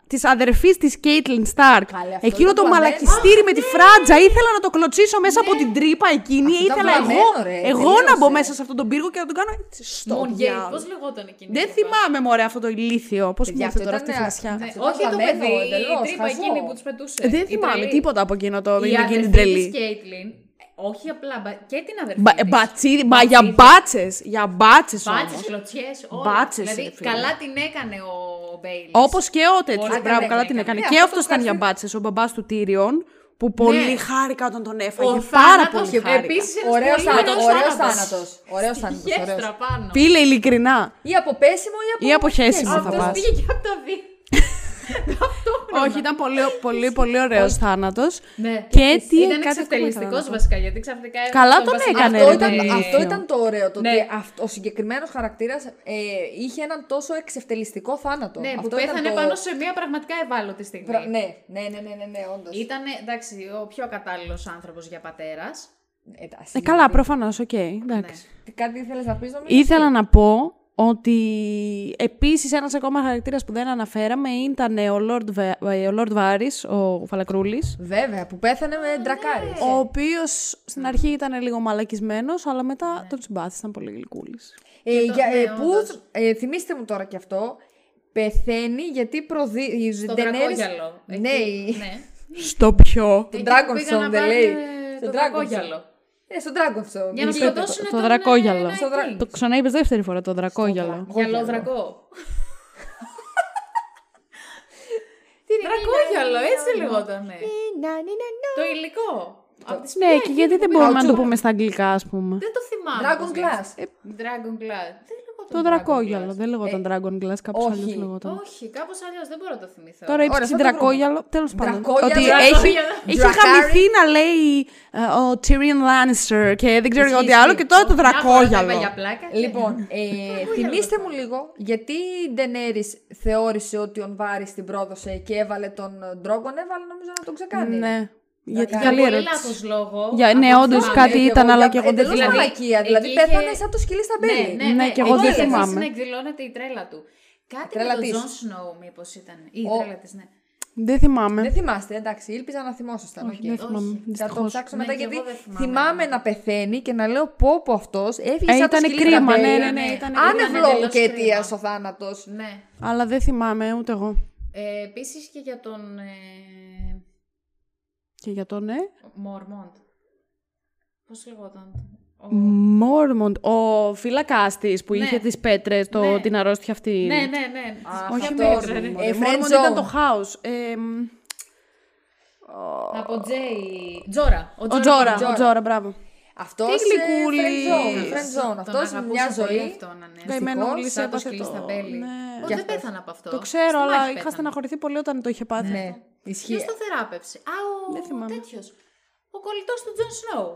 τη αδερφής της Caitlyn Stark.
Καλέ, αυτό
Εκείνο
ήταν
το
πλανέ-
μαλακιστήρι με τη φράτζα. Ήθελα να το κλωτσίσω μέσα από την τρύπα εκείνη.
Αυτό ήταν
Ήθελα
πλανέ,
εγώ,
ρε,
εγώ να μπω
τελείωσε.
μέσα σε αυτόν τον πύργο και να τον κάνω έτσι στο
Μουνιέ,
διάλογο.
πώς λεγόταν εκείνη. η
Δεν
τρύπα?
θυμάμαι, μωρέ, αυτό το ηλίθιο. Πώς μου
Παιδιά,
ήρθε
αυτό
τώρα αυτή η
ήταν
φλασιά.
Ναι,
Αυτό
όχι
ήταν
το
χαμένο,
παιδί, η
εντελώς,
τρύπα
χαζό.
εκείνη που τους πετούσε.
Ε, Δεν
Η
θυμάμαι
τρελή.
τίποτα από εκείνο το
Η
είναι εκείνη την
αδερφή
τρελή.
της Caitlyn, ε, όχι απλά, μπα- και την αδερφή
Μπα- ε,
της.
Μπατσίδι, μα για μπάτσες. Για μπάτσες
Μπάτσες,
όμω.
κλωτσιές, όλα.
Μπάτσες, ρε
Δηλαδή,
φίλε.
καλά την έκανε ο Μπέιλι.
Όπως και ο τέτοιος.
Όλα
Μπράβο,
τα
καλά
έκανε,
την έκανε.
ναι,
Και
αυτό
αυτός
το
ήταν για
χαρτί-
μπάτσες. Ο μπαμπάς του Τύριον. Που πολύ
Ναι.
χάρηκα όταν τον έφαγε. πάρα πολύ χάρηκα.
Επίσης,
Ωραίο θάνατο. Ωραίος θάνατος.
θάνατος.
Ωραίος θάνατο.
Γέστρα πάνω.
Φίλε, ειλικρινά.
Ή από πέσιμο ή από.
Ή από χέσιμο θα
Αυτός
πας.
πήγε και από τα δύο. Ταυτόχρονα.
Όχι, ήταν πολύ, πολύ, πολύ ωραίος θάνατος.
Ναι.
Και τι κάτι ακόμα ήθελα
Ήταν
να
εξευτελιστικό
πω.
βασικά, γιατί ξαφνικά. έβαλε
Καλά τον
βασιλιά.
έκανε,
Αυτό
ρε,
ήταν,
παιδί.
αυτό ήταν το ωραίο. Το
Ναι.
ότι αυ- ο συγκεκριμένος χαρακτήρας ε, είχε έναν τόσο εξευτελιστικό θάνατο.
Ναι, που
αυτό ήταν
πέθανε
το-
πάνω σε μια πραγματικά ευάλωτη
Βρα-
στιγμή.
Ναι, ναι, ναι, ναι, ναι, ναι όντως.
Ήταν εντάξει, ο πιο κατάλληλος άνθρωπος για πατέρας.
Ε, καλά, προφανώς, οκ.
Ναι.
εντάξει.
Κάτι ήθελες να πεις, νομίζω.
Ήθελα να πω ότι επίσης ένας ακόμα χαρακτήρας που δεν αναφέραμε ήταν ο Lord, Βε- ο Lord Varys, ο Φαλακρούλης,
Βέβαια, που πέθανε με ντρακάρι.
ο οποίος στην αρχή ήταν λίγο μαλακισμένος, αλλά μετά τον συμπάθησαν πολύ γλυκούλης.
Ε, για,
ναι,
ε, που,
όντως.
ε, θυμήστε μου τώρα κι αυτό. Πεθαίνει γιατί προδίδει.
Το δρακόγιαλο.
Ναι,
Εκεί-
η-
ναι.
Στο πιο...
Τον
Εκεί που πήγαν
Dragonstone
να
δεν
βάλουν,
λέει.
ε,
Στον
Το
Dragonstone.
δρακόγιαλο.
Ε, στον Dragonstone.
Για να
Είπε-
σκοτώσουν
το ναι,
τον,
δρακόγιαλο.
ε,
Στο δρα-
Night King.
Το ξαναείπες δεύτερη φορά, το δρακόγιαλο.
δρακόγιαλο.
Γυαλόδρακό.
Τι είναι,
Δρακόγιαλο, έτσι λεγότανε.
να, ναι, ναι, ναι.
Το υλικό. Απ' τις
Ναι, και γιατί δεν μπορούμε να το
Καουτσούρα.
πούμε στα αγγλικά, ας πούμε.
Δεν το θυμάμαι.
Dragon
πώς
Glass. Ε,
λέγεται. Dragon Glass. Δεν λεγόταν
Το Ε,
Dragon
δρακόγιαλο,
Glass.
δεν λεγόταν Dragon Glass, κάπως
όχι.
αλλιώς λεγόταν.
Όχι, κάπως αλλιώς δεν μπορώ να το θυμηθώ.
Τώρα
Ωραία,
είπε
θα
στην
το βρούμε.
Τρακόγιαλο. Τέλος πάντων.
Δρακόγιαλο,
Ότι
Δρακόγιαλο.
έχει, έχει
Δρακάρι.
χαμηθεί να λέει ε, ο Tyrion Lannister και δεν ξέρω εγώ τι άλλο. Και τώρα το
Μια φορά είπα
Δρακόγιαλο.
για πλάκα. και-
Λοιπόν, ε, θυμήστε μου λίγο γιατί η Ντενέρης θεώρησε ότι ο Βάρης την πρόδωσε και έβαλε τον Ντρόγκον, έβαλε νομίζω να τον ξεκάνει.
Ναι. Γιατί
για
καλή
πολύ
ερώτηση.
λάθος λόγο.
Για- ναι,
Από
όντως,
θυμάμαι.
κάτι ήταν, αλλά και εγώ δεν
Εντελώς
θυμάμαι.
μαλακία,
Δηλαδή,
δηλαδή
εκεί είχε-
πέθανε σαν το σκυλί στα μπέλη.
Ναι, ναι,
Ναι,
ναι.
και εγώ
δεν
ήθελα
θυμάμαι.
να εκδηλώνεται η τρέλα του. Κάτι
τρέλα
με τον
της.
Τζον Σνόου, μήπως ήταν. Ή η
Ο-
τρέλα της, ναι.
Δεν θυμάμαι.
Δεν θυμάστε, εντάξει, ήλπιζα να θυμόσασταν. οκ.
Δεν θυμάμαι.
Θα το
Δυστυχώς.
ψάξω
Ναι,
μετά
κι εγώ
γιατί
δεν θυμάμαι.
θυμάμαι να πεθαίνει και να λέω πω πω αυτός έφυγε
Ε,
σαν το
ήτανε
σκυλί στα
κρίμα, ναι,
μπέλη.
ναι, ναι, ήτανε
Άνευ
κρίμα.
λόγου
Εντελώς
και
κρίμα.
αιτία ο θάνατος.
ναι.
Αλλά δεν θυμάμαι ούτε εγώ.
Ε, Επίσης και για τον. Ε,
Και για το ναι.
Μορμόντ. Πώς λεγόταν.
Μόρμοντ, ο φύλακα τη που
Ναι.
είχε τις πέτρες,
Ναι.
την αρρώστια αυτή.
Ναι, ναι, ναι.
Αχ,
Όχι
αυτό,
Μόρμοντ.
ρε.
Ε,
Ε,
Μόρμοντ
friend
ήταν
zone.
το χάο. Ε, μ,
Από Τζέι. Τζόρα.
ο Τζόρα,
Τζόρα.
ο Τζόρα, μπράβο.
Αυτός
Τι γλυκούλης.
ε, Friend zone. Αυτό μια ζωή.
ναι,
Ναι, Καημένουλη
σαν
το
έπαθε
σκυλί στα
το...
μπέλη.
ναι.
Ω,
Και
δεν
αυτός.
πέθανα από αυτό.
Το ξέρω,
Στη
αλλά
μάχη
είχα
πέθανε.
στεναχωρηθεί πολύ όταν το είχε πάθει.
Ναι,
Ποιο
ισχύει.
το θεράπευσε. Α, ο
Δεν θυμάμαι.
τέτοιος. Ο κολλητός του Τζον Σνόου.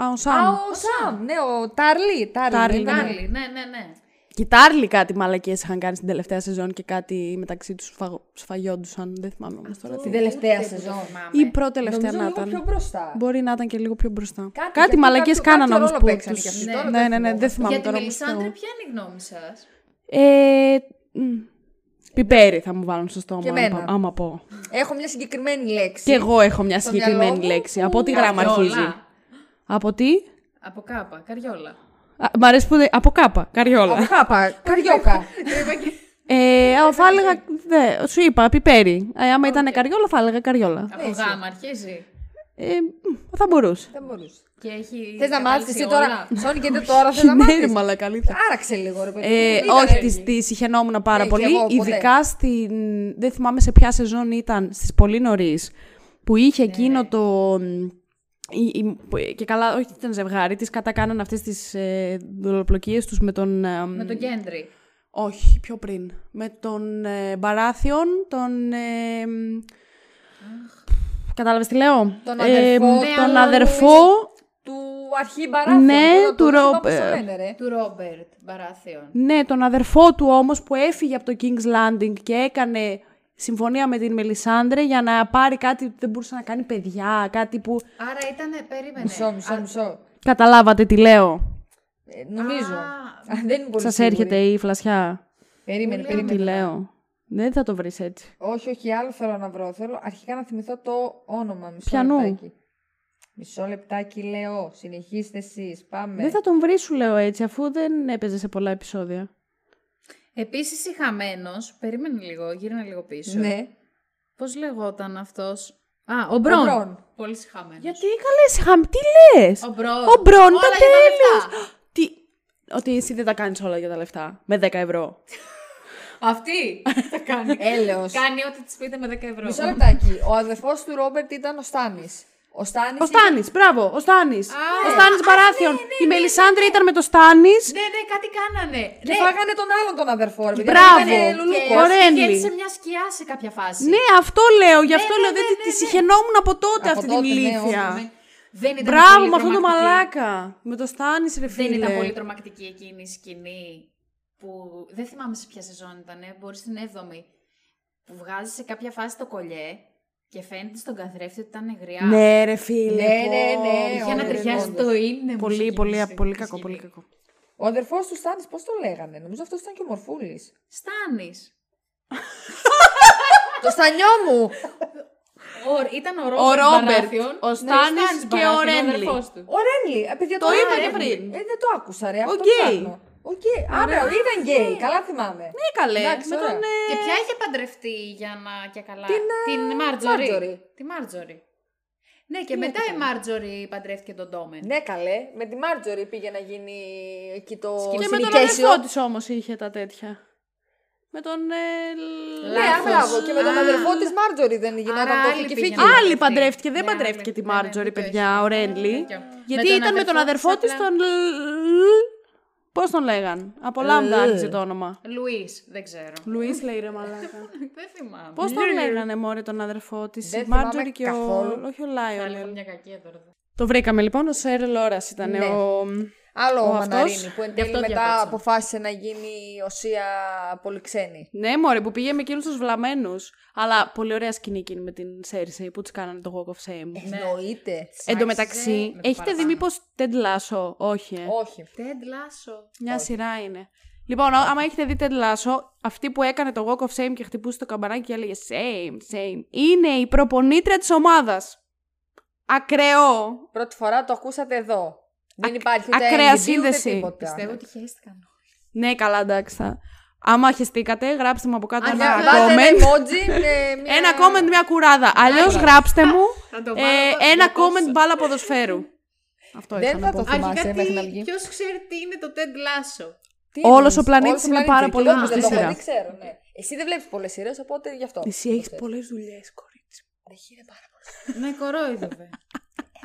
Α, ο
Α,
Σαμ.
ο Σαμ, ναι, ο Τάρλι.
Τάρλι,
Τάρλι.
ναι.
ήταν.
Γάλλη, ναι, ναι, ναι.
Κιτάρλι κάτι μαλακίες είχαν κάνει στην τελευταία σεζόν και κάτι μεταξύ τους σφαγ... σφαγιόντουσαν. Δεν θυμάμαι όμως τώρα τι.
Την τελευταία
Ούτε που το
σεζόν.
θυμάμαι.
Ή προτελευταία
Νομίζω λίγο
να
πιο
ήταν.
μπροστά.
Μπορεί να ήταν και λίγο πιο μπροστά.
Κάτι-
Κάτι,
γιατί
μαλακίες
κάποιο-
κάνανε
κάποιο
όμως
ρόλο
που
παίξανε
τους-
κι αυτοί,
Ναι,
τώρα
ναι,
δεν
ναι, ναι,
θυμάμαι.
δεν θυμάμαι
Για τη
τώρα όμως το-
Μελισάνδρα, ποια είναι η γνώμη σας.
Ε, μ, Πιπέρι θα μου βάλουν στο στόμα,
Και
άμα,
εμένα.
πω- άμα πω.
Έχω μια συγκεκριμένη λέξη.
Κι εγώ έχω μια
Στο μυαλό
συγκεκριμένη
μου
λέξη.
που-
Από τι γράμμα αρχίζει. Από τι.
Από κάπα, καριόλα.
Α, Μ' αρέσει που δεν- Από κάπα, καριόλα.
Από κάπα, καριόκα.
Ε, α, θα έλεγα. Δε, σου είπα, πιπέρι. Ε, άμα ήταν καριόλα, θα έλεγα καριόλα.
Από γάμα αρχίζει.
Ε, μ, θα μπορούσε.
Δεν μπορούσε.
Και έχει.
Θες να μάθει εσύ
καταλήξει όλα.
τώρα. Σόνι και δεν τώρα θες να
Ναι, ρε
μάθεις.
μαλακά, αλήθεια.
Άραξε λίγο, ρε παιδί.
Ε,
Ήταν
όχι,
έτσι.
τη τις ηχαινόμουν πάρα
Ε, και
πολύ.
εγώ, ποτέ.
ειδικά στην. Δεν θυμάμαι σε ποια σεζόν ήταν, στις πολύ νωρίς. Που είχε
Ναι.
εκείνο το. μ, η- η- που- ε, και καλά, όχι ήταν ζευγάρι, τις κατακάναν αυτές τις ε, δολοπλοκίες τους με τον... ε,
Με τον Γκέντρι.
Όχι, πιο πριν. Με τον ε, Μπαράθιον, τον... Ε, μ, Κατάλαβες τι λέω?
Τον αδερφό
μ,
του
τον
Λουίς.
αδερφό
Του αρχή μπαράφου.
Ναι, του ρο- ε,
ροπέ.
Του Ρόμπερτ Μπαράθιον.
Ναι, τον αδερφό του όμως που έφυγε από το King's Landing και έκανε συμφωνία με την Μελισάνδρε για να πάρει κάτι που δεν μπορούσε να κάνει παιδιά, κάτι που...
Άρα ήταν, περίμενε.
Μισό,
Α,
μισό, μισό.
Καταλάβατε τι λέω.
Ε, Νομίζω.
Α,
Α, Δεν είναι πολύ
Σας
σίγουρη.
έρχεται η φλασιά.
Περίμενε,
Τι
περίμενε.
λέω. Δεν θα το βρεις έτσι.
Όχι, όχι, άλλο θέλω να βρω. Θέλω αρχικά να θυμηθώ το όνομα. Μισό
Πιανού?
λεπτάκι. Μισό λεπτάκι λέω. Συνεχίστε εσείς. Πάμε.
Δεν θα τον βρεις σου λέω έτσι, αφού δεν έπαιζε σε πολλά επεισόδια.
Επίσης η Χαμένος, περίμενε λίγο, γύρνα λίγο πίσω.
Ναι.
Πώς λεγόταν αυτός. Α, ο Μπρόν.
Μπρόν.
Πολύ συχαμένος.
Γιατί καλέ, είχαμε, τι λες.
Ο Μπρόν.
Ο Μπρόν
Όλα
ήταν
για τα λεφτά.
τέλειος. Τι, ότι εσύ δεν τα κάνεις όλα για τα λεφτά, με 10 ευρώ.
Αυτή τα κάνει.
Έλεος.
κάνει ό,τι της πείτε με 10 ευρώ.
Μισό λεπτάκι. Ο αδερφός του Ρόμπερτ ήταν ο Στάνης. Ο Στάνης.
Ο Στάνης, μπράβο, ο Στάνης. Ο Στάνης Μπαράθιον. Η Μελισάνδρα ήταν με το Στάνης.
Ναι, ναι, κάτι κάνανε.
Και φάγανε τον άλλον τον αδερφό. Ρε, παιδί.
Ναι. Μπράβο.
Ήτανε λουλούκος.
Και- Ο Ρένλι.
Χέρισε μια σκιά σε κάποια φάση.
Ναι, αυτό λέω, γι' αυτό
ναι,
λέω.
ναι,
Δεν
ναι,
τη
ναι.
συχαινόμουν από τότε
Από
αυτή την
τότε, ναι,
ηλίθεια.
όντως.
Δεν ήταν
Μπράβο
πολύ
με αυτόν τον
τρομακτική.
μαλάκα. Με το Στάνης, ρε
Δεν ήταν πολύ
φίλε.
τρομακτική εκείνη η σκηνή που δεν θυμάμαι σε ποια σεζόν ήταν, μπορεί στην 7η. Που βγάζει σε κάποια φάση το κολλιέ και φαίνεται στον καθρέφτη ότι ήταν γριά.
Ναι, ρε φίλε.
Ναι, ναι,
πω.
ναι.
Είχε
όντως,
να ταιριάζει
όντως.
το ίνε μου σε
Πολύ,
εκείνη τη
πολύ,
σκηνή.
πολύ κακό, πολύ κακό.
Ο αδερφός του Στάνης, πώς το λέγανε. Νομίζω αυτός ήταν και ο Μορφούλης.
Στάνης.
το στανιό μου!
Ο- Ήταν ο
Ο
Ρόμπερτ,
Ρόμπερτ,
Μπαράθιον. Ναι,
ο Στάνης και ο
Μπαράθιον,
Ρένλι.
αδερφός του.
Ο Ρένλι. Ε, παιδιά, το,
Το
είπα
είπατε
ρε,
πριν.
Ε, δεν το άκουσα, ρε. Αυτό
γκέι.
ψάχνω. Ο γκέι. Άρα, ήταν γκέι. Καλά θυμάμαι. Ναι,
Καλέ,
Εντάξει,
με τον.
ωραία.
ε,
Και ποια είχε παντρευτεί για να και καλά.
Την,
Την
ε,
Μάρτζορι.
Μάρτζορι.
Τη Μάρτζορι. Ναι, και μετά η Μάρτζορι παντρεύτηκε τον Ντόμεν.
Ναι, καλέ. Με τη Μάρτζορι πήγε να γίνει εκεί το
Και με τον
συνοικέσιο.
αδερφό της όμως είχε τα τέτοια. Με τον. ε, λ-
Ναι,
Λάθος.
μπράβο. Και με τον
Α.
αδερφό της Μάρτζορι δεν γινόταν
Άρα
το
άλλη
φίκι
πήγε.
φίκι.
Α,
Άλλη
Αυτή.
παντρεύτηκε, δεν
Ναι,
παντρεύτηκε
άλλη.
τη
Ναι, ναι,
Μάρτζορι,
δίκιο
παιδιά, ο Ρένλι.
δίκιο. Με
Γιατί
τον
ήταν με τον
αδερφό
αδερφό
της
της
απλά-
τον. Πώς τον λέγαν. Από Λάμδα άρχισε το όνομα.
Λουίς, δεν ξέρω.
Λουίς λέει ρε μαλάκα.
Δεν θυμάμαι.
Πώς τον λέγανε μόρε τον αδερφό της,
Δεν
η
θυμάμαι
Μάρτζορι και ο.
καθόλου.
Όχι ο
Θα λέγαμε
Λάιον.
μια κακία τώρα.
Το βρήκαμε λοιπόν, ο Σερ Λόρας ήταν
Ναι.
ο.
Άλλο ο,
Ο αυτός.
Μαναρίνη που εν
Γι' αυτό
τέλει μετά
διακόψαμε.
αποφάσισε να γίνει οσία πολυξένη.
Ναι, μωρέ, που πήγε με εκείνους τους βλαμμένους. Αλλά πολύ ωραία σκηνή εκείνη με την Σέρσεϊ που της κάνανε το Walk of Shame.
Εννοείται.
Εν τω μεταξύ,
με το
έχετε δει
παραπάνω.
μήπως Ted Lasso, όχι. ε.
Όχι.
Τεντ Λάσο.
Μια σειρά είναι. Λοιπόν, α- άμα έχετε δει Ted Lasso, αυτή που έκανε το Walk of Shame και χτυπούσε το καμπανάκι και έλεγε Shame, shame, είναι η προπονήτρια της ομάδας. Ακραίο.
Πρώτη φορά το ακούσατε εδώ. Δεν υπάρχει ούτε
ακραία
MDB,
σύνδεση.
Ούτε τίποτα.
Πιστεύω ότι χαίστηκαν όλοι.
Ναι, καλά, εντάξει. θα- Άμα χαιστήκατε, γράψτε μου από κάτω
Αν
ένα
Να βάλτε ένα
comment.
emoji με μια...
Ένα comment, μια κουράδα. Αλλιώς γράψτε μου
Να το
ε,
βάλω, θα το
ένα
διακόψω.
comment μπάλα ποδοσφαίρου. Αυτό
Δεν
είχα να
θα
πω.
το Θυμάσαι,
Αρχικά,
μέχρι να βγει.
ποιος ξέρει τι είναι το Ted Lasso.
Τι
Όλος
εννοείς?
ο
Όλος
πλανήτης
ο
είναι πάρα
και
πολύ
εγώ
γνωστή
δεν το-
σειρά.
Δεν ξέρω, ναι. Εσύ δεν βλέπεις πολλές σειρές, οπότε γι' αυτό.
Εσύ έχεις πολλές δουλειές, κορίτσι.
Έχει, ρε, πάρα πολύ.
Με κορόιδευε.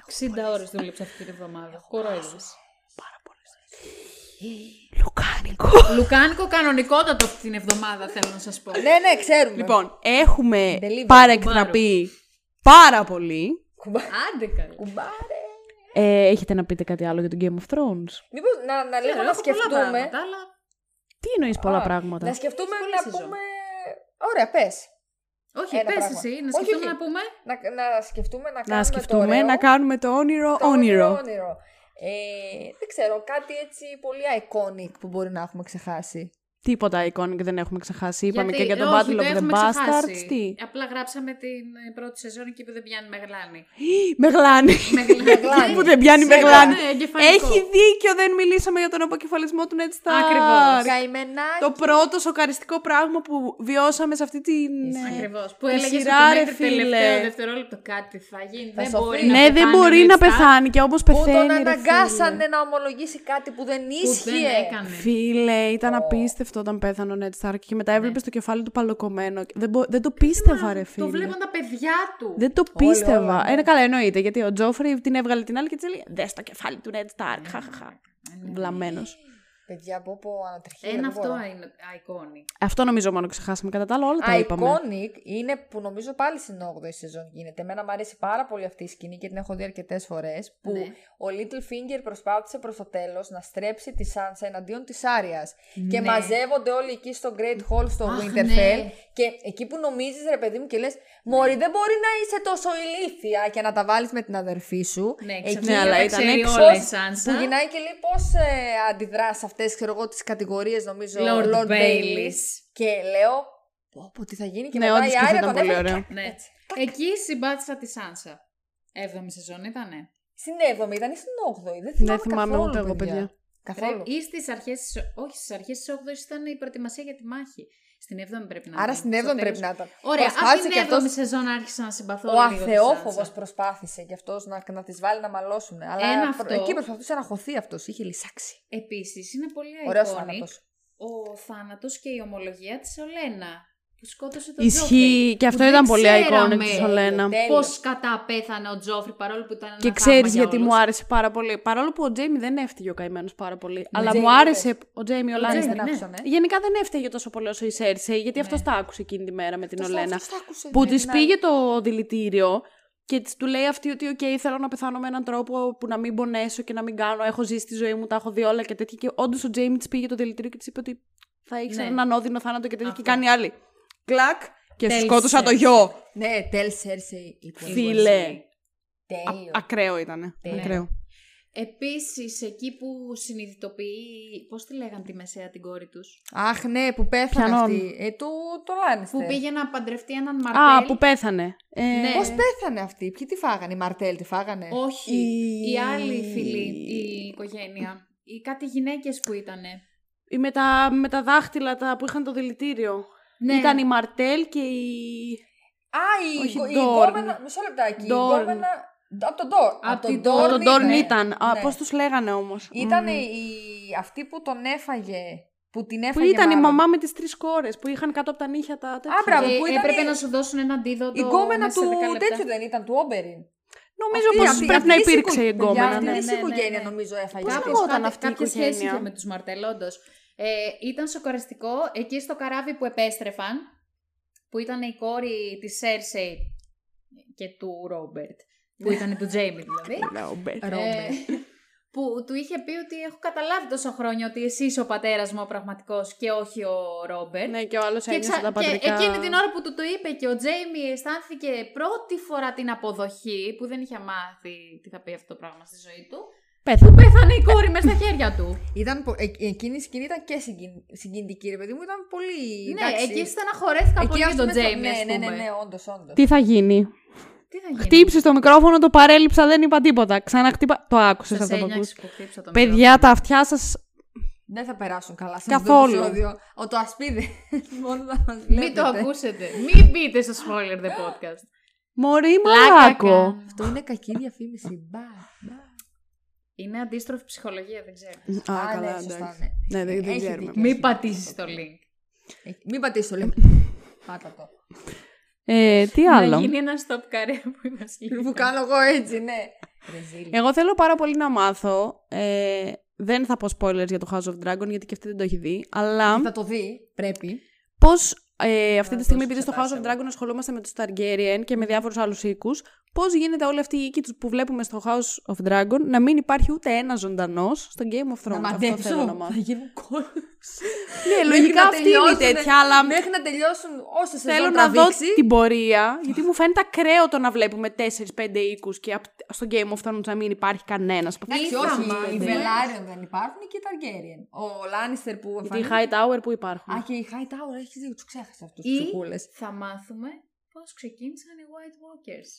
60 ώρες δούλεψα αυτή την εβδομάδα. Κορόιδευε.
Λουκάνικο.
Λουκάνικο κανονικότατο αυτή την εβδομάδα, θέλω να σας πω.
Ναι, ναι, ξέρουμε.
Λοιπόν, έχουμε
Delivery,
παρεκκραπεί πάρα πολύ.
Κουμπά-
Άντε καλά.
Κουμπάρε.
Ε, έχετε να πείτε κάτι άλλο για το Game of Thrones.
Μήπως να, να
Ξέρω,
λίγο Ε, να
έχω πολλά
σκεφτούμε.
πράγματα, αλλά
Τι εννοείς πολλά
Α,
πράγματα.
Να σκεφτούμε
Πολύ
να
σεζόν.
πούμε. Ωραία, πες.
Όχι,
Ένα
πες
πράγμα.
εσύ, να
Όχι,
σκεφτούμε
όχι.
να πούμε.
Να, να σκεφτούμε να κάνουμε.
Να
το
σκεφτούμε
ωραίο,
να κάνουμε το όνειρο
το
όνειρο.
όνειρο. Ε, δεν ξέρω, κάτι έτσι πολύ iconic που μπορεί να έχουμε ξεχάσει.
Τίποτα iconic δεν έχουμε ξεχάσει. Είπαμε
Γιατί-
και για τον
όχι,
Battle
το
of the
έχουμε
Bastards.
ξεχάσει. Ε,
Τι.
Απλά γράψαμε την ε, πρώτη σεζόν εκεί που δεν πιάνει μεγλάνη.
Μεγλάνη.
Μεγλάνη.
Μεγλάνη.
Που δεν πιάνει
Σίγουρα.
Μεγλάνη.
Ναι, εγκεφαλικό.
Έχει δίκιο, δεν μιλήσαμε για τον αποκεφαλισμό του Ned Stark.
Ακριβώς.
Καημενάκι.
Το πρώτο σοκαριστικό πράγμα που βιώσαμε σε αυτή την. ε,
Ακριβώς. Που
Η
έλεγε ότι
σειρά, ρε,
μέχρι
φίλε.
τελευταίο δευτερόλεπτο κάτι θα γίνει.
Θα
δεν
σωθεί.
μπορεί να
Ναι, δεν
πεθάνει
μπορεί
ο
να
Ned Stark
πεθάνει και όμω
που τον
πεθαίνει. ρε
αναγκάσανε να ομολογήσει κάτι που δεν
Που
ίσχυε.
δεν έκανε.
φίλε. Φίλε, ήταν απίστευτο όταν πέθανε ο Ned Stark και μετά έβλεπες το κεφάλι του παλοκομμένο. Δεν, μπο- δεν το πίστευα, ρε φίλε.
Το βλέπαν τα παιδιά του.
Δεν το
Όλοι,
πίστευα.
όλα, ναι.
Ε, ναι, καλά, εννοείται. Γιατί ο Τζόφρι την έβγαλε την άλλη και της έλεγε Δες το κεφάλι του Ned Stark. Χαχαχα. Βλαμμένος.
Παιδιά, πω πω ανατριχία.
Ε, Ένα
δεν μπορώ.
αυτό είναι iconic.
Αυτό νομίζω μόνο ξεχάσαμε. Κατά τα άλλα, όλα τα είπαμε.
Iconic είναι που νομίζω πάλι στην 8η σεζόν γίνεται. Εμένα μου αρέσει πάρα πολύ αυτή η σκηνή και την έχω δει αρκετές φορές. Που
Ναι.
ο Littlefinger προσπάθησε προς το τέλος να στρέψει τη Sansa εναντίον της Άριας. Και
Ναι.
μαζεύονται όλοι εκεί στο Great Hall στο
Αχ,
Winterfell.
ναι.
Και εκεί που νομίζεις, ρε παιδί μου, και λες: Μωρή, δεν μπορεί να είσαι τόσο ηλίθια και να τα βάλεις με την αδερφή σου.
Ναι,
εκεί
Ναι, αλλά
αλλά
ήταν
ήταν
έξω.
όλα η
Πώς-
Σάνσα.
που γυρνάει και λέει πώς ε, αντιδράς σε αυτές τις κατηγορίες, νομίζω. ο
Lord
Lord
Baelish.
Και λέω, πω, πω τι θα γίνει και
Ναι,
μετά
όντως
η
και αυτό
Άρια
ήταν
τον
πολύ
έβαλε
ωραίο.
και-
Ναι.
έτσι.
Εκεί συμπάτησα τη Σάνσα. Έβδομη σεζόν ήτανε.
Στην 7η ήταν ή στην 8η. Δεν θυμάμαι,
θυμάμαι
καθόλου,
ούτε εγώ, παιδιά.
Καθόλου.
Ρε, Ή στις αρχές. Όχι, στις αρχές της 8η ήταν η προετοιμασία για τη μάχη. Στην 7η πρέπει να
Άρα
ήταν.
στην
Στο
7η πρέπει
τέλος.
να ήταν.
Ωραία,
Προσπάθησε
αυτή την
και
7η
αυτός-
σεζόν άρχισα να συμπαθώ.
Ο
λίγο τη
αθεόφοβος
Σάνσα.
προσπάθησε και αυτός να, να τις βάλει να μαλώσουν. Αλλά
Ένα
προ-
αυτό.
εκεί προσπαθούσε να χωθεί αυτός. Είχε λυσάξει.
Επίσης είναι πολύ
Ωραίος
iconic
θάνατος.
ο θάνατος και η ομολογία της Ολένα. Που σκότωσε τον
Ισχύει. Και αυτό ήταν πολύ iconic τη
Ε,
Σολένα.
Πώ κατά πέθανε ο Τζόφρι παρόλο που ήταν. Ένα
Και
θαύμα
ξέρει
για
γιατί
όλους.
μου άρεσε πάρα πολύ. Παρόλο που ο Τζέιμι δεν έφταιγε ο καημένος πάρα πολύ. Αλλά
Τζέιμι,
μου άρεσε ο Τζέιμι ο
Τζέιμι,
Λάνιστερ.
Δεν
ναι.
άκουσαν, ε.
Γενικά δεν έφταιγε τόσο πολύ όσο η Σέρσεϊ, γιατί αυτός τα άκουσε εκείνη τη μέρα με την
Ναι. Αυτός τα-
Ολένα.
αυτός τα άκουσε,
Που
ναι,
της
την άλλη.
πήγε το δηλητήριο και της, του λέει αυτή ότι, OK, θέλω να πεθάνω με έναν τρόπο που να μην πονέσω και να μην κάνω. Έχω ζήσει τη ζωή μου, τα έχω δει όλα και τέτοια. Και όντως ο Τζέιμι της πήγε το δηλητήριο και της είπε ότι θα έχει
Ναι.
έναν όδινο θάνατο και τέτοια.
Αυτό.
Και κάνει άλλη. Κλακ και
Τέλεισε.
σκότωσα το γιο.
Ναι, tell Cersei. λοιπόν.
Φίλε.
Τέλειο.
Ακραίο ήταν. Ακραίο.
Επίσης εκεί που συνειδητοποιεί, πώς τη λέγαν τη μεσαία την κόρη τους,
Αχ, ναι, που πέθανε
Πιανόν.
αυτή. Ε, του το Λάνιστερ.
που πήγε να παντρευτεί έναν Μαρτέλ.
Α, που πέθανε. Ε,
Ναι.
Πώς πέθανε αυτή, ποιοι τη φάγανε, η Μαρτέλ τη φάγανε.
Όχι,
Η-
η... άλλη φίλη, η οικογένεια. Οι κάτι γυναίκες που ήτανε.
Ή με τα, με τα δάχτυλα τα, που είχαν το δηλητήριο.
Ναι.
Ήταν η Μαρτέλ και η.
Α, η,
Όχι,
η
Dorn.
γκόμενα. Μισό λεπτάκι.
Dorn.
Η γκόμενα. Από τον Ντόρν.
Απ' την
Από
Dorn
τον Ντόρν ήταν. Α, Πώς τους λέγανε όμως.
Ήταν η, αυτή που τον έφαγε. Που την
Που
έφαγε.
ήταν η
μάλλον.
μαμά με τις τρεις κόρες που είχαν κάτω από τα νύχια τα τέτοια.
Α, μπράβο,
Και
που ήταν
Ε, έπρεπε
η-
να σου δώσουν ένα αντίδοτο
Η γκόμενα
μέσα
του
σε 10 λεπτά.
τέτοιου δεν ήταν, του Όμπεριν.
Νομίζω
Αυτή-
πως
αυτή-
πρέπει να
αυτή η
υπήρξε η
οικογένεια,
εγκόμενα.
Αυτή
ναι.
η
ναι, ναι,
οικογένεια
ναι.
νομίζω έφαγε.
Πώς
αυτή.
λεγόταν
Κάτι-
αυτή η
κάποια
οικογένεια?
σχέση είχε με τους Μαρτέλ, όντως. Ε, ήταν σοκαριστικό εκεί στο καράβι που επέστρεφαν, που ήταν η κόρη της Σέρσεϊ και του Ρόμπερτ, που ήταν του Τζέιμι δηλαδή.
Ρόμπερτ.
Ε, που του είχε πει ότι έχω καταλάβει τόσα χρόνια ότι εσύ είσαι ο πατέρας μου ο πραγματικός και όχι ο Ρόμπερτ.
Ναι, και ο άλλος
και,
ένιωσε
ξα-
τα
και
πατρικά.
εκείνη την ώρα που του το είπε και ο Τζέιμι αισθάνθηκε πρώτη φορά την αποδοχή που δεν είχε μάθει τι θα πει αυτό το πράγμα στη ζωή του.
Πέθανε.
Πέθανε η κόρη μέσα στα χέρια του.
Ήταν, πο- ε- εκείνη η σκηνή ήταν και συγκιν- συγκινητική, ρε παιδί μου, ήταν πολύ.
Ναι,
εντάξει.
εκεί στεναχωρέθηκα πολύ
ας
για τον
πούμε,
Τζέιμι, ας
Ναι, ναι,
πούμε.
ναι, ναι, όντως, όντως.
Τι θα γίνει.
Τι θα γίνει.
Χτύπησε το μικρόφωνο, το παρέλειψα, δεν είπα τίποτα. Ξαναχτύπα. Το άκουσες
Σας
αυτό που
ένιωξε
ακούς.
που χτύπησα το μικρόφωνο.
Παιδιά, τα αυτιά σας.
Δεν θα περάσουν καλά σε
Καθόλου.
αυτό το επεισόδιο. Ο το ασπίδι. Μόνο να μας
Μην
βλέπετε.
το ακούσετε. Μην μπείτε στο spoiler the podcast.
Μωρή
Πλάκα
μαλάκο.
κάνω.
Αυτό είναι κακή διαφήμιση. Μπα, μπα.
Είναι αντίστροφη ψυχολογία, δεν ξέρω.
Α,
Α,
καλά,
ναι, σωστά,
εντάξει.
ναι.
Ναι, δεν, δεν
Έχει
ξέρουμε.
δίκιο.
Μην πατήσεις το link.
Έχει- Ε, Μην πατήσεις το link. Πάτα το.
Ε, τι
Να
άλλο.
γίνει ένα stop καρέ που η Βασιλική.
Που κάνω εγώ έτσι, ναι. Ρε ζήλια.
Εγώ θέλω πάρα πολύ να μάθω. Ε, δεν θα πω spoilers για το House of Dragon γιατί και αυτή δεν το έχει δει. Αλλά
Θα το δει, πρέπει.
πώς ε, αυτή τη
Να το
στιγμή, επειδή στο House
εξετάσω
of
εγώ.
Dragon ασχολούμαστε με τους Targaryen και με διάφορους άλλους οίκους, πώς γίνεται όλοι αυτοί οι οίκοι τους που βλέπουμε στο House of Dragon να μην υπάρχει ούτε ένας ζωντανός στο Game of Thrones. Αυτό θέλω να μάθω.
γίνουν κόλποι. Ε,
Ναι, λογικά αυτή είναι η τέτοια, αλλά
Μέχρι να τελειώσουν όσε σεζόν
θέλω να δω
τραβήξει.
την πορεία, γιατί μου φαίνεται ακραίο το να βλέπουμε 4-5 οίκους και απ' στο Game of Thrones να μην υπάρχει κανένας. από αυτούς
Εντάξει,
τους
όχι,
πέντε
οι
οίκους.
Βελάριον δεν υπάρχουν και οι Ταργέριεν. Ο Λάνιστερ που
Γιατί οι
εμφανίζεται.
Hightower που υπάρχουν.
Α, και οι Hightower, έχεις δίκιο, τους ξέχασα αυτούς τους
Ή
ψυχούλες.
θα μάθουμε πώς ξεκίνησαν οι White Walkers.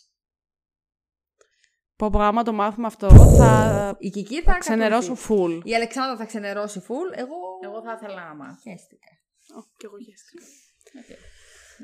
Πω πω, άμα το μάθουμε αυτό, θα
Η Κική θα
ξενερώσω Λοιπόν.
κατουρθεί.
full.
Η Αλεξάνδρα θα ξενερώσει φουλ. Εγώ.
Εγώ θα ήθελα να μάθω.
χαίστηκα.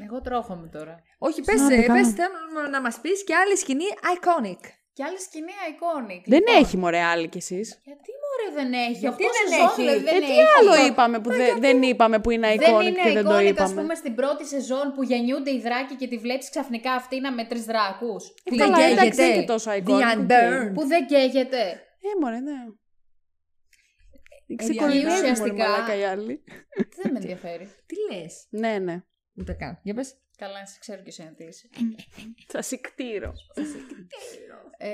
Εγώ τρώχομαι τώρα.
Όχι, πε,
Άντε, καλά.
πες, θέλω να μας πεις και άλλη σκηνή iconic.
Και άλλη σκηνή iconic.
Δεν
Λοιπόν,
έχει μωρέ άλλη κι εσείς.
Γιατί μωρέ δεν έχει.
Γιατί
Οκτώ
δεν
σεζόν,
έχει?
δηλαδή,
Ε,
δεν
τι
έχει.
άλλο
Αυτό.
είπαμε που δεν- δεν είπαμε που είναι
Δεν
iconic
είναι
και δεν το
iconic, ας
είπαμε.
πούμε, στην πρώτη σεζόν που γεννιούνται οι δράκοι και τη βλέπεις ξαφνικά αυτή να με τρεις δράκους.
Ε, καλά,
Δεν
εντάξει,
καίγεται.
δεν είναι και τόσο
The
iconic, οκ.
Unburned.
Που δεν καίγεται.
Ε, μωρέ, ναι.
διαλύει
Ξεκολυβεύει μωρέ
Ε, ουσιαστικά.
μαλάκα η άλλη.
δεν με ενδιαφέρει.
Τι λες.
Ναι, ναι.
Ούτε καν. Για πες.
Καλά, σε ξέρω και εσένα τι είσαι.
Θα συκτήρω.
Ε,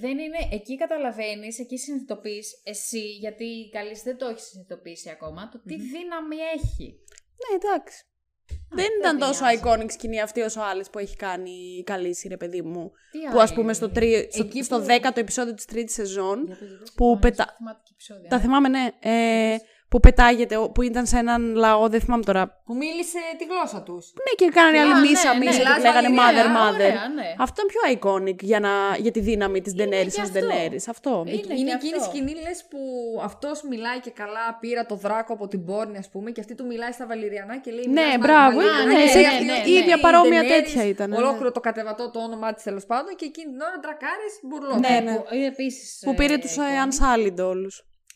δεν είναι, εκεί καταλαβαίνεις, εκεί συνειδητοποιείς εσύ, γιατί η καλής δεν το έχεις συνειδητοποιήσει ακόμα, το τι δύναμη έχει.
Ναι, εντάξει. δεν
δεν
ήταν
με
τόσο
νοιάζει.
iconic σκηνή αυτή όσο άλλες που έχει κάνει η Καλύση, ρε παιδί μου.
Τι
Που ας
άλλη
πούμε στο,
είναι.
τρί... στο,
Εκεί
στο
που-
δέκατο επεισόδιο της τρίτης σεζόν.
Για πες, για πες,
που
πάμε
πετά-
στο θεματική επεισόδια.
Τα θυμάμαι, ναι. Ε, που πετάγεται, ο- που ήταν σε έναν λαό, δεν θυμάμαι τώρα.
Που μίλησε τη γλώσσα τους.
Ναι, και κάνανε
Α,
άλλη
ναι,
μίσα,
ναι,
μίσα και
ναι,
τη λέγανε
ναι,
mother,
ωραία,
mother.
ωραία, ναι.
Αυτό είναι πιο iconic για, να... για τη δύναμη της Ντενέρη
και
ως
αυτό.
Ντενέρη. Αυτό.
Είναι.
Εκεί-
Είναι,
και
εκείνη η
αυτό.
σκηνή λες, που αυτός μιλάει και καλά. Πήρα το δράκο από την πόρνη, ας πούμε, και αυτή του μιλάει στα Βαλυριανά και λέει.
Ναι,
«Μιλάς
μπράβο.
Βαλυριανά»,
Ναι,
και
ναι,
λέει
ναι,
αυτή
ναι,
ότι
ναι.
η
Ίδια παρόμοια
Daenerys,
τέτοια ήταν, ναι, ναι.
Ολόκληρο το κατεβατό το όνομά της τέλος πάντων και εκείνη την ώρα τρακάρι μπουρλό.
Ναι, ναι.
Που, ε, επίσης,
Που πήρε του Unsullied όλου.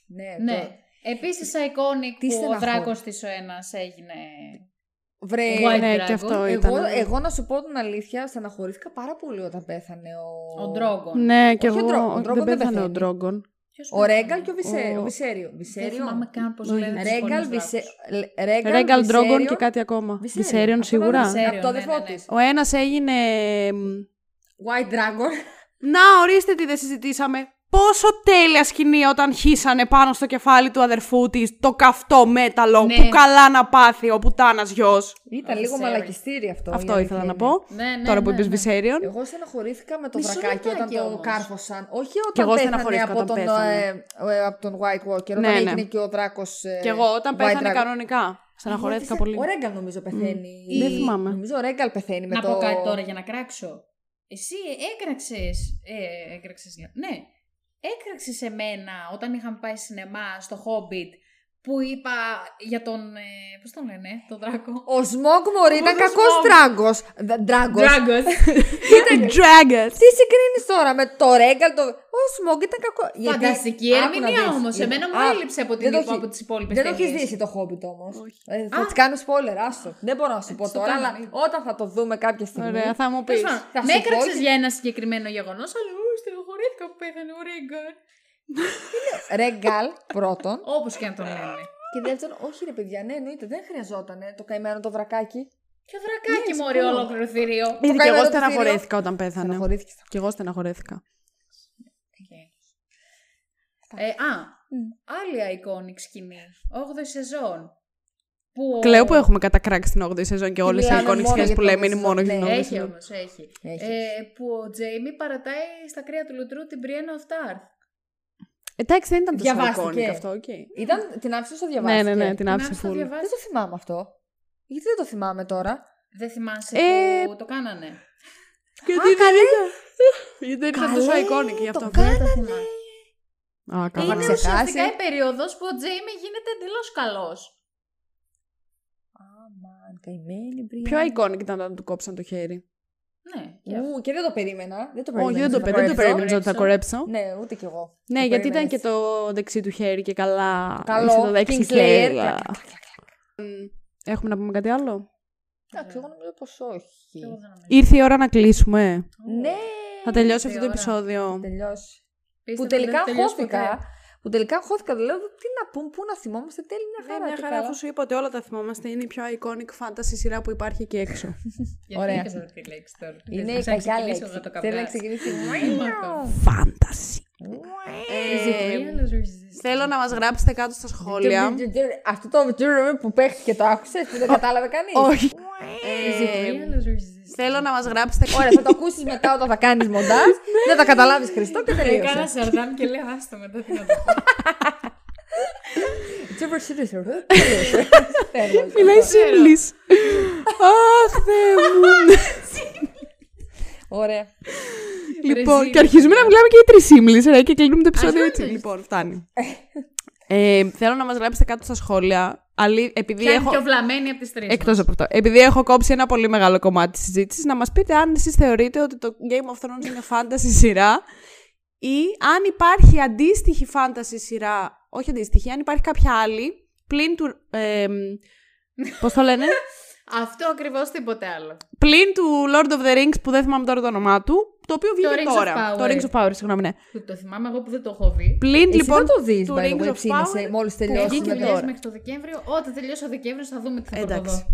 ναι.
Ναι. Επίση, iconic
Τι
που ο
στεναχώρη.
δράκος της ο ένας έγινε.
Βρε,
White
Ναι, και
Dragon.
αυτό ήταν.
εγώ,
ναι.
εγώ να σου πω την αλήθεια, στεναχωρήθηκα πάρα πολύ όταν πέθανε ο.
Ο Ντρόγκον.
Ναι, και
Όχι ο
εγώ.
Ντρόγκον, ο
δεν
Ντρόγκον δεν
πέθανε ο
πεθαίνει.
Ντρόγκον.
Ποιος
Ο
πέθανε?
Ρέγκαλ και ο, Βισέ,
Ο-
ο Βισέριο.
Δεν
Βισέριο.
θυμάμαι καν πώς
Όχι.
λέγεται.
Ρέγκαλ, Βισέ... Ρέγκαλ,
Ρέγκαλ Ντρόγκον
Βισέριον.
και κάτι ακόμα.
Βυσέριον.
Βυσέριον
Αυτό ήταν
σίγουρα.
Βυσέριον,
Βυσέριον,
Από το αδερφό
ναι, ναι, ναι.
της.
Ο ένας έγινε. μ,
White Dragon.
Να, ορίστε τι δεν συζητήσαμε. Πόσο τέλεια σκηνή όταν χύσανε πάνω στο κεφάλι του αδερφού της το καυτό μέταλλο
Ναι.
που καλά να πάθει ο πουτάνας γιος.
Ήταν
Ο
λίγο
Viserys.
μαλακιστήρι αυτό. η
Αυτό
αλήθεια
ήθελα να
είναι.
πω.
Ναι, ναι,
Τώρα που
ναι,
είπες
ναι.
Βυσέριον.
Εγώ στεναχωρήθηκα με το
Μισό
βρακάκι όταν
λεπτάκι
το
όμως.
κάρφωσαν. Όχι
Κι
όταν
εγώ
πέθανε
στεναχωρήθηκα
από
όταν
τον,
πέθανε.
ε, ε, από τον White Walker. Όταν
Ναι, ναι.
έγινε και ο δράκος ε,
Και εγώ όταν
White
πέθανε
Dragon.
κανονικά. Στεναχωρέθηκα πολύ.
Ο Ρέγκαλ νομίζω πεθαίνει.
Δεν θυμάμαι.
Νομίζω ο Ρέγκαλ πεθαίνει με
Να
το...
πω κάτι τώρα για να κράξω. Εσύ έκραξες, ε, έκραξες, λέω. ναι, έκραξες εμένα όταν είχαμε πάει σινεμά στο Hobbit που είπα για τον, ε, πώς τον λένε, τον δράκο.
Ο Σμόγκ Μωρή ήταν κακός
Smaug.
δράγκος. Δ- Δράγκος.
Δράγκος.
Dragons.
Τι συγκρίνεις τώρα με το Ρέγκαλ, το. Ο Σμόγκ ήταν κακό. Γιατί-
Φανταστική
Άκου να
ερμηνεία
δεις.
όμως.
Λοιπόν,
Εμένα μου
α,
έλειψε από, την
δεν το
υπο-
έχει-
από τις υπόλοιπες
Δεν το έχεις
ταινίες.
δει το Hobbit όμως. Ε,
Α. Ε,
θα της κάνω spoiler, άστο. Δεν μπορώ να σου πω
στο
τώρα,
κάνω.
αλλά όταν θα το δούμε κάποια στιγμή.
Ωραία, θα μου πει.
Τέλος πάντων,
Θα
Με
σου πω
έκραξες
και-
για ένα συγκεκριμένο γεγονός, αλλά ου, στενοχωρήθηκα που πέθανε ο Ρίγκαρ.
Ρέγκαλ πρώτον.
Όπως και αν τον λένε.
και δεύτερον, όχι ρε παιδιά, ναι, εννοείται, δεν χρειαζόταν το καημένο το βρακάκι.
Και δρακάκι μωρή ολόκληρο θηρίο.
Ήδη και
καημένο
εγώ
του
στεναχωρέθηκα όταν πέθανε.
Στεναχωρήθηκες.
Και εγώ στεναχωρέθηκα.
Οκ. Ε, α, άλλη iconic σκηνή. 8η σεζόν. Που...
Κλαίω που έχουμε κατακράξει την 8η σεζόν και όλες οι
μιλάμε
εικόνες
Ναι, μόνο
σχέσεις
για
που
την
λέμε είναι
8η
μόνο για την
σεζόν.
8η
Έχει
σεζόν.
όμως, έχει.
Έχει.
Ε, που ο Τζέιμι παρατάει στα κρύα του λουτρού την Brienne of Tarth.
Εντάξει, δεν ήταν τόσο
Διαβάστηκε.
iconic αυτό, οκ.
Ήταν την άφησε στο
Ναι,
διαβάσει.
ναι, ναι, την
Την
άφησε
άφησε να
full.
Δεν
διαβάσει.
το θυμάμαι αυτό. Γιατί δεν το θυμάμαι τώρα.
Δεν θυμάσαι
Ε,
που το κάνανε.
ναι.
Γιατί δεν ήταν. Γιατί δεν ήταν τόσο
Καλέ,
iconic γι' αυτό.
το κα-
Δεν το θυμάμαι.
Α,
Είναι
καλά.
ξεχάσεις.
ουσιαστικά η περίοδος που ο Τζέιμι γίνεται εντελώς καλός.
Αμάν, καημένη Μπριάν.
Πιο iconic ήταν όταν του κόψαν το χέρι.
Ναι. και αυτό.
Ου, και δεν το περίμενα. Δεν το
Όχι,
περίμενα.
δεν το,
ότι θα
δεν το
κορέψω.
περίμενα ότι θα
Κορέψω.
κορέψω.
Ναι, ούτε κι εγώ.
Ναι,
Το
γιατί
περίμενα
ήταν και
έτσι.
το δεξί του χέρι και καλά.
Καλό,
είσαι το δεξί
Kingslayer.
χέρι. Έχουμε να πούμε κάτι άλλο.
Εντάξει, εγώ νομίζω πως όχι.
Και εγώ δεν νομίζω.
Ήρθε η ώρα να κλείσουμε.
Ναι,
Θα τελειώσει
ήρθε
αυτό το
η ώρα.
επεισόδιο.
τελειώσει.
Πίστευα
Που
ότι δεν
τελικά
θα τελειώσει
χώθηκα.
ποτέ.
Που τελικά χώθηκα. Δηλαδή, τι να πούμε, πού να θυμόμαστε. Τέλει μια χαρά.
Δεν Ναι, μια
και
χαρά,
καλά.
αφού σου είπα ότι όλα τα θυμόμαστε. Είναι η πιο iconic fantasy σειρά που υπάρχει εκεί έξω.
Γιατί
Ωραία.
είπες αυτή τη λέξη τώρα.
Είναι η
Θες να
κακιά
ξεκινήσω
λέξη.
εγώ το
Θέλει να
καπνάς.
ξεκινήσει.
Μάρτο.
Fantasy.
Real or resist?
Ε, Θέλω να μας γράψετε κάτω στα σχόλια.
Αυτό το τζουρ που παίχτηκε το άκουσε, που δεν κατάλαβε κανείς.
Όχι. Ε,
Real or resist?
Θέλω να μας γράψετε.
Ωραία, θα το ακούσεις μετά όταν θα κάνεις μοντάζ. Δεν θα καταλάβεις Χριστό και τελείωσε.
Έκανα Ε, σαρδάμ και λέω άστο μετά τι να το πω.
Τζουρ, σύρου, σύρου. Τελείωσε. Τέλος.
Μιλάει σύμπλης. Αχ, Θεέ μου.
Ωραία.
Λοιπόν,
σύμπλης.
και αρχίζουμε να μιλάμε και οι τρεις σύμπλης, ρε, και κλείνουμε το επεισόδιο
Ας
έτσι.
όντως.
Λοιπόν, φτάνει. Ε, θέλω να μας γράψετε κάτω στα σχόλια. Αλή, επειδή
Ποια είναι
έχω...
πιο βλαμμένη από τις τρεις.
Εκτός από αυτό. Επειδή έχω κόψει ένα πολύ μεγάλο κομμάτι της συζήτησης, να μας πείτε αν εσείς θεωρείτε ότι το Game of Thrones είναι fantasy σειρά ή αν υπάρχει αντίστοιχη fantasy σειρά, όχι αντίστοιχη, αν υπάρχει κάποια άλλη, πλην του... Ε, πώς το λένε?
Αυτό ακριβώς τίποτε άλλο.
πλην του Lord of the Rings που δεν θυμάμαι τώρα το όνομά του, το οποίο βγήκε
Rings of
τώρα.
Power.
Το Rings of Power, συγγνώμη, ναι.
Που Το θυμάμαι εγώ που δεν το έχω δει.
Πλην
Εσύ
λοιπόν
θα το δεις,
του
by the
Rings
way,
of
ψήνεσαι
Power,
μόλις
που
τελειώσει
βγήκε
Βγήκε
με
τώρα.
το-
δουλειές μέχρι το Δεκέμβριο. Όταν τελειώσει ο Δεκέμβριος θα δούμε τι θα
Εντάξει.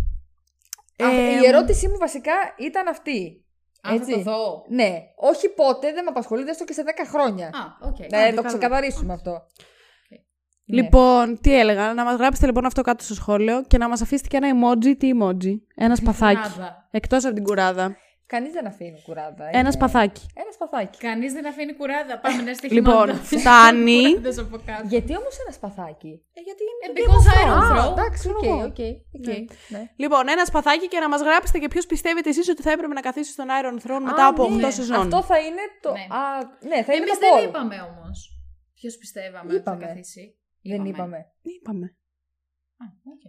πρωτοδώ.
Α,
Ε,
Η ερώτησή μου βασικά ήταν αυτή.
Αν
Έτσι.
θα το δω.
Ναι, όχι πότε, δεν με απασχολεί, έστω και σε 10 χρόνια.
Α, οκ.
Ναι, το
καλά.
ξεκαθαρίσουμε αυτό. Ναι.
Λοιπόν, τι έλεγα, να μας γράψετε λοιπόν αυτό κάτω στο σχόλιο και να μας αφήσετε και ένα emoji, τι emoji, ένας σπαθάκι.
Κουράδα.
Εκτός από την κουράδα.
Κανείς δεν αφήνει κουράδα.
Ένας
είναι-
σπαθάκι.
Ένα σπαθάκι.
Κανείς δεν αφήνει κουράδα. Πάμε να στοιχείμαστε.
Λοιπόν, φτάνει.
Κουράδες από κάτω.
Γιατί όμως ένας σπαθάκι. Ε,
γιατί είναι.
Because I don't
Α,
throw.
εντάξει, οκ,
εγώ.
οκ. οκ, ναι.
Λοιπόν, ένας σπαθάκι και να μας γράψετε και ποιος πιστεύετε εσείς ότι θα έπρεπε να καθίσει στον Iron Throne μετά
Α,
από 8
ναι.
σεζόν.
Αυτό θα είναι το.
Ναι.
Α, ναι, θα είναι
Εμείς
το
δεν
poll.
είπαμε όμως. Ποιος πιστεύαμε ότι θα
Είπαμε.
καθίσει.
Δεν είπαμε.
Είπαμε.
Α, οκ.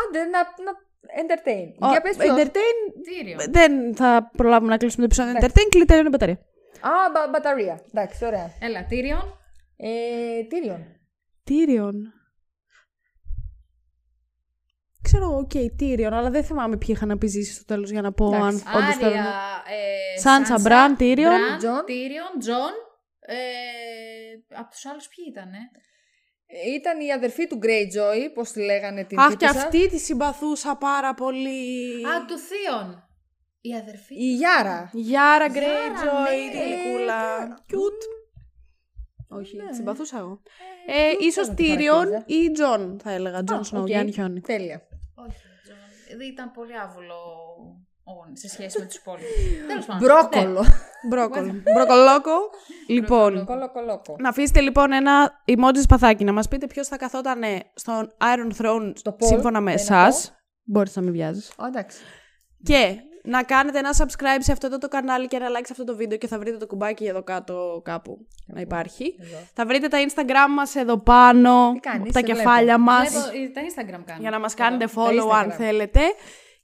Άντε, να. να entertain.
Ο-
Για πες ποιος.
entertain,
Κτίριο.
δεν θα προλάβουμε να κλείσουμε το επεισόδιο.
Εντάξει.
Entertain, κλειτέρωνε μπαταρία.
Α, μπα- μπαταρία. Εντάξει, ωραία.
Έλα, Τύριον.
Ε, Τύριον.
Τύριον. Ξέρω εγώ, οκ, Τύριον, αλλά δεν θυμάμαι ποιοι είχαν επιζήσει στο τέλος για να πω αν
Εντάξει.
όντως θέλουν.
Άρια, ε,
Σάντσα, Μπραν, Τύριον.
Μπραν,
Τζον.
Τύριον, Τζον. Ε, από τους άλλους ποιοι ήτανε.
Ε, Ήταν η αδερφή του Greyjoy, πώς τη λέγανε την
Αχ, και
τύπησα.
αυτή τη συμπαθούσα πάρα πολύ.
Α, του Θείον. Η αδερφή.
Η Γιάρα.
Γιάρα
ναι.
Greyjoy, τη γλυκούλα. Cute. Όχι, τη συμπαθούσα εγώ. Ναι. Ε,
cute
ίσως
θα τη
Τύριον
χαρακτήριζα.
ή Τζον, θα έλεγα. Τζον
Α,
Σνόου,
οκ.
Γιάννη Χιόνι.
Τέλεια.
Όχι, Τζον. Δεν Ήταν πολύ άβολο ο- σε σχέση με τους υπόλοιπους. Τέλος πάντων. Ναι.
Μπρόκολο.
Ναι. Μπρόκολ. Μπροκολόκο. Λοιπόν,
Κολοκολόκο.
να αφήσετε λοιπόν ένα emoji σπαθάκι να μας πείτε ποιος θα καθόταν στον Iron Throne
Στο poll,
σύμφωνα με
ένα
εσάς. Μπορείς να μην βιάζεις.
Α, Εντάξει.
Και να κάνετε ένα subscribe σε αυτό το κανάλι και να like σε αυτό το βίντεο και θα βρείτε το κουμπάκι εδώ κάτω κάπου να υπάρχει. Θα βρείτε τα Instagram μας εδώ πάνω,
Τι κάνεις,
τα
σε
κεφάλια μας,
Βλέπω, ε, τα Instagram κάνω.
για να μας κάνετε
τα
follow αν
Instagram.
θέλετε.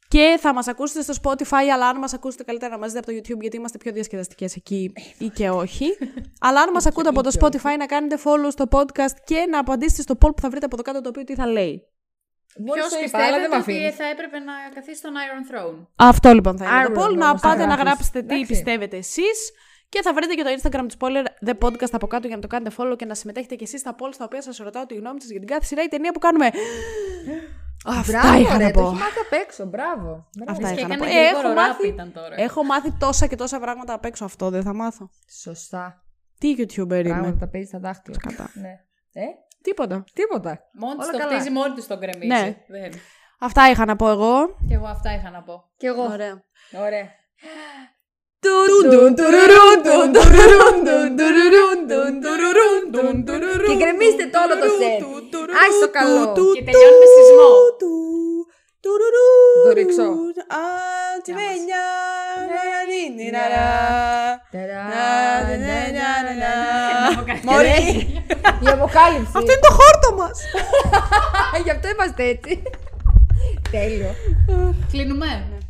Και θα μας ακούσετε στο Spotify, αλλά αν μας ακούσετε καλύτερα να μας δείτε από το YouTube, γιατί είμαστε πιο διασκεδαστικές εκεί ή και όχι. αλλά αν μας ακούτε από το Spotify, να κάνετε follow στο podcast και να απαντήσετε στο poll που θα βρείτε από το κάτω το οποίο τι θα λέει.
Μόλις
Ποιος
το είπα, αλλά δεν
πιστεύετε
με
ότι
αφήνεις.
θα έπρεπε να καθίσει στον Iron Throne.
Αυτό λοιπόν θα είναι
Iron
το poll. Να
όμως θα
πάτε να
γράφεις.
γράψετε τι
Εντάξει.
πιστεύετε εσείς. Και θα βρείτε και το Instagram του Spoiler The Podcast από κάτω για να το κάνετε follow και να συμμετέχετε και εσείς στα polls τα οποία σας ρωτάω τη γνώμη σας για την κάθε σειρά ή ταινία που κάνουμε. Αυτά είχα να
ρε, το
πω.
έχει μάθει απ' έξω. Μπράβο. Μπράβο.
Αυτά
Και
είχα να πω.
έκανε
Ε,
γρήγορο
Έχω
rap
μάθει,
ήταν τώρα.
έχω μάθει τόσα και τόσα πράγματα απ' έξω αυτό. Δεν θα μάθω.
Σωστά.
Τι YouTuber είμαι.
Πράγματα τα παίζεις στα δάχτυλα.
Κατά.
Ναι. Ε,
Τίποτα.
τίποτα.
Μόνη της
Όλα
το
καλά.
χτίζει, μόνη της τον κρεμίζει.
Ναι.
Δεν.
Αυτά είχα να πω εγώ.
Και εγώ αυτά είχα να πω.
Κι εγώ.
Ωραία.
Ωραία.
Και
Και γκρεμίστε το όλο το σετ. Άσε το καλό.
Και τελειώνουμε σεισμό.
Το ρίξω.
Τσιμένια.
Ναι.
Ταρά,
Να, ναι, ναι, ναι, ναι. Μωρή.
Η αποκάλυψη.
Αυτό είναι το χόρτο μας.
Γι' αυτό είμαστε έτσι. Τέλειο.
Ναι.
Κλείνουμε.